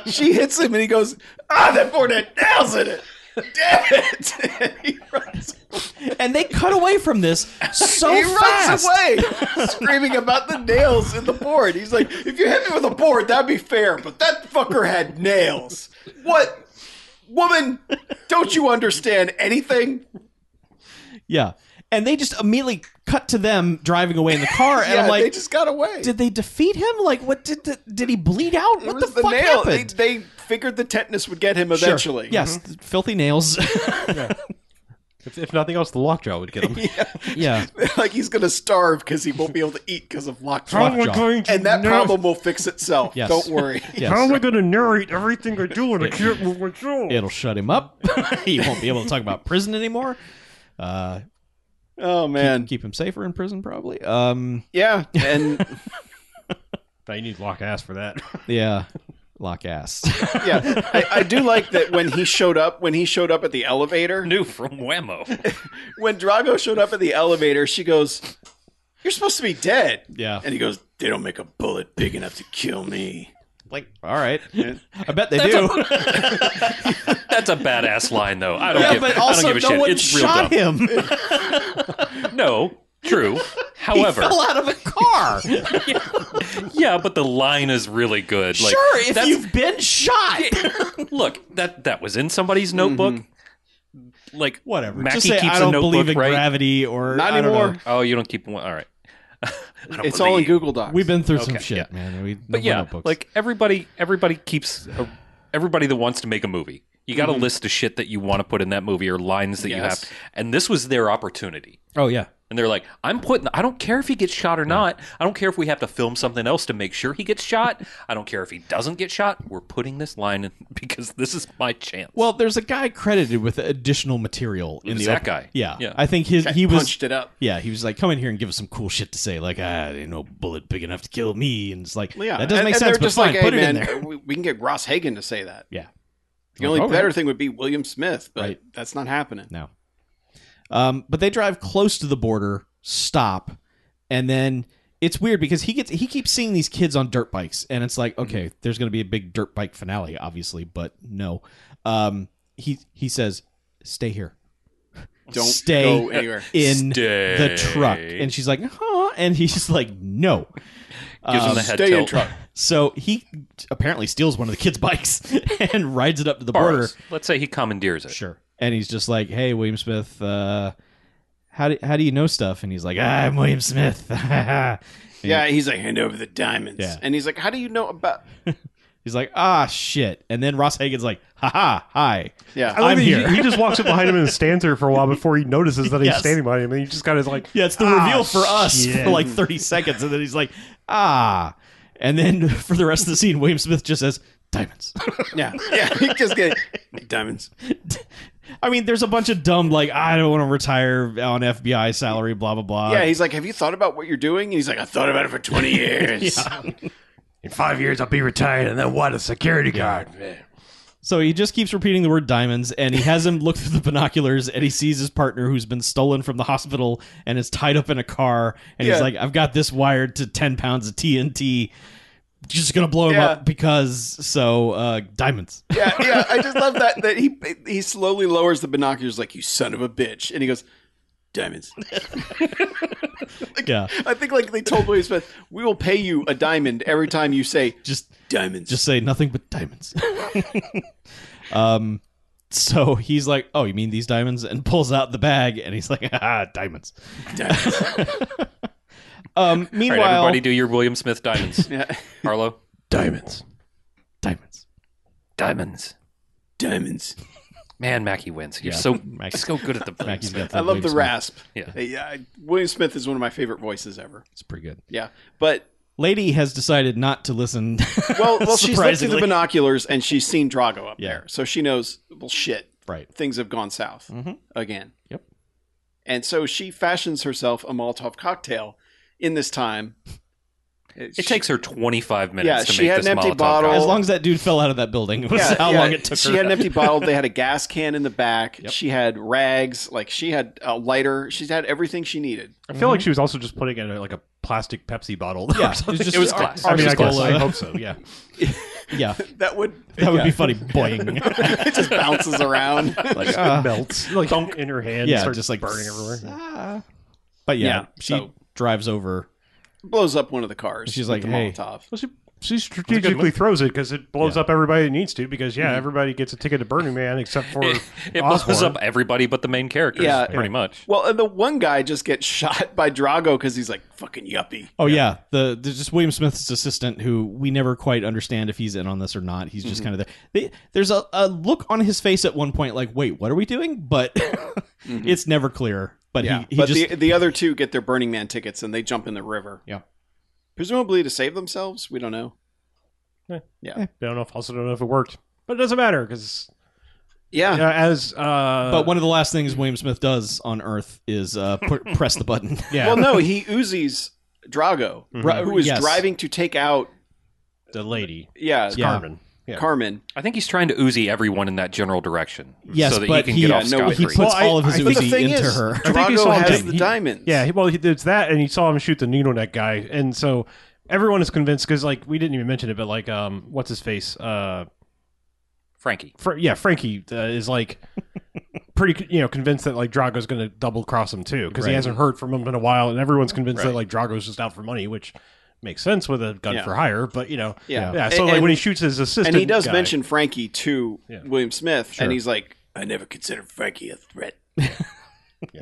Speaker 4: She hits him, and he goes, "Ah, that board had nails in it." Damn it! And he runs,
Speaker 3: And they cut away from this so
Speaker 4: he
Speaker 3: fast.
Speaker 4: runs away, screaming about the nails in the board. He's like, "If you hit me with a board, that'd be fair, but that fucker had nails." What, woman? Don't you understand anything?
Speaker 3: Yeah. And they just immediately cut to them driving away in the car. And
Speaker 4: yeah,
Speaker 3: I'm
Speaker 4: they
Speaker 3: like,
Speaker 4: just got away.
Speaker 3: did they defeat him? Like, what did the, did he bleed out?
Speaker 4: It
Speaker 3: What the,
Speaker 4: was
Speaker 3: fuck
Speaker 4: They,
Speaker 3: happened?
Speaker 4: they figured the tetanus would get him
Speaker 3: Sure.
Speaker 4: eventually.
Speaker 3: Yes. Mm-hmm. Filthy nails.
Speaker 1: if, if nothing else, the lockjaw would get him.
Speaker 3: yeah.
Speaker 4: like he's going to starve because he won't be able to eat because of
Speaker 1: How am
Speaker 4: lockjaw.
Speaker 1: I going to
Speaker 4: And that
Speaker 1: nar-
Speaker 4: problem will fix itself.
Speaker 3: Yes.
Speaker 4: Don't worry.
Speaker 3: Yes.
Speaker 1: How am I going to narrate everything I do when I can't move my jaw?
Speaker 3: It'll shut him up. he won't be able to talk about prison anymore. Uh,
Speaker 4: Oh man.
Speaker 3: keep him safer in prison, probably. Um,
Speaker 4: Yeah. And
Speaker 1: I need lock ass for that.
Speaker 3: yeah, lock ass.
Speaker 4: yeah, I, I do like that when he showed up. When he showed up at the elevator,
Speaker 2: New from Whammo.
Speaker 4: when Drago showed up at the elevator, she goes, "You're supposed to be dead."
Speaker 3: yeah,
Speaker 4: And he goes, "They don't make a bullet big enough to kill me."
Speaker 3: like all right.
Speaker 4: Yeah.
Speaker 3: I bet they do.
Speaker 2: That's a badass line, though. I don't
Speaker 3: yeah,
Speaker 2: give.
Speaker 3: but
Speaker 2: I
Speaker 3: also
Speaker 2: don't give a
Speaker 3: no
Speaker 2: shit.
Speaker 3: one
Speaker 2: It's
Speaker 3: shot
Speaker 2: real
Speaker 3: him.
Speaker 2: dumb. No, true.
Speaker 3: he
Speaker 2: However,
Speaker 3: fell out of a car.
Speaker 2: yeah, but the line is really good. Like,
Speaker 3: sure, if
Speaker 2: that's-
Speaker 3: you've been shot,
Speaker 2: look that that was in somebody's notebook.
Speaker 4: Mm-hmm.
Speaker 2: Like
Speaker 3: whatever.
Speaker 2: Mackie
Speaker 3: Just say
Speaker 2: keeps
Speaker 3: I don't
Speaker 2: a notebook,
Speaker 3: believe in
Speaker 2: right?
Speaker 3: gravity or
Speaker 4: Not
Speaker 3: I don't
Speaker 4: anymore.
Speaker 3: know.
Speaker 2: Oh, you don't keep one. All right. I don't
Speaker 4: It's all in
Speaker 2: believe-
Speaker 4: Google Docs.
Speaker 3: We've been through some
Speaker 2: Okay,
Speaker 3: shit,
Speaker 2: yeah.
Speaker 3: man. We, no
Speaker 2: But yeah,
Speaker 3: notebooks.
Speaker 2: like everybody, everybody keeps a, everybody that wants to make a movie. You
Speaker 5: Mm-hmm.
Speaker 2: got a list of shit that you want to put in that movie or lines that you
Speaker 4: Yes.
Speaker 2: have, and this was their opportunity.
Speaker 3: oh yeah,
Speaker 2: And they're like, I'm putting. I don't care if he gets shot or not. I don't care if we have to film something else to make sure he gets shot. I don't care if he doesn't get shot. We're putting this line in because this is my chance.
Speaker 3: Well, there's a guy credited with additional material in
Speaker 2: It
Speaker 3: the
Speaker 2: was that
Speaker 3: op-
Speaker 2: guy.
Speaker 3: Yeah,
Speaker 2: Yeah.
Speaker 3: I think his
Speaker 4: That
Speaker 3: he was
Speaker 4: punched it up.
Speaker 3: Yeah, he was like, "Come in here and give us some cool shit to say." Like, ah, ain't no bullet big enough to kill me, and it's like,
Speaker 4: Well, yeah,
Speaker 3: that doesn't
Speaker 4: and-
Speaker 3: make
Speaker 4: and
Speaker 3: sense.
Speaker 4: They're
Speaker 3: But
Speaker 4: just
Speaker 3: fine,
Speaker 4: like, hey,
Speaker 3: put it
Speaker 4: man,
Speaker 3: in there.
Speaker 4: we- we can get Ross Hagen to say that.
Speaker 3: Yeah,
Speaker 4: The only
Speaker 3: Like, okay.
Speaker 4: better thing would be William Smith, but
Speaker 3: Right.
Speaker 4: that's not happening.
Speaker 3: no. Um, but they drive close to the border, stop, and then it's weird because he gets he keeps seeing these kids on dirt bikes, and it's
Speaker 4: Mm-hmm.
Speaker 3: like, okay, there's gonna be a big dirt bike finale, obviously, but no. Um, he he says, "Stay here,
Speaker 4: Don't
Speaker 3: stay
Speaker 4: go anywhere.
Speaker 3: in
Speaker 2: Stay.
Speaker 3: the truck," and she's like, "Huh," and he's like, "No."
Speaker 2: Gives
Speaker 3: uh,
Speaker 2: him the head
Speaker 4: Stay in
Speaker 2: tilt.
Speaker 4: truck.
Speaker 3: So he apparently steals one of the kids' bikes and rides it up to the border.
Speaker 2: Borrows. Let's say he commandeers it.
Speaker 3: Sure. And he's just like, "Hey, William Smith, uh, how do how do you know stuff?" And he's like, "Ah, "I'm William Smith." yeah.
Speaker 4: Yeah, he's like, hand over the diamonds.
Speaker 3: Yeah.
Speaker 4: And he's like, how do you know about.
Speaker 3: He's like, ah, shit. And then Ross Hagen's like, haha, hi.
Speaker 1: I
Speaker 4: Yeah.
Speaker 1: love
Speaker 3: I'm
Speaker 1: that he-
Speaker 3: here.
Speaker 1: He, just walks up behind him and stands there for a while before he notices that he's
Speaker 3: Yes.
Speaker 1: standing by him, and he just kind of is like,
Speaker 3: Yeah, it's the
Speaker 1: "Ah,
Speaker 3: reveal for us
Speaker 1: shit."
Speaker 3: for like 30 seconds. And then he's like, ah. And then for the rest of the scene, William Smith just says, diamonds.
Speaker 4: Yeah. Yeah. He just get diamonds.
Speaker 3: I mean, there's a bunch of dumb, like, I don't want to retire on FBI salary, blah, blah, blah.
Speaker 4: Yeah. He's like, Have you thought about what you're doing? And he's like, I thought about it for 20 years.
Speaker 5: In five years, I'll be retired, and then what? A security guard. Man.
Speaker 3: So he just keeps repeating the word diamonds, and he has him look through the binoculars, and he sees his partner who's been stolen from the hospital and is tied up in a car. And
Speaker 4: Yeah.
Speaker 3: he's like, I've got this wired to 10 pounds of TNT. Just going to blow him
Speaker 4: Yeah.
Speaker 3: up because, so, uh, diamonds.
Speaker 4: Yeah, yeah. I just love that that he he slowly lowers the binoculars like you son of a bitch, and he goes diamonds.
Speaker 3: yeah.
Speaker 4: I think like they told William Smith, we will pay you a diamond every time you say
Speaker 3: Just
Speaker 4: diamonds.
Speaker 3: just say nothing but diamonds. um, so he's like, "Oh, you mean these diamonds?" and pulls out the bag, and he's like, "Ah, diamonds."
Speaker 4: diamonds.
Speaker 3: Um,
Speaker 2: All
Speaker 3: meanwhile,
Speaker 2: right, everybody, do your William Smith diamonds.
Speaker 4: Yeah.
Speaker 2: Harlow,
Speaker 5: Diamonds.
Speaker 3: diamonds.
Speaker 2: diamonds.
Speaker 4: diamonds.
Speaker 2: Man, Mackie wins. You're
Speaker 3: Yeah.
Speaker 2: so
Speaker 3: Mackie-
Speaker 2: so good at the William
Speaker 3: Mackie's
Speaker 2: Smith.
Speaker 3: got
Speaker 4: I love the
Speaker 3: William Smith.
Speaker 4: rasp.
Speaker 2: Yeah.
Speaker 4: yeah. I- William Smith is one of my favorite voices ever.
Speaker 3: It's pretty good.
Speaker 4: Yeah, but
Speaker 3: Lady has decided not to listen.
Speaker 4: well, well, she's looked through the
Speaker 3: Surprisingly.
Speaker 4: binoculars and she's seen Drago up
Speaker 3: Yeah.
Speaker 4: there, so she knows. Well, shit,
Speaker 3: right.
Speaker 4: things have gone south again.
Speaker 3: Mm-hmm. Yep.
Speaker 4: And so she fashions herself a Molotov cocktail in this time.
Speaker 2: It takes her 25 minutes
Speaker 4: Yeah,
Speaker 2: to
Speaker 4: she
Speaker 2: make
Speaker 4: had
Speaker 2: this
Speaker 4: an empty
Speaker 2: Molotov
Speaker 4: bottle.
Speaker 2: cocktail.
Speaker 3: As long as that dude fell out of that building, was
Speaker 4: Yeah,
Speaker 3: how
Speaker 4: yeah,
Speaker 3: long it took
Speaker 4: She
Speaker 3: her.
Speaker 4: had an empty bottle. They had a gas can in the back. She had rags. Like she had a lighter. She had everything she needed.
Speaker 1: I feel like she was also just putting in a, like a plastic Pepsi bottle. or
Speaker 3: yeah,
Speaker 1: something.
Speaker 3: just
Speaker 2: It was
Speaker 3: our-
Speaker 2: class.
Speaker 1: I mean, I guess
Speaker 3: Coca-Cola.
Speaker 1: I hope so. Yeah,
Speaker 3: yeah,
Speaker 4: That would
Speaker 3: that would be funny. Boing.
Speaker 4: it just bounces around.
Speaker 1: like
Speaker 3: uh,
Speaker 1: melts like in her hand.
Speaker 3: yeah,
Speaker 1: starts
Speaker 3: just like
Speaker 1: burning everywhere.
Speaker 3: "Ah." But yeah,
Speaker 4: Yeah,
Speaker 3: she
Speaker 4: so-
Speaker 3: drives over.
Speaker 4: Blows up one of the cars.
Speaker 3: She's
Speaker 4: with
Speaker 3: like,
Speaker 4: the
Speaker 3: "Hey."
Speaker 4: Molotov.
Speaker 1: Well, she, she strategically throws it because it blows up everybody that needs to. Because yeah, everybody gets a ticket to Burning Man except for
Speaker 2: it blows
Speaker 1: Osborn.
Speaker 2: up everybody but the main characters,
Speaker 4: Yeah.
Speaker 2: pretty much.
Speaker 4: Well, and the one guy just gets shot by Drago because he's like fucking yuppie.
Speaker 3: Oh yeah, the there's just William Smith's assistant who we never quite understand if he's in on this or not. He's just kind of there. They, there's a, a look on his face at one point like, wait, what are we doing? But it's never clear. But
Speaker 4: Yeah,
Speaker 3: he, he
Speaker 4: but
Speaker 3: just
Speaker 4: the the other two get their Burning Man tickets and they jump in the river.
Speaker 3: Yeah.
Speaker 4: presumably to save themselves. We don't know.
Speaker 1: I don't know if also don't know if it worked, but it doesn't matter because
Speaker 4: Yeah,
Speaker 1: as uh,
Speaker 3: but one of the last things William Smith does on Earth is uh, pu- press the button.
Speaker 1: yeah,
Speaker 4: Well, no, he oozes Drago,
Speaker 3: Mhm.
Speaker 4: who is
Speaker 3: Yes.
Speaker 4: driving to take out.
Speaker 1: the lady
Speaker 4: Yeah,
Speaker 3: Yeah.
Speaker 1: Carmen. Yeah.
Speaker 4: Carmen.
Speaker 2: I think he's trying to Uzi everyone in that general direction
Speaker 3: Yes,
Speaker 2: so that
Speaker 3: but
Speaker 2: he can
Speaker 3: he-
Speaker 2: get
Speaker 3: yeah,
Speaker 2: off
Speaker 4: no,
Speaker 2: scot
Speaker 3: he
Speaker 2: free.
Speaker 3: puts
Speaker 1: Well, I-
Speaker 3: all of his
Speaker 1: I think
Speaker 4: the
Speaker 3: Uzi
Speaker 4: thing
Speaker 3: into
Speaker 4: is-
Speaker 3: her.
Speaker 1: I think he
Speaker 4: Drago
Speaker 1: saw him
Speaker 4: has
Speaker 1: take-
Speaker 4: the
Speaker 1: he-
Speaker 4: diamonds.
Speaker 1: Yeah, he- well, he, it's that, and he saw him shoot the needle neck guy, and so everyone is convinced because like we didn't even mention it, but like um, what's his face? Uh,
Speaker 2: Frankie.
Speaker 1: Fra- yeah, Frankie uh, is like pretty you know convinced that like Drago's going to double cross him too because
Speaker 3: Right.
Speaker 1: he hasn't heard from him in a while, and everyone's convinced that like Drago's just out for money, which makes sense with a gun
Speaker 4: Yeah.
Speaker 1: for hire, but you know,
Speaker 4: Yeah.
Speaker 1: yeah. So
Speaker 4: And-
Speaker 1: like when he
Speaker 4: and-
Speaker 1: shoots his assistant,
Speaker 4: And he does
Speaker 1: guy-
Speaker 4: mention Frankie to
Speaker 1: Yeah.
Speaker 4: William Smith,
Speaker 1: Sure.
Speaker 4: and he's like, "I never considered Frankie a threat."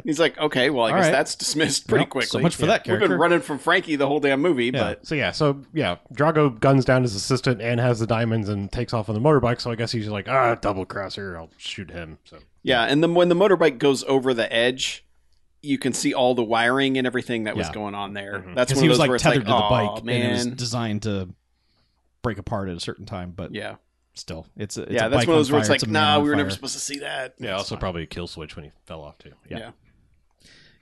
Speaker 4: He's like, "Okay, well, I
Speaker 3: All
Speaker 4: guess
Speaker 3: right.
Speaker 4: that's dismissed pretty
Speaker 3: Well,
Speaker 4: quickly."
Speaker 3: So much for
Speaker 4: Yeah.
Speaker 3: that
Speaker 4: We've
Speaker 3: character.
Speaker 4: been running from Frankie the whole damn movie,
Speaker 3: Yeah.
Speaker 4: but
Speaker 1: So yeah, so yeah, Drago guns down his assistant and has the diamonds and takes off on the motorbike. So I guess he's like, ah, double crosser, I'll shoot him. So
Speaker 4: yeah. And then when the motorbike goes over the edge, you can see all the wiring and everything that was
Speaker 3: Yeah.
Speaker 4: going on there. That's
Speaker 3: because
Speaker 4: one
Speaker 3: he
Speaker 4: of
Speaker 3: was
Speaker 4: those
Speaker 3: like
Speaker 4: where it's
Speaker 3: tethered
Speaker 4: like,
Speaker 3: to the
Speaker 4: "Aw,
Speaker 3: bike and it was
Speaker 4: man.
Speaker 3: designed to break apart at a certain time. But
Speaker 4: yeah,
Speaker 3: still, it's a, it's
Speaker 4: yeah.
Speaker 3: a
Speaker 4: That's
Speaker 3: bike
Speaker 4: one
Speaker 3: on
Speaker 4: of those where
Speaker 3: fire,
Speaker 4: it's
Speaker 3: a
Speaker 4: like,
Speaker 3: man
Speaker 4: "Nah,
Speaker 3: on
Speaker 4: we were never
Speaker 3: fire."
Speaker 4: supposed to see that."
Speaker 1: yeah, also probably a kill switch when he fell off too.
Speaker 4: Yeah.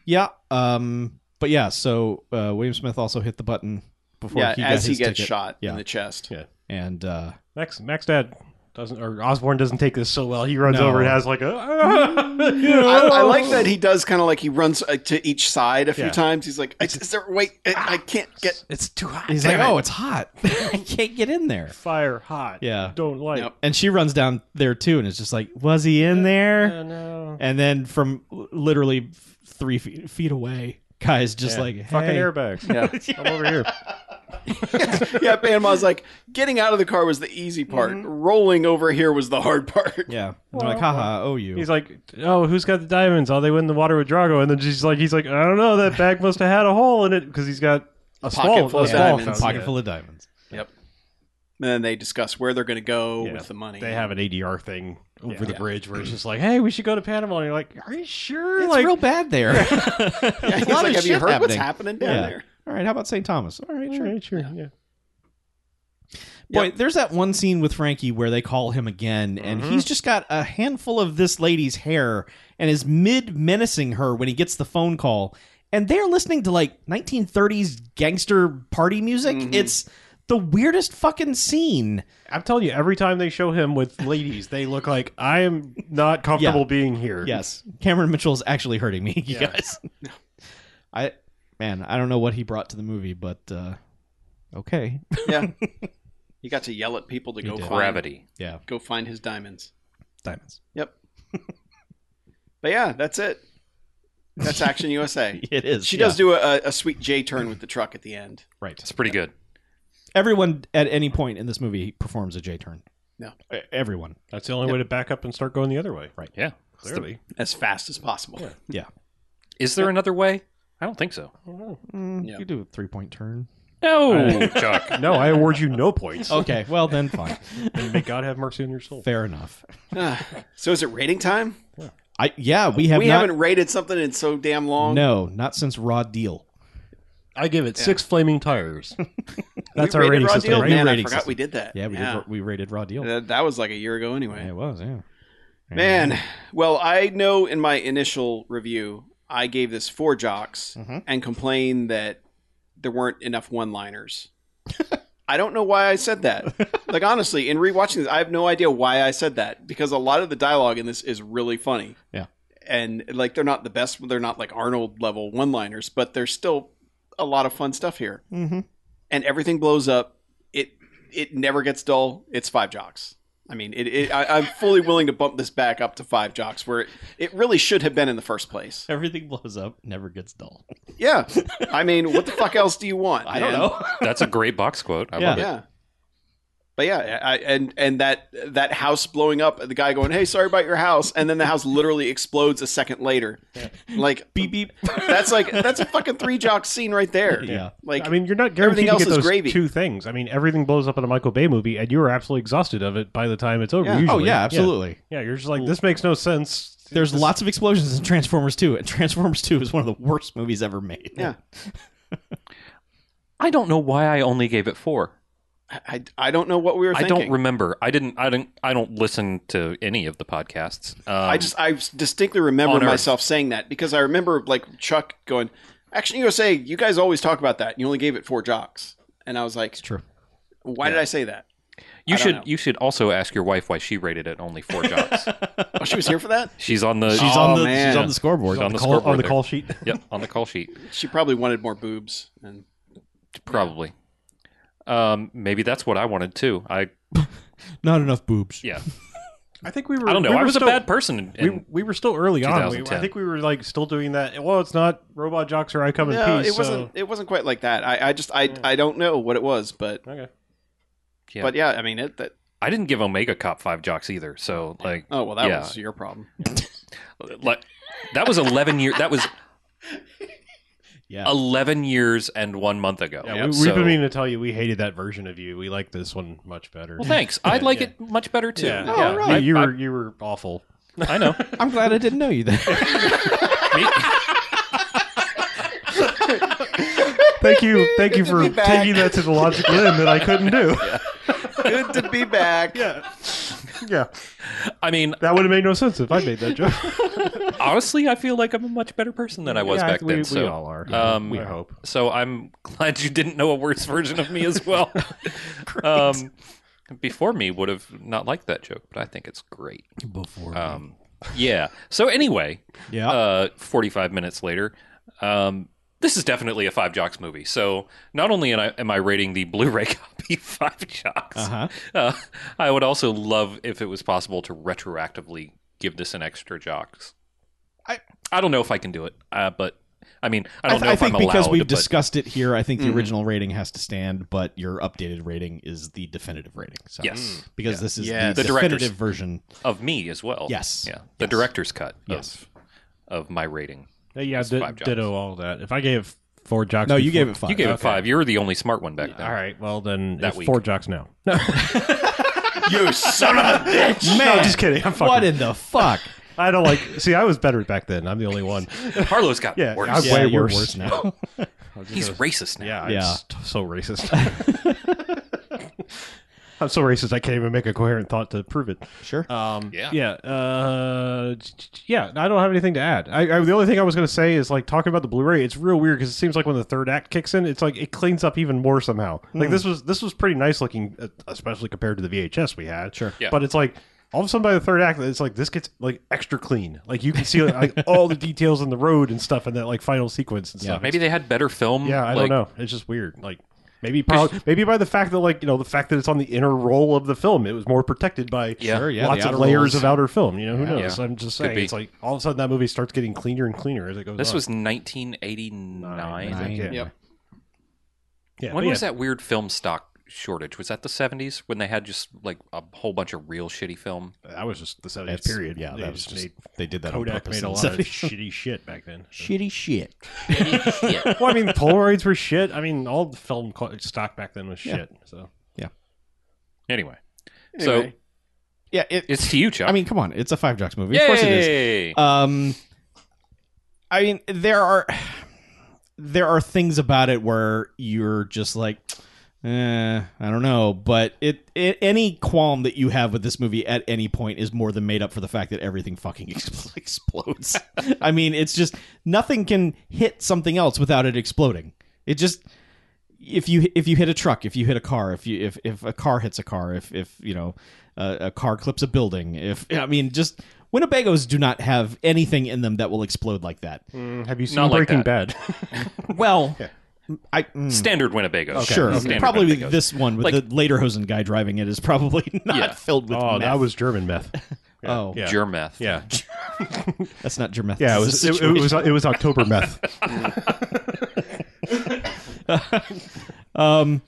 Speaker 3: Yeah. Um. But yeah. So uh, William Smith also hit the button before
Speaker 4: yeah,
Speaker 3: he got
Speaker 4: as he
Speaker 3: his
Speaker 4: gets
Speaker 3: ticket.
Speaker 4: shot
Speaker 3: Yeah.
Speaker 4: in the chest.
Speaker 1: Yeah.
Speaker 3: And uh,
Speaker 1: Max Max Dad doesn't or Osborne doesn't take this so well. He runs
Speaker 3: No.
Speaker 1: over and has like a.
Speaker 4: I, Mm. I
Speaker 3: Oh.
Speaker 4: like that he does kind of like he runs uh, to each side a few
Speaker 1: Yeah.
Speaker 4: times. He's like, "Is- "Is there wait? I, I can't get."
Speaker 1: It's too hot.
Speaker 3: he's like, "Oh, it's hot. I can't get in there."
Speaker 1: fire hot.
Speaker 3: Yeah.
Speaker 1: don't like.
Speaker 4: Yep.
Speaker 3: And she runs down there too, and it's just like, "Was he
Speaker 4: Uh,
Speaker 3: in there?"
Speaker 1: no.
Speaker 3: And then from l- literally f- three feet, feet away, guys just like, hey.
Speaker 1: fucking airbags.
Speaker 4: Yeah,
Speaker 1: I'm over here.
Speaker 4: yeah. Panama's like getting out of the car was the easy part.
Speaker 3: Mm-hmm.
Speaker 4: Rolling over here was the hard part.
Speaker 3: Yeah, and they're like, haha, oh you.
Speaker 1: He's like, oh, who's got the diamonds? Oh, they went in the water with Drago, and then she's like, he's like, I don't know. That bag must have had a hole in it because he's got a
Speaker 4: Pocket
Speaker 1: swallow-
Speaker 4: full
Speaker 1: a
Speaker 4: of
Speaker 1: swallow
Speaker 4: diamonds.
Speaker 1: fountain.
Speaker 3: pocket full of diamonds.
Speaker 4: Yep. And then they discuss where they're going to go
Speaker 1: Yeah.
Speaker 4: with the money.
Speaker 1: They have an ADR thing over
Speaker 3: Yeah.
Speaker 1: the
Speaker 4: Yeah.
Speaker 1: bridge where it's just like, hey, we should go to Panama. And you're like, are you sure?
Speaker 3: It's
Speaker 1: like,
Speaker 3: real bad there.
Speaker 4: Yeah,
Speaker 3: There's
Speaker 4: he's like,
Speaker 3: a lot of
Speaker 4: have you
Speaker 3: shit
Speaker 4: heard what's
Speaker 3: happening."
Speaker 4: happening down
Speaker 3: Yeah.
Speaker 4: there?
Speaker 3: All right, how about St. Thomas? All right,
Speaker 1: all
Speaker 3: sure.
Speaker 1: right, sure. Yeah.
Speaker 3: Boy, there's that one scene with Frankie where they call him again, and
Speaker 1: Mm-hmm.
Speaker 3: he's just got a handful of this lady's hair and is mid menacing her when he gets the phone call. And they're listening to like 1930s gangster party music.
Speaker 1: Mm-hmm.
Speaker 3: It's the weirdest fucking scene.
Speaker 1: I'm telling you, every time they show him with ladies, they look like, I am not comfortable
Speaker 3: Yeah.
Speaker 1: being here.
Speaker 3: Yes, Cameron Mitchell's actually hurting me, you guys. I, man, I don't know what he brought to the movie, but uh, okay.
Speaker 4: Yeah. he got to yell at people to go
Speaker 3: did.
Speaker 4: find,
Speaker 2: Gravity.
Speaker 3: Yeah,
Speaker 4: go find his diamonds.
Speaker 3: diamonds.
Speaker 4: Yep. but yeah, that's it. That's Action USA.
Speaker 3: It is.
Speaker 4: She does do a, a sweet J turn with the truck at the end.
Speaker 3: right.
Speaker 2: It's pretty good.
Speaker 3: Everyone at any point in this movie performs a J turn.
Speaker 4: No.
Speaker 3: E- everyone.
Speaker 1: That's the only way to back up and start going the other way. Right.
Speaker 2: Yeah.
Speaker 1: Clearly.
Speaker 4: as fast as possible.
Speaker 3: Yeah.
Speaker 2: Is there another way? I don't think so.
Speaker 4: Yeah.
Speaker 3: Mm, You do a three point turn.
Speaker 2: No, Chuck.
Speaker 1: no, I award you no points.
Speaker 3: Okay, well then, fine.
Speaker 1: And may God have mercy on your soul.
Speaker 3: Fair enough.
Speaker 4: Ah, so is it rating time?
Speaker 3: I yeah, we have
Speaker 4: we
Speaker 3: not.
Speaker 4: haven't rated something in so damn long.
Speaker 3: no, not since Raw Deal.
Speaker 1: I give it six flaming tires. That's
Speaker 4: we
Speaker 1: our
Speaker 4: rated
Speaker 1: rating
Speaker 4: Raw
Speaker 1: system,
Speaker 4: Deal?
Speaker 1: right?
Speaker 4: Man, I
Speaker 3: Rating
Speaker 4: forgot
Speaker 3: system.
Speaker 4: we did that.
Speaker 3: Yeah, we Did, we rated Raw Deal.
Speaker 4: That, that was like a year ago anyway.
Speaker 3: It was yeah.
Speaker 4: Man, well, I know in my initial review, I gave this four jocks
Speaker 3: Mhm.
Speaker 4: and complained that there weren't enough one liners. I don't know why I said that. Like, honestly, in rewatching this, I have no idea why I said that because a lot of the dialogue in this is really funny.
Speaker 3: Yeah.
Speaker 4: And, like, they're not the best, they're not like Arnold level one liners, but there's still a lot of fun stuff here.
Speaker 3: Mhm.
Speaker 4: And everything blows up. It, it never gets dull. It's five jocks. I mean, it, it, I, I'm fully willing to bump this back up to five jocks, where it, it really should have been in the first place.
Speaker 3: Everything blows up, never gets dull.
Speaker 4: Yeah, I mean, what the fuck else do you want?
Speaker 3: I don't
Speaker 4: man?
Speaker 3: know.
Speaker 2: That's a great box quote. I
Speaker 3: Yeah.
Speaker 2: love it.
Speaker 4: Yeah, but yeah, I, and and that that house blowing up, the guy going, "Hey, sorry about your house," and then the house literally explodes a second later. Like
Speaker 3: beep beep.
Speaker 4: that's like that's a fucking three jocks scene right there.
Speaker 3: Yeah.
Speaker 4: like
Speaker 1: I mean, you're not guaranteed
Speaker 4: everything else
Speaker 1: to get
Speaker 4: is
Speaker 1: those
Speaker 4: gravy.
Speaker 1: two things. I mean, everything blows up in a Michael Bay movie, and you are absolutely exhausted of it by the time it's over.
Speaker 4: Yeah. Oh,
Speaker 1: Usually.
Speaker 3: Oh yeah, absolutely.
Speaker 1: Yeah. you're just like, this makes no sense.
Speaker 3: There's lots of explosions in Transformers 2, and Transformers 2 is one of the worst movies ever made.
Speaker 4: yeah,
Speaker 2: I don't know why I only gave it four.
Speaker 4: I, I I don't know what we were.
Speaker 2: I
Speaker 4: Thinking.
Speaker 2: don't remember. I didn't. I don't. I don't listen to any of the podcasts. Um,
Speaker 4: I just I distinctly remember
Speaker 2: on Earth.
Speaker 4: myself saying that because I remember like Chuck going, Action USA, you guys always talk about that. You only gave it four jocks. And I was like,
Speaker 3: True.
Speaker 4: why did I say that?
Speaker 2: you
Speaker 4: don't
Speaker 2: should.
Speaker 4: know.
Speaker 2: You should also ask your wife why she rated it only four jocks.
Speaker 4: Oh, she was here for that?
Speaker 2: she's on the.
Speaker 3: She's
Speaker 4: Oh,
Speaker 3: on the
Speaker 4: man.
Speaker 3: she's on the scoreboard.
Speaker 2: She's on the
Speaker 1: call,
Speaker 2: scoreboard
Speaker 1: on the
Speaker 2: there.
Speaker 1: call sheet.
Speaker 2: Yep, on the call sheet.
Speaker 4: She probably wanted more boobs. And
Speaker 2: Probably. Um, maybe that's what I wanted too. I
Speaker 3: Not enough boobs.
Speaker 2: yeah.
Speaker 1: I think we were.
Speaker 2: I don't know.
Speaker 1: we
Speaker 2: I
Speaker 1: were
Speaker 2: was
Speaker 1: still-
Speaker 2: a bad person. in-
Speaker 1: We, we were still early on. We, I
Speaker 2: 2010.
Speaker 1: think we were like still doing that. Well, it's not robot jocks or I come
Speaker 4: no,
Speaker 1: in peace.
Speaker 4: it wasn't
Speaker 1: so-
Speaker 4: it wasn't quite like that. I, I just I I don't know what it was, but
Speaker 1: Okay.
Speaker 2: Yeah.
Speaker 4: but yeah, I mean it that
Speaker 2: I didn't give Omega Cop five jocks either. So like,
Speaker 4: oh well that
Speaker 2: Yeah.
Speaker 4: was your problem.
Speaker 2: like that was eleven years. That was
Speaker 3: Yeah.
Speaker 2: eleven years and one month ago.
Speaker 1: Yeah, we,
Speaker 2: So-
Speaker 1: We've been meaning to tell you we hated that version of you. We like this one much better.
Speaker 2: Well, thanks. I like it much better too.
Speaker 4: Oh,
Speaker 1: Yeah.
Speaker 3: Yeah.
Speaker 1: You-
Speaker 3: right.
Speaker 1: you were you were awful.
Speaker 2: I know.
Speaker 3: I'm glad I didn't know you then.
Speaker 1: Thank you, thank you
Speaker 4: Good to
Speaker 1: for
Speaker 4: be back.
Speaker 1: taking that to the logical end that I couldn't do.
Speaker 4: Good to be back.
Speaker 1: Yeah, yeah.
Speaker 2: I mean,
Speaker 1: That would have made no sense if I made that joke.
Speaker 2: honestly, I feel like I'm a much better person than I was
Speaker 1: Yeah,
Speaker 2: back
Speaker 1: we-
Speaker 2: then.
Speaker 1: we
Speaker 2: so
Speaker 1: all are.
Speaker 2: Um,
Speaker 1: I hope.
Speaker 2: So I'm glad you didn't know a worse version of me as well. um, before me would have not liked that joke, but I think it's great.
Speaker 3: Before.
Speaker 2: Um, yeah. So anyway,
Speaker 3: yeah.
Speaker 2: uh, 45 minutes later, um, this is definitely a five jocks movie. So not only am I, am I rating the Blu-ray copy five jocks,
Speaker 3: Uh-huh.
Speaker 2: uh, I would also love if it was possible to retroactively give this an extra jocks.
Speaker 3: I-
Speaker 2: I don't know if I can do it, uh, but I mean, I
Speaker 3: I,
Speaker 2: don't
Speaker 3: th-
Speaker 2: know
Speaker 3: I
Speaker 2: if
Speaker 3: think
Speaker 2: I'm
Speaker 3: because
Speaker 2: allowed.
Speaker 3: we've
Speaker 2: but
Speaker 3: discussed it here, I think the original rating has to stand, but your updated rating is the definitive rating. So,
Speaker 2: Yes.
Speaker 3: because this is
Speaker 4: Yes.
Speaker 3: the,
Speaker 2: The director's-
Speaker 3: definitive version.
Speaker 2: of me as well.
Speaker 3: Yes.
Speaker 2: yeah, the
Speaker 3: Yes.
Speaker 2: director's cut.
Speaker 3: Yes.
Speaker 2: of, of my rating.
Speaker 1: Yeah,
Speaker 2: It's
Speaker 1: di-
Speaker 2: five jobs.
Speaker 1: ditto all that. If I gave four jocks.
Speaker 3: No,
Speaker 1: before-
Speaker 3: you gave it five.
Speaker 2: You gave it five. You were the only smart one back then.
Speaker 1: All right. Well, then
Speaker 2: That
Speaker 1: it's
Speaker 2: week.
Speaker 1: four jocks now. No,
Speaker 4: You son of a bitch!
Speaker 3: Man,
Speaker 1: I'm just kidding. I'm fucking.
Speaker 3: What in the fuck?
Speaker 1: I don't like. See, I was better back then. I'm the only one.
Speaker 2: Harlow's got
Speaker 1: Yeah,
Speaker 2: worse.
Speaker 1: I-
Speaker 3: yeah,
Speaker 1: way
Speaker 3: you're
Speaker 1: worse.
Speaker 3: worse now.
Speaker 2: He's racist now.
Speaker 1: Yeah,
Speaker 3: Yeah.
Speaker 1: it's t- so racist. I'm so racist. I can't even make a coherent thought to prove it.
Speaker 3: sure.
Speaker 1: Um,
Speaker 2: Yeah.
Speaker 1: yeah, uh, j- j- yeah. I don't have anything to add. I, I, the only thing I was going to say is like talking about the Blu-ray. It's real weird because it seems like when the third act kicks in, it's like it cleans up even more somehow.
Speaker 3: Hmm.
Speaker 1: Like this was this was pretty nice looking, uh, especially compared to the VHS we had.
Speaker 3: Sure.
Speaker 2: Yeah.
Speaker 1: But it's like all of a sudden by the third act, it's like this gets like extra clean. Like you can see like all the details on the road and stuff, and that like final sequence and
Speaker 3: Yeah.
Speaker 1: stuff.
Speaker 2: Maybe they had better film.
Speaker 1: Yeah, I
Speaker 2: like,
Speaker 1: don't know. It's just weird. Like maybe prob- maybe by the fact that like you know the fact that it's on the inner roll of the film, it was more protected by
Speaker 2: Yeah.
Speaker 3: Sure, yeah,
Speaker 1: lots
Speaker 3: the
Speaker 1: of
Speaker 3: outer
Speaker 1: layers
Speaker 3: rolls.
Speaker 1: of outer film. You know who
Speaker 3: Yeah.
Speaker 1: knows?
Speaker 2: Yeah.
Speaker 1: I'm just
Speaker 2: Could
Speaker 1: saying.
Speaker 2: be.
Speaker 1: It's like all of a sudden that movie starts getting cleaner and cleaner as it goes.
Speaker 2: This
Speaker 1: on.
Speaker 2: was 1989.
Speaker 1: Nine. Yeah.
Speaker 4: Yep.
Speaker 1: yeah,
Speaker 2: When
Speaker 1: but
Speaker 2: was
Speaker 1: yeah.
Speaker 2: that weird film stock shortage? Was that the 70s when they had just like a whole bunch of real shitty film?
Speaker 1: that? was just the 70s
Speaker 3: That's-
Speaker 1: period.
Speaker 3: Yeah,
Speaker 1: They
Speaker 3: that was just
Speaker 1: made-
Speaker 3: they did that on
Speaker 1: Kodak
Speaker 3: purpose.
Speaker 1: made a
Speaker 3: in
Speaker 1: lot
Speaker 3: the
Speaker 1: of
Speaker 3: 70s.
Speaker 1: shitty shit back then.
Speaker 3: shitty shit.
Speaker 1: well, I mean, Polaroids were shit. I mean, all the film co- stock back then was
Speaker 3: Yeah.
Speaker 1: shit. So
Speaker 2: Anyway,
Speaker 4: Anyway,
Speaker 3: Yeah, it,
Speaker 2: it's to you, Chuck.
Speaker 3: I mean, come on, it's a five jocks movie. Of course it is.
Speaker 2: Yay!
Speaker 3: Um, I mean, there are there are things about it where you're just like, eh, I don't know, but it, it any qualm that you have with this movie at any point is more than made up for the fact that everything fucking ex- explodes. I mean, it's just nothing can hit something else without it exploding. It just if you if you hit a truck, if you hit a car, if you if if a car hits a car, if if you know uh, a car clips a building, if I mean just Winnebagoes do not have anything in them that will explode like that.
Speaker 1: Mm, have you seen
Speaker 2: Not like
Speaker 1: Breaking Bad?
Speaker 3: Well, I mm,
Speaker 2: Standard Winnebago.
Speaker 3: sure
Speaker 2: Standard
Speaker 3: probably
Speaker 2: Winnebagos.
Speaker 3: this one with
Speaker 2: Like-
Speaker 3: the later Hosen guy driving it is probably not
Speaker 2: Yeah.
Speaker 3: filled with
Speaker 1: oh,
Speaker 3: meth.
Speaker 1: that was German meth. Yeah.
Speaker 3: Oh.
Speaker 1: yeah.
Speaker 2: Germeth.
Speaker 1: yeah.
Speaker 3: that's not germeth.
Speaker 1: Yeah, it
Speaker 3: This
Speaker 1: was
Speaker 3: is a
Speaker 1: it, it was it was October meth.
Speaker 3: Um,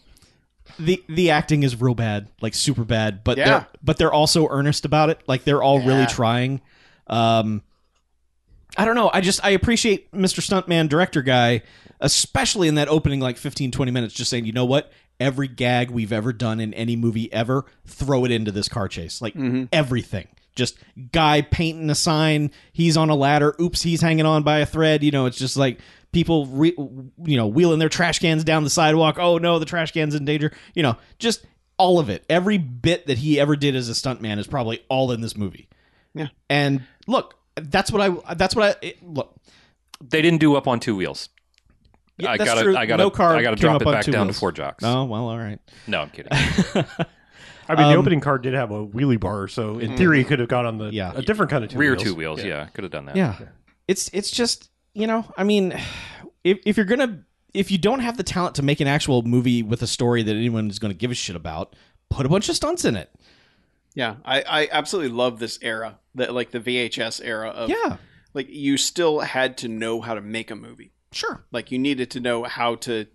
Speaker 3: the the acting is real bad, like super bad, but
Speaker 4: Yeah.
Speaker 3: they're but they're also earnest about it. Like they're all really
Speaker 4: Yeah.
Speaker 3: trying. Um, I don't know. I just I appreciate Mr. Stuntman director guy, especially in that opening like 15 20 minutes just saying, "You know what? Every gag we've ever done in any movie ever, throw it into this car chase. Like everything. Just guy painting a sign, he's on a ladder, oops, he's hanging on by a thread, you know, it's just like people re- you know, wheeling their trash cans down the sidewalk. Oh no, the trash can's in danger. You know, just all of it. Every bit that he ever did as a stuntman is probably all in this movie. And look, that's what I. That's what I it- look.
Speaker 2: They didn't do up on two wheels.
Speaker 3: Yeah,
Speaker 2: I
Speaker 3: that's
Speaker 2: gotta,
Speaker 3: true.
Speaker 2: I gotta,
Speaker 3: No car
Speaker 2: I gotta
Speaker 3: came
Speaker 2: drop
Speaker 3: up
Speaker 2: it
Speaker 3: on
Speaker 2: back
Speaker 3: two
Speaker 2: down
Speaker 3: wheels.
Speaker 2: to four jocks.
Speaker 3: Oh well, all right.
Speaker 2: No, I'm kidding.
Speaker 1: I mean, the
Speaker 3: Um,
Speaker 1: opening card did have a wheelie bar, so in theory, it could have gone on the
Speaker 3: Yeah.
Speaker 1: a different kind of two
Speaker 2: Mm-hmm. Rear
Speaker 1: wheels.
Speaker 2: two wheels. Yeah, could have done that.
Speaker 3: Yeah, it's it's just you know. I mean, if if you're gonna if you don't have the talent to make an actual movie with a story that anyone is gonna give a shit about, put a bunch of stunts in it.
Speaker 4: yeah, I, I absolutely love this era, the, like the VHS era of
Speaker 3: Yeah,
Speaker 4: like you still had to know how to make a movie.
Speaker 3: sure.
Speaker 4: Like you needed to know how to,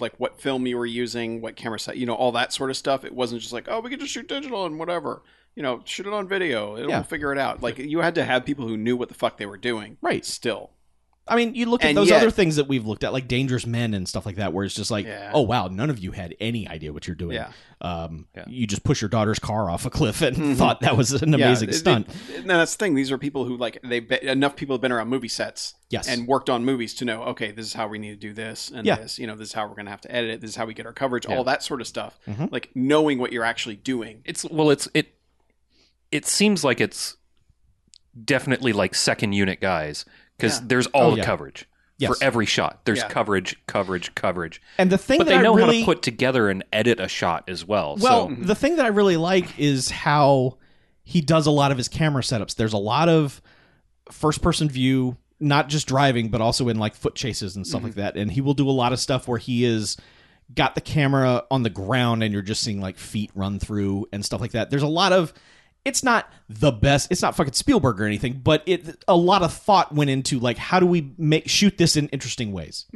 Speaker 4: like what film you were using, what camera set, you know, all that sort of stuff. It wasn't just like, oh, we can just shoot digital and whatever. You know, shoot it on video. It'll
Speaker 3: Yeah.
Speaker 4: figure it out. Like you had to have people who knew what the fuck they were doing.
Speaker 3: Right.
Speaker 4: Still.
Speaker 3: I mean, you look at
Speaker 4: And
Speaker 3: those
Speaker 4: yet-
Speaker 3: other things that we've looked at, like Dangerous Men and stuff like that, where it's just like,
Speaker 4: Yeah.
Speaker 3: oh wow, none of you had any idea what you're doing.
Speaker 4: Yeah.
Speaker 3: Um,
Speaker 2: Yeah.
Speaker 3: you just push your daughter's car off a cliff and thought that was an
Speaker 4: Yeah,
Speaker 3: amazing
Speaker 4: they-
Speaker 3: stunt.
Speaker 4: they- no, that's the thing. These are people who like they be, enough people have been around movie sets,
Speaker 3: Yes.
Speaker 4: and worked on movies to know. Okay, this is how we need to do this, and
Speaker 3: Yeah.
Speaker 4: this, you know, this is how we're going to have to edit it. This is how we get our coverage,
Speaker 3: Yeah.
Speaker 4: all that sort of stuff.
Speaker 3: Mhm.
Speaker 4: Like knowing what you're actually doing.
Speaker 2: It's well, it's it. It seems like it's definitely like second unit guys because
Speaker 4: Yeah.
Speaker 2: there's all
Speaker 3: Oh,
Speaker 2: the
Speaker 3: yeah.
Speaker 2: coverage
Speaker 3: Yes.
Speaker 2: for every shot. There's
Speaker 4: Yeah.
Speaker 2: coverage, coverage, coverage.
Speaker 3: and the thing
Speaker 2: But
Speaker 3: that
Speaker 2: they
Speaker 3: I
Speaker 2: know how
Speaker 3: really
Speaker 2: to put together and edit a shot as well.
Speaker 3: Well,
Speaker 2: so
Speaker 3: the thing that I really like is how he does a lot of his camera setups. There's a lot of first person view, not just driving, but also in like foot chases and stuff like that. And he will do a lot of stuff where he is got the camera on the ground and you're just seeing like feet run through and stuff like that. There's a lot of it's not the best. It's not fucking Spielberg or anything, but it a lot of thought went into like how do we make shoot this in interesting ways.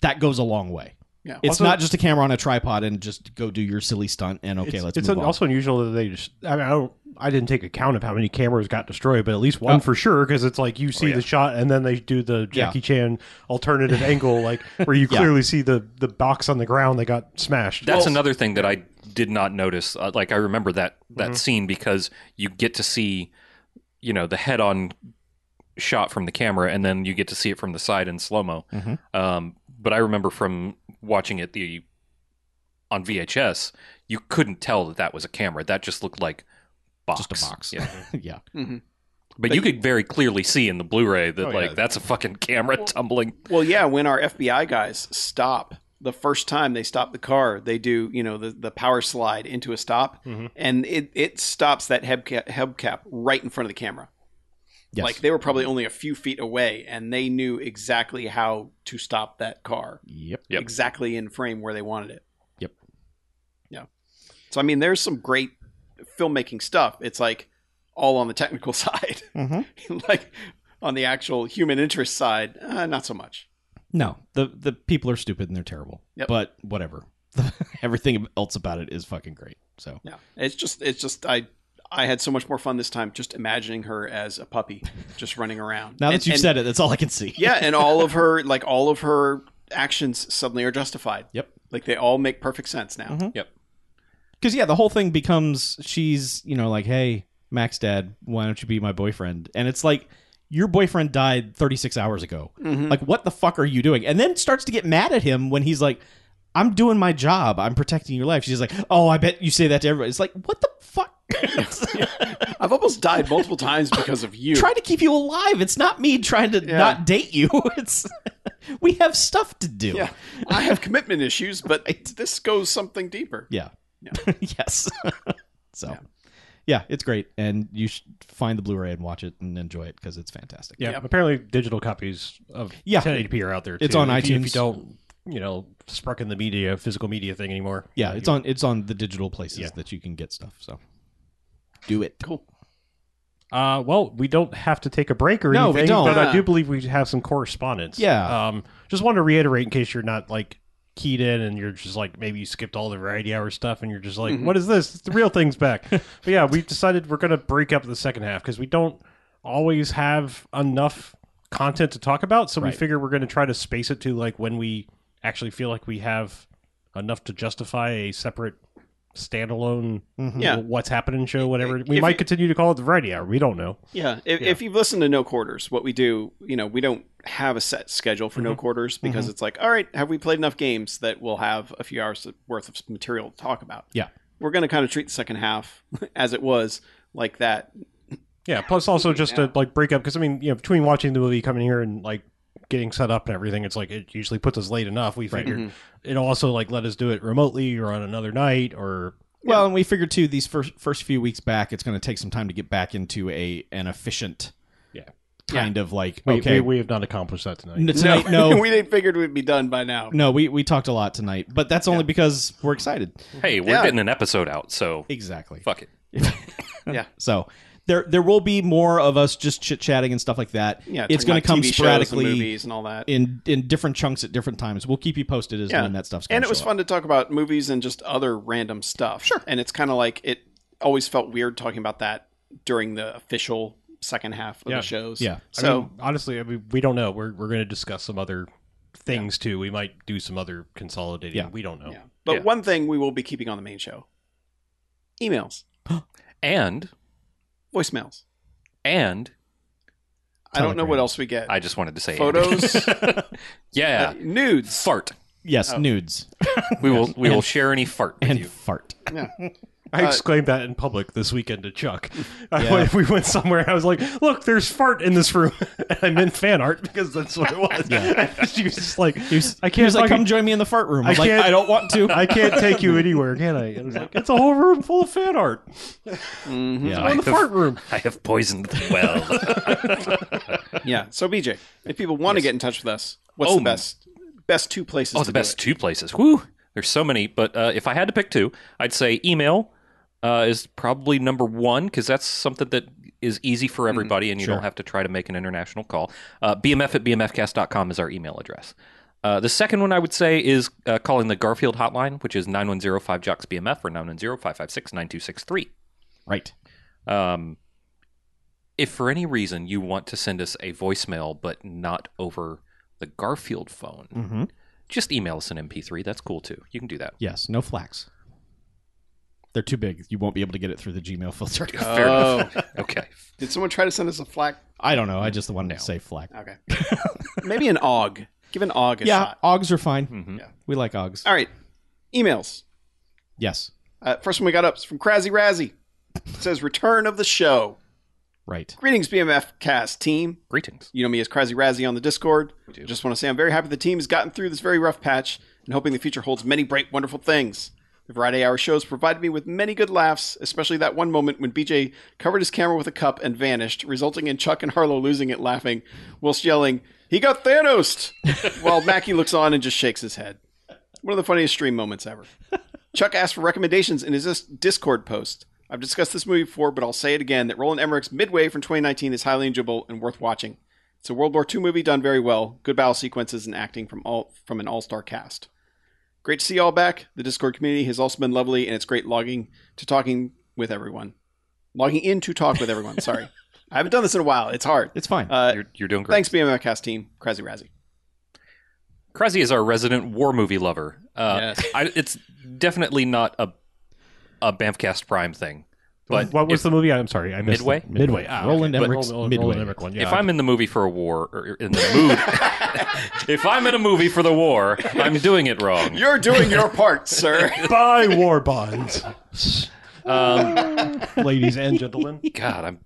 Speaker 3: That goes a long way.
Speaker 4: Mm-hmm. Yeah.
Speaker 3: It's
Speaker 1: Also-
Speaker 3: not just a camera on a tripod and just go do your silly stunt and okay,
Speaker 1: it's,
Speaker 3: let's
Speaker 1: it's
Speaker 3: move
Speaker 1: un-
Speaker 3: on.
Speaker 1: also unusual that they just. I mean, I don't. I didn't take account of how many cameras got destroyed, but at least one for sure because it's
Speaker 2: Oh,
Speaker 1: like you see the shot and then they do the
Speaker 3: Oh. Yeah.
Speaker 1: Jackie Chan alternative angle, like where you
Speaker 3: Yeah.
Speaker 1: clearly see the the box on the ground that got smashed.
Speaker 2: That's another thing that I did not notice. Uh, like I remember that that scene because you get to see, you know, the head-on shot from the camera, and then you get to see it from the side in slow mo.
Speaker 3: Mhm.
Speaker 2: Um, but I remember from watching it the on VHS, you couldn't tell that that was a camera. That just looked like box.
Speaker 3: Just a box.
Speaker 2: Yeah.
Speaker 3: yeah.
Speaker 2: But you could very clearly see in the Blu-ray that
Speaker 1: Oh, yeah.
Speaker 2: like that's a fucking camera tumbling.
Speaker 4: Well, yeah, when our FBI guys stop the first time they stop the car, they do you know the, the power slide into a stop,
Speaker 3: Mm-hmm.
Speaker 4: and it it stops that hubcap, hubcap right in front of the camera.
Speaker 3: Yes.
Speaker 4: Like they were probably only a few feet away, and they knew exactly how to stop that car
Speaker 3: yep.
Speaker 2: Yep.
Speaker 4: exactly in frame where they wanted it.
Speaker 3: Yep.
Speaker 4: Yeah. So I mean, there's some great filmmaking stuff. It's like all on the technical side,
Speaker 3: Mhm.
Speaker 4: like on the actual human interest side, uh, not so much.
Speaker 3: No, the the people are stupid and they're terrible.
Speaker 4: Yep.
Speaker 3: But whatever. Everything else about it is fucking great. So
Speaker 4: Yeah, it's just it's just I I had so much more fun this time just imagining her as a puppy just running around.
Speaker 3: now that
Speaker 4: And-
Speaker 3: you've
Speaker 4: and-
Speaker 3: said it, that's all I can see.
Speaker 4: yeah, and all of her like all of her actions suddenly are justified.
Speaker 3: Yep.
Speaker 4: Like they all make perfect sense now.
Speaker 3: Mhm.
Speaker 2: Yep.
Speaker 3: Because yeah, the whole thing becomes she's you know like, hey, Max Dad, why don't you be my boyfriend? And it's like your boyfriend died 36 hours ago.
Speaker 4: Mm-hmm. Mm.
Speaker 3: Like what the fuck are you doing? And then starts to get mad at him when he's like, I'm doing my job. I'm protecting your life. She's like, oh, I bet you say that to everybody. It's like what the fuck.
Speaker 4: I've almost died multiple times because of you.
Speaker 3: trying to keep you alive. It's not me trying to
Speaker 4: Yeah.
Speaker 3: not date you. It's we have stuff to do.
Speaker 4: yeah, I have commitment issues, but this goes something deeper.
Speaker 3: Yeah.
Speaker 4: Yeah.
Speaker 3: yes. so, yeah.
Speaker 4: Yeah.
Speaker 3: it's great, and you should find the Blu-ray and watch it and enjoy it because it's fantastic.
Speaker 1: yeah,
Speaker 4: Yep.
Speaker 1: apparently digital copies of
Speaker 3: Yeah.
Speaker 1: 1080p are out there.
Speaker 3: It's
Speaker 1: too.
Speaker 3: on
Speaker 1: If you-
Speaker 3: iTunes.
Speaker 1: If you don't, you know, sprucking the media, physical media thing anymore.
Speaker 3: Yeah, it's on it's on the digital places
Speaker 1: Yeah.
Speaker 3: that you can get stuff. So, do it.
Speaker 4: Cool.
Speaker 1: Uh, well, we don't have to take a break or
Speaker 3: No, we
Speaker 1: anything,
Speaker 3: don't.
Speaker 1: but I
Speaker 4: Yeah.
Speaker 1: do believe we have some correspondence.
Speaker 3: Yeah.
Speaker 1: Um, just wanted to reiterate in case you're not like keyed in and you're just like maybe you skipped all the variety hour stuff and you're just like,
Speaker 3: Mm-hmm.
Speaker 1: "What is this? The real thing's back. but yeah, we've decided we're gonna break up the second half because we don't always have enough content to talk about, so
Speaker 3: Right.
Speaker 1: we figure we're gonna try to space it to like when we actually feel like we have enough to justify a separate standalone
Speaker 4: Yeah.
Speaker 1: what's happening show whatever we
Speaker 4: If
Speaker 1: might
Speaker 4: you-
Speaker 1: continue to call it the variety hour we don't know
Speaker 4: Yeah. If, if you've listened to No Quarters, what we do, you know, we don't have a set schedule for
Speaker 3: Mm-hmm.
Speaker 4: No Quarters because it's like, all right, have we played enough games that we'll have a few hours worth of material to talk about?
Speaker 3: Yeah.
Speaker 4: We're going to kind of treat the second half as it was like that.
Speaker 1: Yeah. Plus, also just to like break up because I mean, you know, between watching the movie, coming here, and like getting set up and everything, it's like it usually puts us late enough. We figured
Speaker 4: Mm-hmm.
Speaker 1: it'll also like let us do it remotely or on another night or
Speaker 3: Well, and we figured too these first first few weeks back, it's going to take some time to get back into a an efficient,
Speaker 1: Yeah.
Speaker 3: kind of like
Speaker 1: We-
Speaker 3: okay.
Speaker 1: we, we have not accomplished that tonight.
Speaker 3: n- tonight, no,
Speaker 4: we didn't figured we'd be done by now.
Speaker 3: no, we we talked a lot tonight, but that's only because we're excited.
Speaker 2: Hey, we're
Speaker 4: Yeah.
Speaker 2: getting an episode out, so
Speaker 3: Exactly.
Speaker 2: fuck it.
Speaker 3: So there there will be more of us just chit chatting and stuff like that.
Speaker 4: Yeah.
Speaker 3: it's
Speaker 4: talking
Speaker 3: going
Speaker 4: about
Speaker 3: to come
Speaker 4: TV shows and
Speaker 3: sporadically
Speaker 4: movies and all that.
Speaker 3: in in different chunks at different times. We'll keep you posted as to
Speaker 4: Yeah.
Speaker 3: when that stuff's going.
Speaker 4: and it was fun to talk about movies and just other random stuff. Sure. And it's kind of like it always felt weird talking about that during the official second half of
Speaker 1: Yeah.
Speaker 4: the shows.
Speaker 3: Yeah.
Speaker 1: I
Speaker 4: So
Speaker 1: mean, honestly, I mean, we don't know. We're we're going to discuss some other things too. We might do some other consolidating.
Speaker 3: Yeah.
Speaker 1: We don't know.
Speaker 4: Yeah. But
Speaker 2: Yeah.
Speaker 4: one thing we will be keeping on the main show emails,
Speaker 2: And
Speaker 4: voicemails.
Speaker 2: and
Speaker 4: I don't know what else we get.
Speaker 2: I just wanted to say
Speaker 4: Photos,
Speaker 2: Yeah,
Speaker 4: uh, nudes.
Speaker 2: fart.
Speaker 3: Yes,
Speaker 4: Oh.
Speaker 3: nudes
Speaker 2: We will we will share any fart with
Speaker 3: and
Speaker 2: you.
Speaker 3: fart.
Speaker 1: I
Speaker 4: Uh,
Speaker 1: exclaimed that in public this weekend to Chuck. I went, we went somewhere, and I was like, "Look, there's fart in this room," and I meant fan art because that's what it was. she was just like, "I
Speaker 3: He
Speaker 1: can't."
Speaker 3: was like,
Speaker 1: fucking-
Speaker 3: "Come join me in the fart room." I'm
Speaker 1: I
Speaker 3: like,
Speaker 1: can't-
Speaker 3: I don't want to.
Speaker 1: I can't take you anywhere, can I? And I was like, it's a whole room full of fan art.
Speaker 3: Yeah.
Speaker 1: I'm in the fart room.
Speaker 2: I have poisoned the well.
Speaker 4: Yeah. So BJ, if people want to get in touch with us, what's
Speaker 2: Oh,
Speaker 4: the best best two places?
Speaker 2: oh,
Speaker 4: to
Speaker 2: the
Speaker 4: do
Speaker 2: best
Speaker 4: it?
Speaker 2: two places. Woo! There's so many, but uh, if I had to pick two, I'd say email uh, is probably number one because that's something that is easy for everybody, and you don't have to try to make an international call. Uh, bmf at bmfcast.com is our email address. Uh, the second one I would say is uh, calling the Garfield hotline, which is 9105 Jocks BMF or 910 556 9263.
Speaker 3: Right.
Speaker 2: Um, if for any reason you want to send us a voicemail but not over the Garfield phone,
Speaker 3: Mm-hmm.
Speaker 2: just email us an MP3. That's cool too. You can do that.
Speaker 3: Yes. No flax. They're too big. You won't be able to get it through the Gmail filter.
Speaker 2: Fair enough. Okay.
Speaker 4: Oh, Did someone try to send us a flack?
Speaker 3: I don't know. I just wanted to say flax.
Speaker 4: Okay. Maybe an og. Give an og a
Speaker 3: Yeah,
Speaker 4: shot.
Speaker 3: Augs are fine.
Speaker 2: Mhm.
Speaker 4: Mm-hmm. Yeah.
Speaker 3: We like Augs.
Speaker 4: All right. Emails.
Speaker 3: Yes.
Speaker 4: Uh, first one we got up is from Crazy Razzie. It says, Return of the show.
Speaker 3: Right.
Speaker 4: Greetings, BMF cast team.
Speaker 2: Greetings.
Speaker 4: You know me as Crazy Razzie on the Discord. Just want to say I'm very happy the team has gotten through this very rough patch and hoping the future holds many bright, wonderful things. The variety hour shows provided me with many good laughs, especially that one moment when BJ covered his camera with a cup and vanished, resulting in Chuck and Harlow losing it laughing, whilst yelling, He got Thanos! while Mackie looks on and just shakes his head. One of the funniest stream moments ever. Chuck asked for recommendations in his dis- Discord post. I've discussed this movie before, but I'll say it again that Roland Emmerich's Midway from 2019 is highly enjoyable and worth watching. It's a World War II movie done very well. Good battle sequences and acting from all from an all-star cast. Great to see you all back. The Discord community has also been lovely, and it's great logging to talking with everyone. Logging in to talk with everyone. Sorry, I haven't done this in a while. It's hard.
Speaker 3: It's fine.
Speaker 4: Uh,
Speaker 2: You're, you're doing great.
Speaker 4: thanks, BMF cast team. Crazy Razzie.
Speaker 2: Krezzy is our resident war movie lover. Uh,
Speaker 4: Yes.
Speaker 2: I, it's definitely not a a Bamfcast Prime thing. But
Speaker 1: what was
Speaker 2: if,
Speaker 1: the movie? I'm sorry, I missed
Speaker 2: Midway?
Speaker 1: it. Midway. Ah,
Speaker 3: Roland
Speaker 1: okay.
Speaker 3: Emmerich's
Speaker 1: Roland-
Speaker 3: Midway.
Speaker 1: Roland Emmerich one. Yeah,
Speaker 2: if I'm in the movie for a war or in the mood, if I'm in a movie for the war, I'm doing it wrong.
Speaker 4: You're doing your part, sir.
Speaker 1: buy war bonds, ladies and gentlemen.
Speaker 2: Um, God, I'm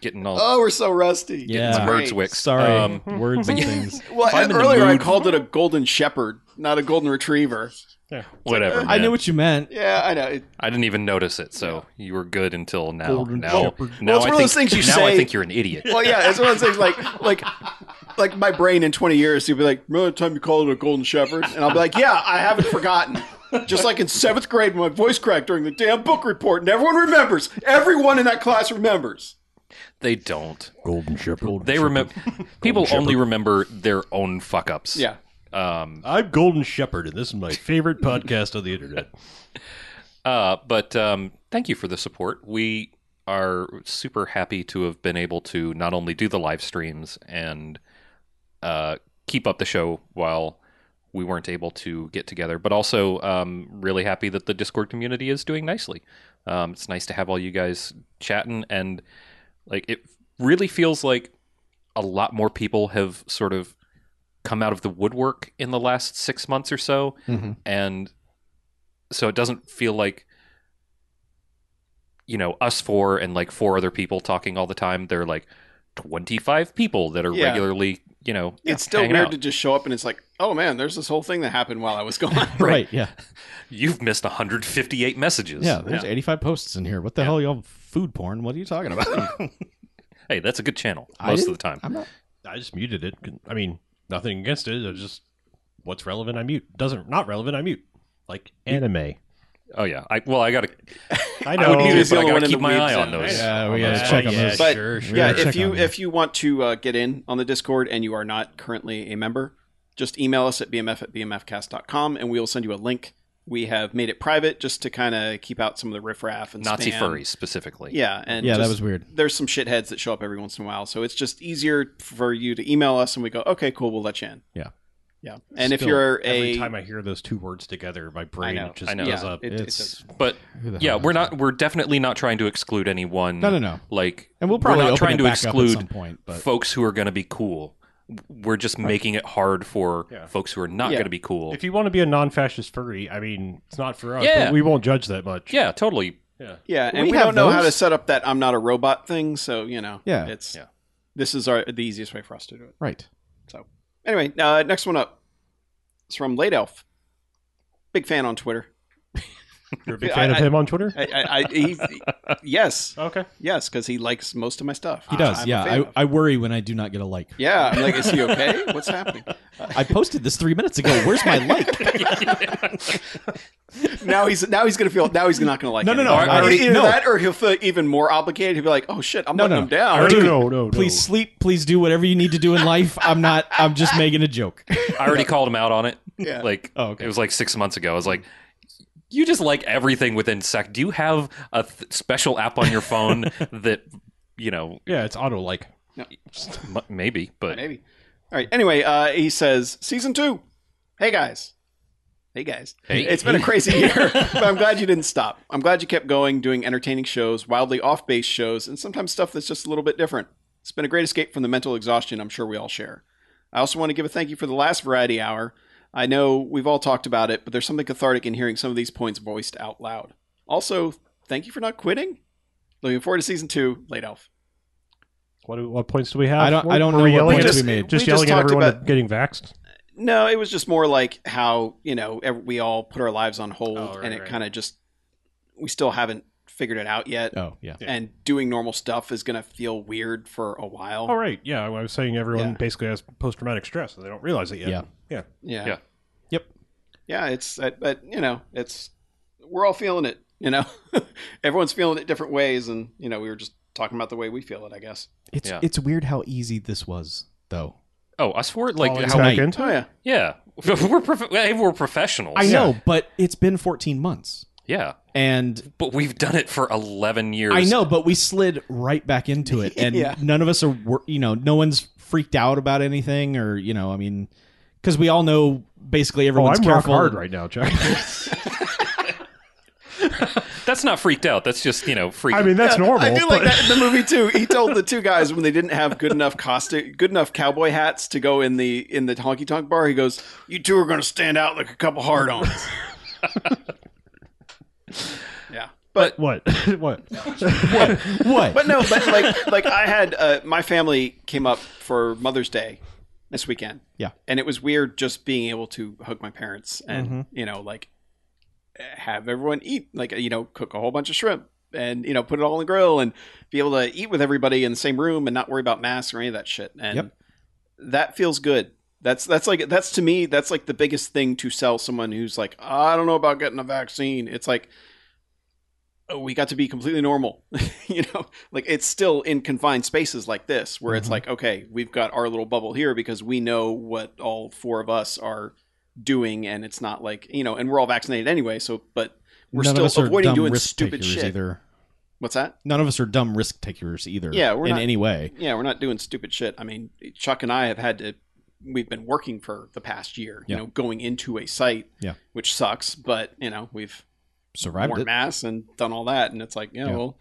Speaker 2: getting all
Speaker 4: Oh, we're so rusty.
Speaker 3: Yeah.
Speaker 4: It's
Speaker 2: words
Speaker 4: great.
Speaker 2: wick.
Speaker 3: Sorry.
Speaker 2: Um,
Speaker 3: Words and things.
Speaker 4: Well,
Speaker 2: I'm in the
Speaker 4: earlier I
Speaker 2: mood-
Speaker 4: called it a golden shepherd, not a golden retriever.
Speaker 2: whatever.
Speaker 3: I knew
Speaker 2: man.
Speaker 3: what you meant.
Speaker 4: Yeah, I know. It,
Speaker 2: I didn't even notice it. So you were good until now.
Speaker 1: Golden
Speaker 2: now,
Speaker 1: Shepherd.
Speaker 2: now
Speaker 4: Well, it's one of
Speaker 2: I think
Speaker 4: those things you
Speaker 2: now I
Speaker 4: say-
Speaker 2: think you're an idiot.
Speaker 4: well, yeah, it's one of those things like like like my brain in twenty years, you'd be like, "Remember the time you called it a golden shepherd?" And I'll be like, "Yeah, I haven't forgotten." Just like in seventh grade, when my voice cracked during the damn book report, and everyone remembers. Everyone in that class remembers.
Speaker 2: They don't.
Speaker 1: Golden Shepherd.
Speaker 2: They remember. People only remember their own fuck ups.
Speaker 4: Yeah,
Speaker 2: Um,
Speaker 1: I'm Golden Shepherd, and this is my favorite podcast on the internet.
Speaker 2: Uh, but um, thank you for the support. We are super happy to have been able to not only do the live streams and uh, keep up the show while we weren't able to get together, but also um, really happy that the Discord community is doing nicely. Um, it's nice to have all you guys chatting, and like it really feels like a lot more people have sort of come out of the woodwork in the last six months or so,
Speaker 3: Mhm.
Speaker 2: and so it doesn't feel like you know us four and like four other people talking all the time. They're like twenty five people that are
Speaker 4: Yeah.
Speaker 2: regularly you know
Speaker 4: it's still
Speaker 2: hanging
Speaker 4: weird
Speaker 2: out.
Speaker 4: to just show up and it's like, "Oh man, there's this whole thing that happened while I was gone."
Speaker 3: Right. Yeah.
Speaker 2: You've missed 158 messages.
Speaker 3: Yeah. There's 85 posts in here. What the hell, y'all? Food porn? What are you talking about?
Speaker 2: Hey, that's a good channel
Speaker 3: I
Speaker 2: most of the time.
Speaker 3: didn't- I'm not.
Speaker 1: I just muted it. I mean, nothing against it. I just what's relevant, I mute. Doesn't not relevant, I mute. Like anime.
Speaker 2: Oh yeah. I well, I got to
Speaker 1: I
Speaker 2: I would
Speaker 1: know.
Speaker 2: mute
Speaker 4: He's
Speaker 2: it,
Speaker 4: the
Speaker 2: but I
Speaker 4: only
Speaker 2: got
Speaker 4: one
Speaker 2: to
Speaker 4: in
Speaker 2: keep
Speaker 4: the
Speaker 2: my
Speaker 4: weeds
Speaker 2: eye
Speaker 4: in.
Speaker 2: on those.
Speaker 3: Yeah, we
Speaker 1: on
Speaker 3: gotta
Speaker 1: those.
Speaker 3: check on
Speaker 1: Oh, Yeah,
Speaker 3: those.
Speaker 4: But
Speaker 1: sure, sure.
Speaker 4: yeah,
Speaker 3: Check
Speaker 4: if you
Speaker 3: on
Speaker 4: if you want to uh, get in on the Discord and you are not currently a member, just email us at bmf at bmfcast.com and we'll send you a link. We have made it private just to kind of keep out some of the riffraff and
Speaker 2: Nazi
Speaker 4: spam.
Speaker 2: furries specifically.
Speaker 4: Yeah, and
Speaker 3: Yeah, that
Speaker 4: just-
Speaker 3: was weird.
Speaker 4: There's some shitheads that show up every once in a while, so it's just easier for you to email us and we go, okay, cool, we'll let you in.
Speaker 3: Yeah.
Speaker 4: yeah. And if
Speaker 1: Still,
Speaker 4: you're
Speaker 1: every
Speaker 4: a
Speaker 1: time I hear those two words together, my brain
Speaker 4: know,
Speaker 1: just
Speaker 2: I know.
Speaker 1: goes
Speaker 4: Yeah,
Speaker 1: up.
Speaker 4: it- it
Speaker 3: It's-
Speaker 4: does.
Speaker 2: But
Speaker 3: Who the hell
Speaker 2: yeah,
Speaker 3: knows?
Speaker 2: we're not we're definitely not trying to exclude anyone.
Speaker 3: No, no, no.
Speaker 2: Like
Speaker 3: And we'll probably
Speaker 2: we're not
Speaker 3: open
Speaker 2: trying
Speaker 3: it
Speaker 2: to
Speaker 3: back
Speaker 2: exclude
Speaker 3: up at some point. But
Speaker 2: folks who are going to be cool. We're just making it hard for
Speaker 1: Yeah.
Speaker 2: folks who are not
Speaker 4: Yeah.
Speaker 2: going to be cool.
Speaker 1: If you want to be a non-fascist furry, I mean, it's not for us.
Speaker 2: Yeah.
Speaker 1: but we won't judge that much.
Speaker 2: yeah, totally.
Speaker 1: Yeah.
Speaker 4: yeah, and
Speaker 3: We
Speaker 4: we,
Speaker 3: have
Speaker 4: don't know how
Speaker 3: those.
Speaker 4: to set up that I'm not a robot thing, so you know,
Speaker 3: Yeah.
Speaker 4: it's
Speaker 2: Yeah.
Speaker 4: this is our the easiest way for us to do it.
Speaker 3: right.
Speaker 4: Anyway, uh, next one up is from Late Elf. Big fan on Twitter.
Speaker 1: You're a big fan of him on Twitter?
Speaker 4: I, I, I he, yes,
Speaker 1: Okay.
Speaker 4: yes, because he likes most of my stuff.
Speaker 3: He does.
Speaker 4: I'm a
Speaker 3: yeah,
Speaker 4: fan
Speaker 3: I,
Speaker 4: of-
Speaker 3: I worry when I do not get a like.
Speaker 4: yeah. I'm like, is he okay? What's happening?
Speaker 3: I posted this three minutes ago. Where's my like?
Speaker 4: Now he's now he's gonna feel now he's not gonna like.
Speaker 3: No,
Speaker 4: it
Speaker 3: no, no.
Speaker 4: anymore.
Speaker 3: I already-
Speaker 4: either
Speaker 3: no.
Speaker 4: that or he'll feel even more obligated. He'll be like, oh shit, I'm
Speaker 3: No,
Speaker 4: letting
Speaker 3: no.
Speaker 4: him down.
Speaker 3: I already-
Speaker 1: No, no, no, no.
Speaker 3: Please sleep. Please do whatever you need to do in life. I'm not. I'm just making a joke.
Speaker 2: I already called him out on it.
Speaker 4: Yeah.
Speaker 2: Like
Speaker 3: Oh, okay.
Speaker 2: it was like six months ago. I was like, you just like everything within sec. Do you have a th- special app on your phone that you know
Speaker 1: Yeah, it's auto like.
Speaker 2: m- maybe, but
Speaker 4: Maybe. All right. Anyway, uh, he says season two. Hey guys. Hey guys.
Speaker 2: Hey.
Speaker 4: It's been a crazy year, but I'm glad you didn't stop. I'm glad you kept going, doing entertaining shows, wildly off base shows, and sometimes stuff that's just a little bit different. It's been a great escape from the mental exhaustion I'm sure we all share. I also want to give a thank you for the last variety hour. I know we've all talked about it, but there's something cathartic in hearing some of these points voiced out loud. Also, thank you for not quitting. Looking forward to season two, late elf.
Speaker 1: What, do- what points do we have?
Speaker 3: I don't-
Speaker 1: Were-
Speaker 3: I don't
Speaker 1: were
Speaker 3: know
Speaker 1: we
Speaker 3: what
Speaker 1: yelling
Speaker 4: points
Speaker 1: at-
Speaker 4: we made.
Speaker 1: Just
Speaker 4: We just
Speaker 1: yelling at
Speaker 4: talked
Speaker 1: everyone
Speaker 4: about-
Speaker 1: getting vaxxed.
Speaker 4: No, it was just more like how you know ev- we all put our lives on hold,
Speaker 1: Oh, right,
Speaker 4: and it
Speaker 1: right.
Speaker 4: kind of just we still haven't figured it out yet.
Speaker 3: Oh yeah.
Speaker 4: And doing normal stuff is gonna feel weird for a while.
Speaker 1: All right. Yeah, I was saying everyone
Speaker 4: Oh. Yeah.
Speaker 1: basically has post traumatic stress, and they don't realize it yet.
Speaker 3: Yeah.
Speaker 1: Yeah.
Speaker 4: Yeah,
Speaker 2: Yeah.
Speaker 4: yeah,
Speaker 3: Yep.
Speaker 4: It's but- but you know it's we're all feeling it. You know, everyone's feeling it different ways, and you know we were just talking about the way we feel it. I guess.
Speaker 3: It's
Speaker 2: Yeah.
Speaker 3: it's weird how easy this was though.
Speaker 2: oh, us for it, like
Speaker 1: Falling
Speaker 2: how,
Speaker 1: back
Speaker 3: we-
Speaker 1: into
Speaker 4: Oh yeah,
Speaker 2: yeah, we're prof- hey, we're professionals.
Speaker 3: I know, but it's been 14 months,
Speaker 2: yeah,
Speaker 3: and
Speaker 2: but we've done it for eleven years.
Speaker 3: I know, but we slid right back into it, and
Speaker 4: Yeah.
Speaker 3: none of us are wor- you know no one's freaked out about anything or you know I mean because we all know basically
Speaker 1: Oh,
Speaker 3: everyone's
Speaker 1: I'm rock
Speaker 3: careful.
Speaker 1: hard right now, Chuck.
Speaker 2: That's not freaked out. That's just you know freaking.
Speaker 1: I mean, that's normal.
Speaker 4: I do
Speaker 1: but-
Speaker 4: like that in the movie too. He told the two guys when they didn't have good enough costume, good enough cowboy hats to go in the in the honky tonk bar. He goes, "You two are going to stand out like a couple hard ons." yeah, but
Speaker 1: What? what?
Speaker 3: What?
Speaker 4: but no, but like like I had uh, my family came up for Mother's Day this weekend.
Speaker 3: Yeah.
Speaker 4: and it was weird just being able to hug my parents and
Speaker 3: Mm-hmm.
Speaker 4: you know like have everyone eat like you know cook a whole bunch of shrimp and you know put it all on the grill and be able to eat with everybody in the same room and not worry about masks or any of that shit. And
Speaker 3: Yep.
Speaker 4: that feels good. That's that's like that's to me that's like the biggest thing to sell someone who's like I don't know about getting a vaccine. It's like oh, we got to be completely normal. you know, like it's still in confined spaces like this where it's
Speaker 3: Mhm.
Speaker 4: like, okay, we've got our little bubble here because we know what all four of us are doing, and it's not like you know, and we're all vaccinated anyway. So, but we're
Speaker 3: None of us
Speaker 4: still
Speaker 3: are
Speaker 4: avoiding
Speaker 3: dumb
Speaker 4: doing
Speaker 3: risk
Speaker 4: stupid
Speaker 3: takers
Speaker 4: shit.
Speaker 3: either.
Speaker 4: What's that?
Speaker 3: None of us are dumb risk takers either.
Speaker 4: Yeah, we're
Speaker 3: in
Speaker 4: not-
Speaker 3: any way.
Speaker 4: Yeah, we're not doing stupid shit. I mean, Chuck and I have had to. We've been working for the past year, you
Speaker 3: Yeah.
Speaker 4: know, going into a site,
Speaker 3: Yeah.
Speaker 4: which sucks, but you know, we've
Speaker 3: Survived
Speaker 4: worn
Speaker 3: it.
Speaker 4: masks and done all that, and it's like, yeah,
Speaker 3: Yeah.
Speaker 4: well,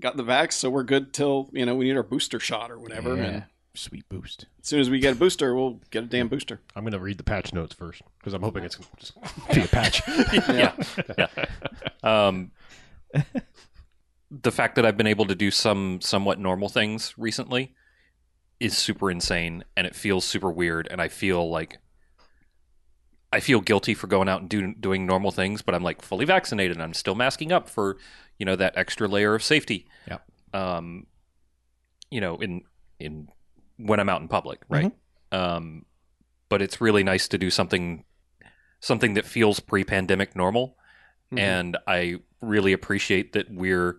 Speaker 4: got the vax, so we're good till you know we need our booster shot or whatever.
Speaker 3: Yeah.
Speaker 4: And
Speaker 3: Sweet boost.
Speaker 4: as soon as we get a booster, we'll get a damn booster.
Speaker 1: I'm going to read the patch notes first because I'm hoping it's gonna just be a patch.
Speaker 2: yeah. yeah. Um, the fact that I've been able to do some somewhat normal things recently is super insane, and it feels super weird, and I feel like I feel guilty for going out and do, doing normal things, but I'm like fully vaccinated, and I'm still masking up for you know that extra layer of safety.
Speaker 3: Yeah.
Speaker 2: Um, you know, in in when I'm out in public, right? Um, but it's really nice to do something something that feels pre-pandemic normal
Speaker 3: Mm-hmm.
Speaker 4: Mhm.
Speaker 2: and i really appreciate that we're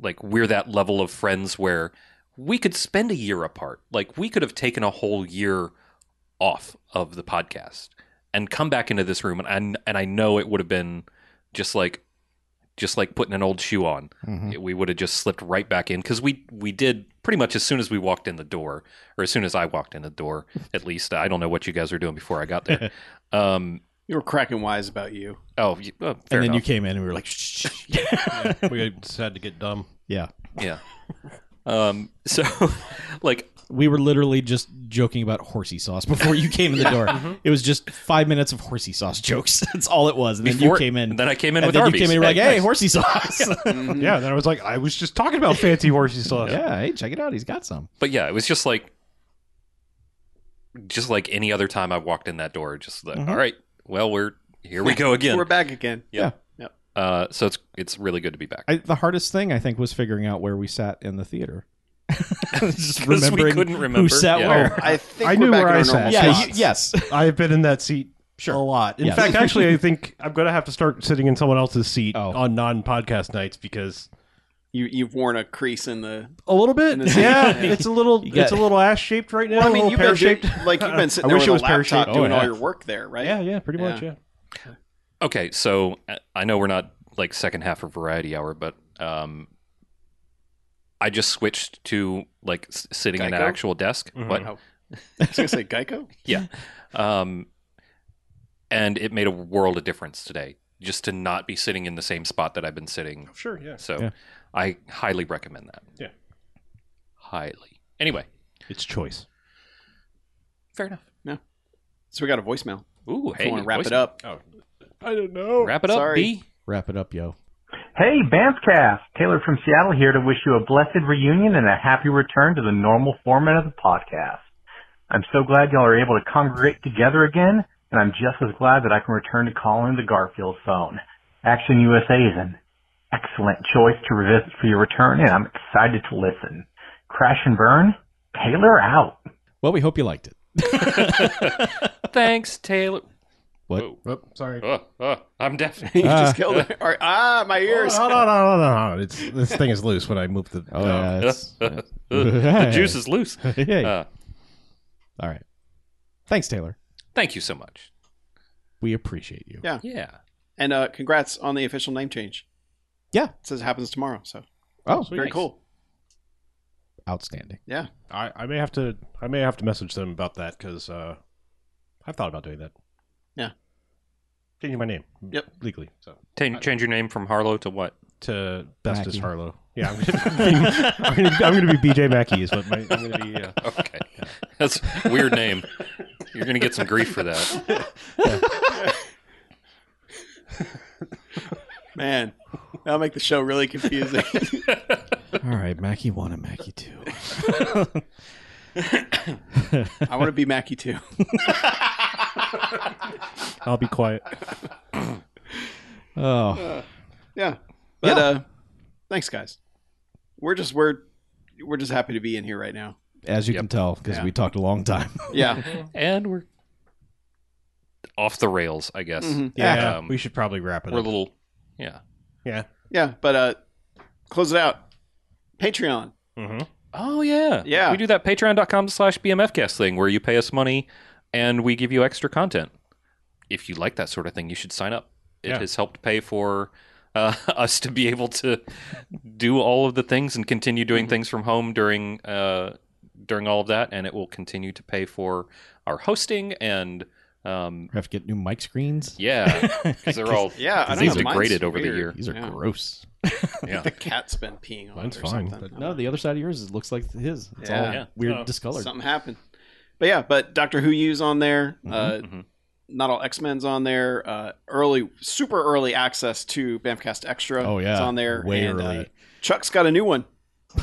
Speaker 2: like we're that level of friends where we could spend a year apart like we could have taken a whole year off of the podcast and come back into this room and and, and i know it would have been just like just like putting an old shoe on
Speaker 3: Mhm.
Speaker 2: we would have just slipped right back in because we we did pretty much as soon as we walked in the door or as soon as i walked in the door at least i don't know what you guys were doing before i got there um
Speaker 4: You were cracking wise about you.
Speaker 2: oh you- oh, fair
Speaker 3: And then you
Speaker 2: enough.
Speaker 3: came in and we were like, shh. shh, shh."
Speaker 1: we decided to get dumb.
Speaker 3: yeah.
Speaker 2: yeah um so like
Speaker 3: We were literally just joking about horsey sauce before you came in the door.
Speaker 4: Mm-hmm.
Speaker 3: It was just five minutes of horsey sauce jokes. That's all it was. And then
Speaker 2: before
Speaker 3: you came in.
Speaker 2: and then i came in
Speaker 3: and
Speaker 2: with
Speaker 3: then
Speaker 2: Arby's.
Speaker 3: you came in and were like, hey,
Speaker 2: nice.
Speaker 3: horsey sauce.
Speaker 1: Yeah, and then I was like, I was just talking about fancy horsey sauce.
Speaker 3: yeah, hey, check it out. He's got some.
Speaker 2: but yeah it was just like
Speaker 3: Mm-hmm.
Speaker 2: just like any other time i walked in that door just like all right well we're here we go again.
Speaker 4: We're back again.
Speaker 2: Yeah.
Speaker 4: Yep.
Speaker 2: Uh, so it's it's really good to be back.
Speaker 3: I, the hardest thing I think was figuring out where we sat in the theater. Just
Speaker 2: 'Cause we
Speaker 3: remembering
Speaker 2: couldn't
Speaker 3: who
Speaker 2: remember.
Speaker 3: sat
Speaker 2: Yeah. Oh.
Speaker 3: where.
Speaker 4: I think
Speaker 1: I
Speaker 4: we're
Speaker 1: knew
Speaker 4: back
Speaker 1: where
Speaker 4: in
Speaker 1: I
Speaker 4: our
Speaker 1: sat.
Speaker 4: normal
Speaker 3: yeah,
Speaker 4: spots.
Speaker 3: you- yes.
Speaker 1: I have been in that seat a lot. In
Speaker 3: Yes.
Speaker 1: fact, actually, I think I'm going to have to start sitting in someone else's seat
Speaker 3: Oh.
Speaker 1: on non-podcast nights because
Speaker 4: You you've worn a crease in the.
Speaker 1: a little bit,
Speaker 4: In the seat.
Speaker 1: yeah,
Speaker 4: Yeah.
Speaker 1: it's a little,
Speaker 3: got-
Speaker 1: it's a little ass shaped right now.
Speaker 4: Well, I mean,
Speaker 1: a
Speaker 4: you've
Speaker 1: pear
Speaker 4: been
Speaker 1: shaped.
Speaker 4: shaped. like you've been sitting
Speaker 1: I
Speaker 4: there
Speaker 1: wish it was
Speaker 4: with a
Speaker 1: pear-shaped.
Speaker 4: laptop doing
Speaker 3: Oh,
Speaker 4: all
Speaker 3: yeah.
Speaker 4: your work there, right?
Speaker 1: Yeah, yeah, pretty much. Yeah,
Speaker 2: Okay, so uh, I know we're not like second half of variety hour, but um, I just switched to like s- sitting at an
Speaker 4: Geico?
Speaker 2: actual desk.
Speaker 1: Mhm.
Speaker 2: What?
Speaker 4: Oh. I was gonna say Geico.
Speaker 2: Yeah. Um, and it made a world of difference today just to not be sitting in the same spot that I've been sitting.
Speaker 1: sure, yeah.
Speaker 2: So
Speaker 3: Yeah.
Speaker 2: I highly recommend that.
Speaker 1: Yeah.
Speaker 2: Highly. Anyway,
Speaker 1: It's choice.
Speaker 2: fair enough.
Speaker 4: So we got a voicemail.
Speaker 2: Ooh,
Speaker 4: If
Speaker 2: hey,
Speaker 4: you want to wrap
Speaker 2: voice-
Speaker 4: it up?
Speaker 1: I don't know.
Speaker 2: Wrap it up,
Speaker 4: Sorry.
Speaker 2: B.
Speaker 3: Wrap it up, yo.
Speaker 6: Hey, Banffcast! Taylor from Seattle here to wish you a blessed reunion and a happy return to the normal format of the podcast. I'm so glad y'all are able to congregate together again, and I'm just as glad that I can return to calling the Garfield phone. Action USA is an excellent choice to revisit for your return, and I'm excited to listen. Crash and burn, Taylor out.
Speaker 3: Well, we hope you liked it.
Speaker 2: Thanks, Taylor.
Speaker 3: What?
Speaker 2: Whoa.
Speaker 1: Oh, sorry.
Speaker 2: Oh, oh, I'm deaf.
Speaker 4: You
Speaker 3: Ah.
Speaker 4: just killed it. All right. Ah, my ears.
Speaker 1: Hold on, hold on, hold on, hold on. It's this thing is loose when I move the.
Speaker 3: Oh, yeah. it's-
Speaker 2: the juice is loose.
Speaker 3: Hey.
Speaker 2: Uh,
Speaker 3: All right. Thanks, Taylor.
Speaker 2: thank you so much.
Speaker 3: We appreciate you.
Speaker 4: Yeah.
Speaker 2: Yeah.
Speaker 4: And uh, congrats on the official name change.
Speaker 3: Yeah.
Speaker 4: It says it happens tomorrow. So
Speaker 3: Oh,
Speaker 4: very
Speaker 2: Nice.
Speaker 4: cool.
Speaker 3: outstanding.
Speaker 4: Yeah.
Speaker 1: I, I may have to, I may have to message them about that because uh, I've thought about doing that.
Speaker 4: Yeah.
Speaker 1: changing my name.
Speaker 4: Yep.
Speaker 1: legally. So
Speaker 2: Change, change your name from Harlow to what?
Speaker 1: to best
Speaker 3: Mackey.
Speaker 1: is Harlow. Yeah, I'm gonna, I'm gonna, I'm gonna be BJ Mackey is what my, I'm gonna be. uh, Yeah.
Speaker 2: Okay. That's a weird name. You're going to get some grief for that.
Speaker 4: Man, that'll make the show really confusing.
Speaker 3: All right, Mackie one and Mackie two.
Speaker 4: I want to be Mackie too.
Speaker 1: I'll be quiet.
Speaker 3: Oh,
Speaker 4: Yeah. But uh thanks guys. We're just we're we're just happy to be in here right now.
Speaker 3: as you
Speaker 2: Yep.
Speaker 3: can tell, because
Speaker 4: Yeah.
Speaker 3: we talked a long time.
Speaker 4: Yeah.
Speaker 2: And we're off the rails, I guess.
Speaker 4: Mhm.
Speaker 1: Yeah,
Speaker 2: Um,
Speaker 1: we should probably wrap it
Speaker 2: We're a
Speaker 1: up.
Speaker 2: little. Yeah.
Speaker 1: yeah.
Speaker 4: Yeah, but uh close it out. Patreon.
Speaker 1: Mm-hmm.
Speaker 2: Oh, yeah.
Speaker 4: Yeah.
Speaker 2: We do that patreon.com slash bmfcast thing where you pay us money and we give you extra content. If you like that sort of thing, you should sign up. It
Speaker 1: Yeah.
Speaker 2: has helped pay for uh, us to be able to do all of the things and continue doing
Speaker 4: Mm-hmm.
Speaker 2: things from home during uh, during all of that, and it will continue to pay for our hosting and um,
Speaker 3: We have to get new mic screens.
Speaker 2: yeah, because they're all
Speaker 4: Yeah, I don't
Speaker 2: these
Speaker 4: know, mine's
Speaker 2: degraded over
Speaker 4: weird.
Speaker 2: the year.
Speaker 3: These are
Speaker 4: Yeah.
Speaker 3: gross.
Speaker 2: Yeah.
Speaker 4: The cat's been peeing on
Speaker 1: Mine's
Speaker 4: it or
Speaker 1: fine,
Speaker 4: something.
Speaker 1: but-
Speaker 3: No, the other side of yours is- looks like his. It's all
Speaker 4: Yeah.
Speaker 2: Yeah.
Speaker 3: weird,
Speaker 1: Oh.
Speaker 3: discolored.
Speaker 4: Something happened. But yeah, but Doctor Who U's on there. uh,
Speaker 1: Mm-hmm.
Speaker 2: mhm.
Speaker 4: Not all X Men's on there. Uh, early, super early access to Bamcast Extra.
Speaker 3: Oh, yeah.
Speaker 4: is on there.
Speaker 3: Way
Speaker 4: And, uh,
Speaker 3: early.
Speaker 4: Chuck's got a new one.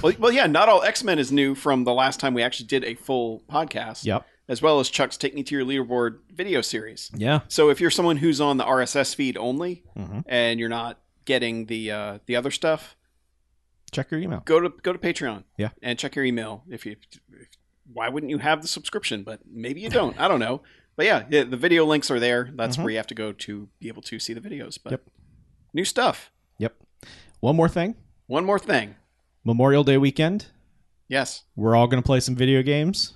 Speaker 4: Well, well, yeah. Not all X Men is new from the last time we actually did a full podcast.
Speaker 3: Yep.
Speaker 4: As well as Chuck's Take Me to Your Leaderboard video series.
Speaker 3: Yeah.
Speaker 4: So if you're someone who's on the RSS feed only
Speaker 3: Mhm.
Speaker 4: and you're not getting the uh, the other stuff,
Speaker 3: Check your email.
Speaker 4: go to go to Patreon.
Speaker 3: Yeah.
Speaker 4: And check your email if you. If, why wouldn't you have the subscription? But maybe you don't. I don't know. But yeah, yeah the video links are there. That's where you have to go to be able to see the videos. But
Speaker 3: Mm-hmm. Yep.
Speaker 4: new stuff.
Speaker 3: Yep. One more thing.
Speaker 4: One more thing.
Speaker 3: Memorial Day weekend.
Speaker 4: Yes.
Speaker 3: We're all gonna play some video games.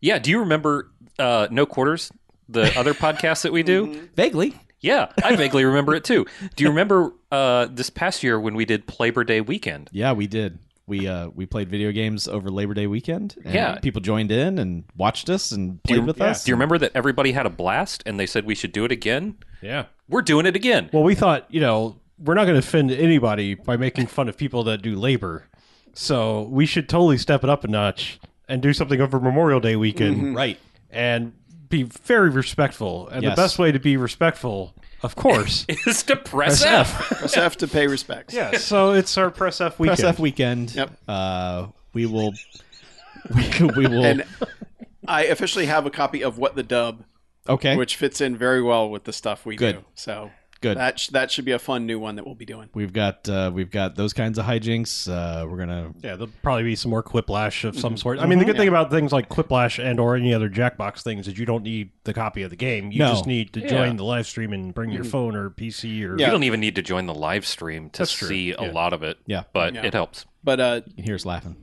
Speaker 2: Yeah, do you remember uh, No Quarters, the other podcast that we do?
Speaker 3: Vaguely.
Speaker 2: Yeah, I vaguely remember it too. Do you remember uh, this past year when we did Labor Day weekend?
Speaker 3: Yeah, we did. We uh we played video games over Labor Day weekend. and
Speaker 2: Yeah.
Speaker 3: People joined in and watched us and
Speaker 2: Do
Speaker 3: played
Speaker 2: you,
Speaker 3: with
Speaker 2: yeah.
Speaker 3: us.
Speaker 2: Do you remember that everybody had a blast and they said we should do it again?
Speaker 1: Yeah.
Speaker 2: We're doing it again.
Speaker 1: Well, we thought you know we're not going to offend anybody by making fun of people that do labor, so we should totally step it up a notch and do something over Memorial Day weekend.
Speaker 3: Right.
Speaker 1: and be very respectful. And
Speaker 3: Yes.
Speaker 1: the best way to be respectful, of course,
Speaker 2: It's to press, F.
Speaker 4: Press F to pay respects.
Speaker 1: yeah. So it's our press F weekend.
Speaker 3: Press F weekend.
Speaker 4: Yep.
Speaker 3: Uh, we will. We, we will.
Speaker 4: And I officially have a copy of What the Dub
Speaker 3: Okay.
Speaker 4: which fits in very well with the stuff we
Speaker 3: Good.
Speaker 4: do. So
Speaker 3: Good.
Speaker 4: that sh- that should be a fun new one that we'll be doing.
Speaker 3: We've got uh, we've got those kinds of hijinks. Uh, we're gonna
Speaker 1: Yeah, there'll probably be some more quiplash of some sort. I mean, the good
Speaker 4: Mhm.
Speaker 1: thing about things like quiplash and or any other Jackbox things is you don't need the copy of the game. You
Speaker 3: No.
Speaker 1: just need to
Speaker 2: Yeah.
Speaker 1: join the live stream and bring your phone or PC or
Speaker 4: Yeah.
Speaker 2: You don't even need to join the live stream to
Speaker 1: That's true.
Speaker 2: see
Speaker 1: Yeah.
Speaker 2: a lot of it.
Speaker 3: Yeah.
Speaker 2: But
Speaker 4: Yeah.
Speaker 2: it helps.
Speaker 4: But uh,
Speaker 3: you can hear us laughing.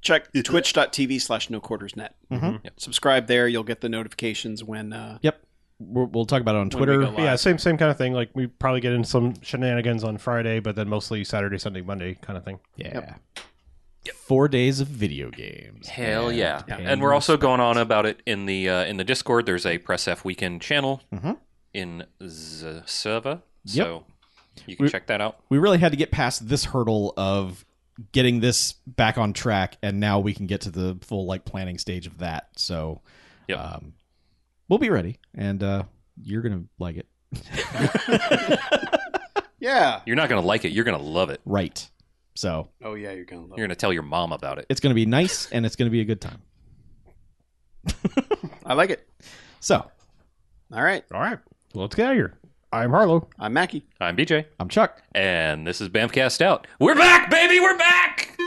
Speaker 4: check twitch.tv slash no quarters net.
Speaker 3: Mhm.
Speaker 4: Subscribe there. You'll get the notifications when. Uh,
Speaker 3: Yep. We're, we'll talk about it on
Speaker 4: When we
Speaker 3: Twitter.
Speaker 4: go live.
Speaker 1: yeah, same same kind of thing. Like we probably get in some shenanigans on Friday, but then mostly Saturday, Sunday, Monday kind of thing.
Speaker 3: Yeah. Four days of video games.
Speaker 2: Hell
Speaker 3: And
Speaker 2: yeah.
Speaker 3: pain.
Speaker 2: And we're also going on about it in the uh, in the Discord. There's a Press F Weekend channel
Speaker 3: Mhm.
Speaker 2: in the server. So you can
Speaker 3: We-
Speaker 2: check that out.
Speaker 3: we really had to get past this hurdle of getting this back on track, and now we can get to the full like planning stage of that. So,
Speaker 2: Yep.
Speaker 3: um, we'll be ready, and uh, you're gonna like it,
Speaker 4: yeah.
Speaker 2: You're not going to like it. You're going to love it.
Speaker 3: right? So
Speaker 4: Oh yeah, you're gonna love.
Speaker 2: You're
Speaker 4: It.
Speaker 2: going to tell your mom about it.
Speaker 3: it's gonna be nice, and it's gonna be a good time.
Speaker 4: I like it.
Speaker 3: So
Speaker 4: All right.
Speaker 1: All right, well, let's get out of here. I'm Harlow.
Speaker 4: I'm Mackie.
Speaker 2: I'm DJ,
Speaker 3: I'm Chuck.
Speaker 2: and this is Bamcast Out. We're back, baby. We're back.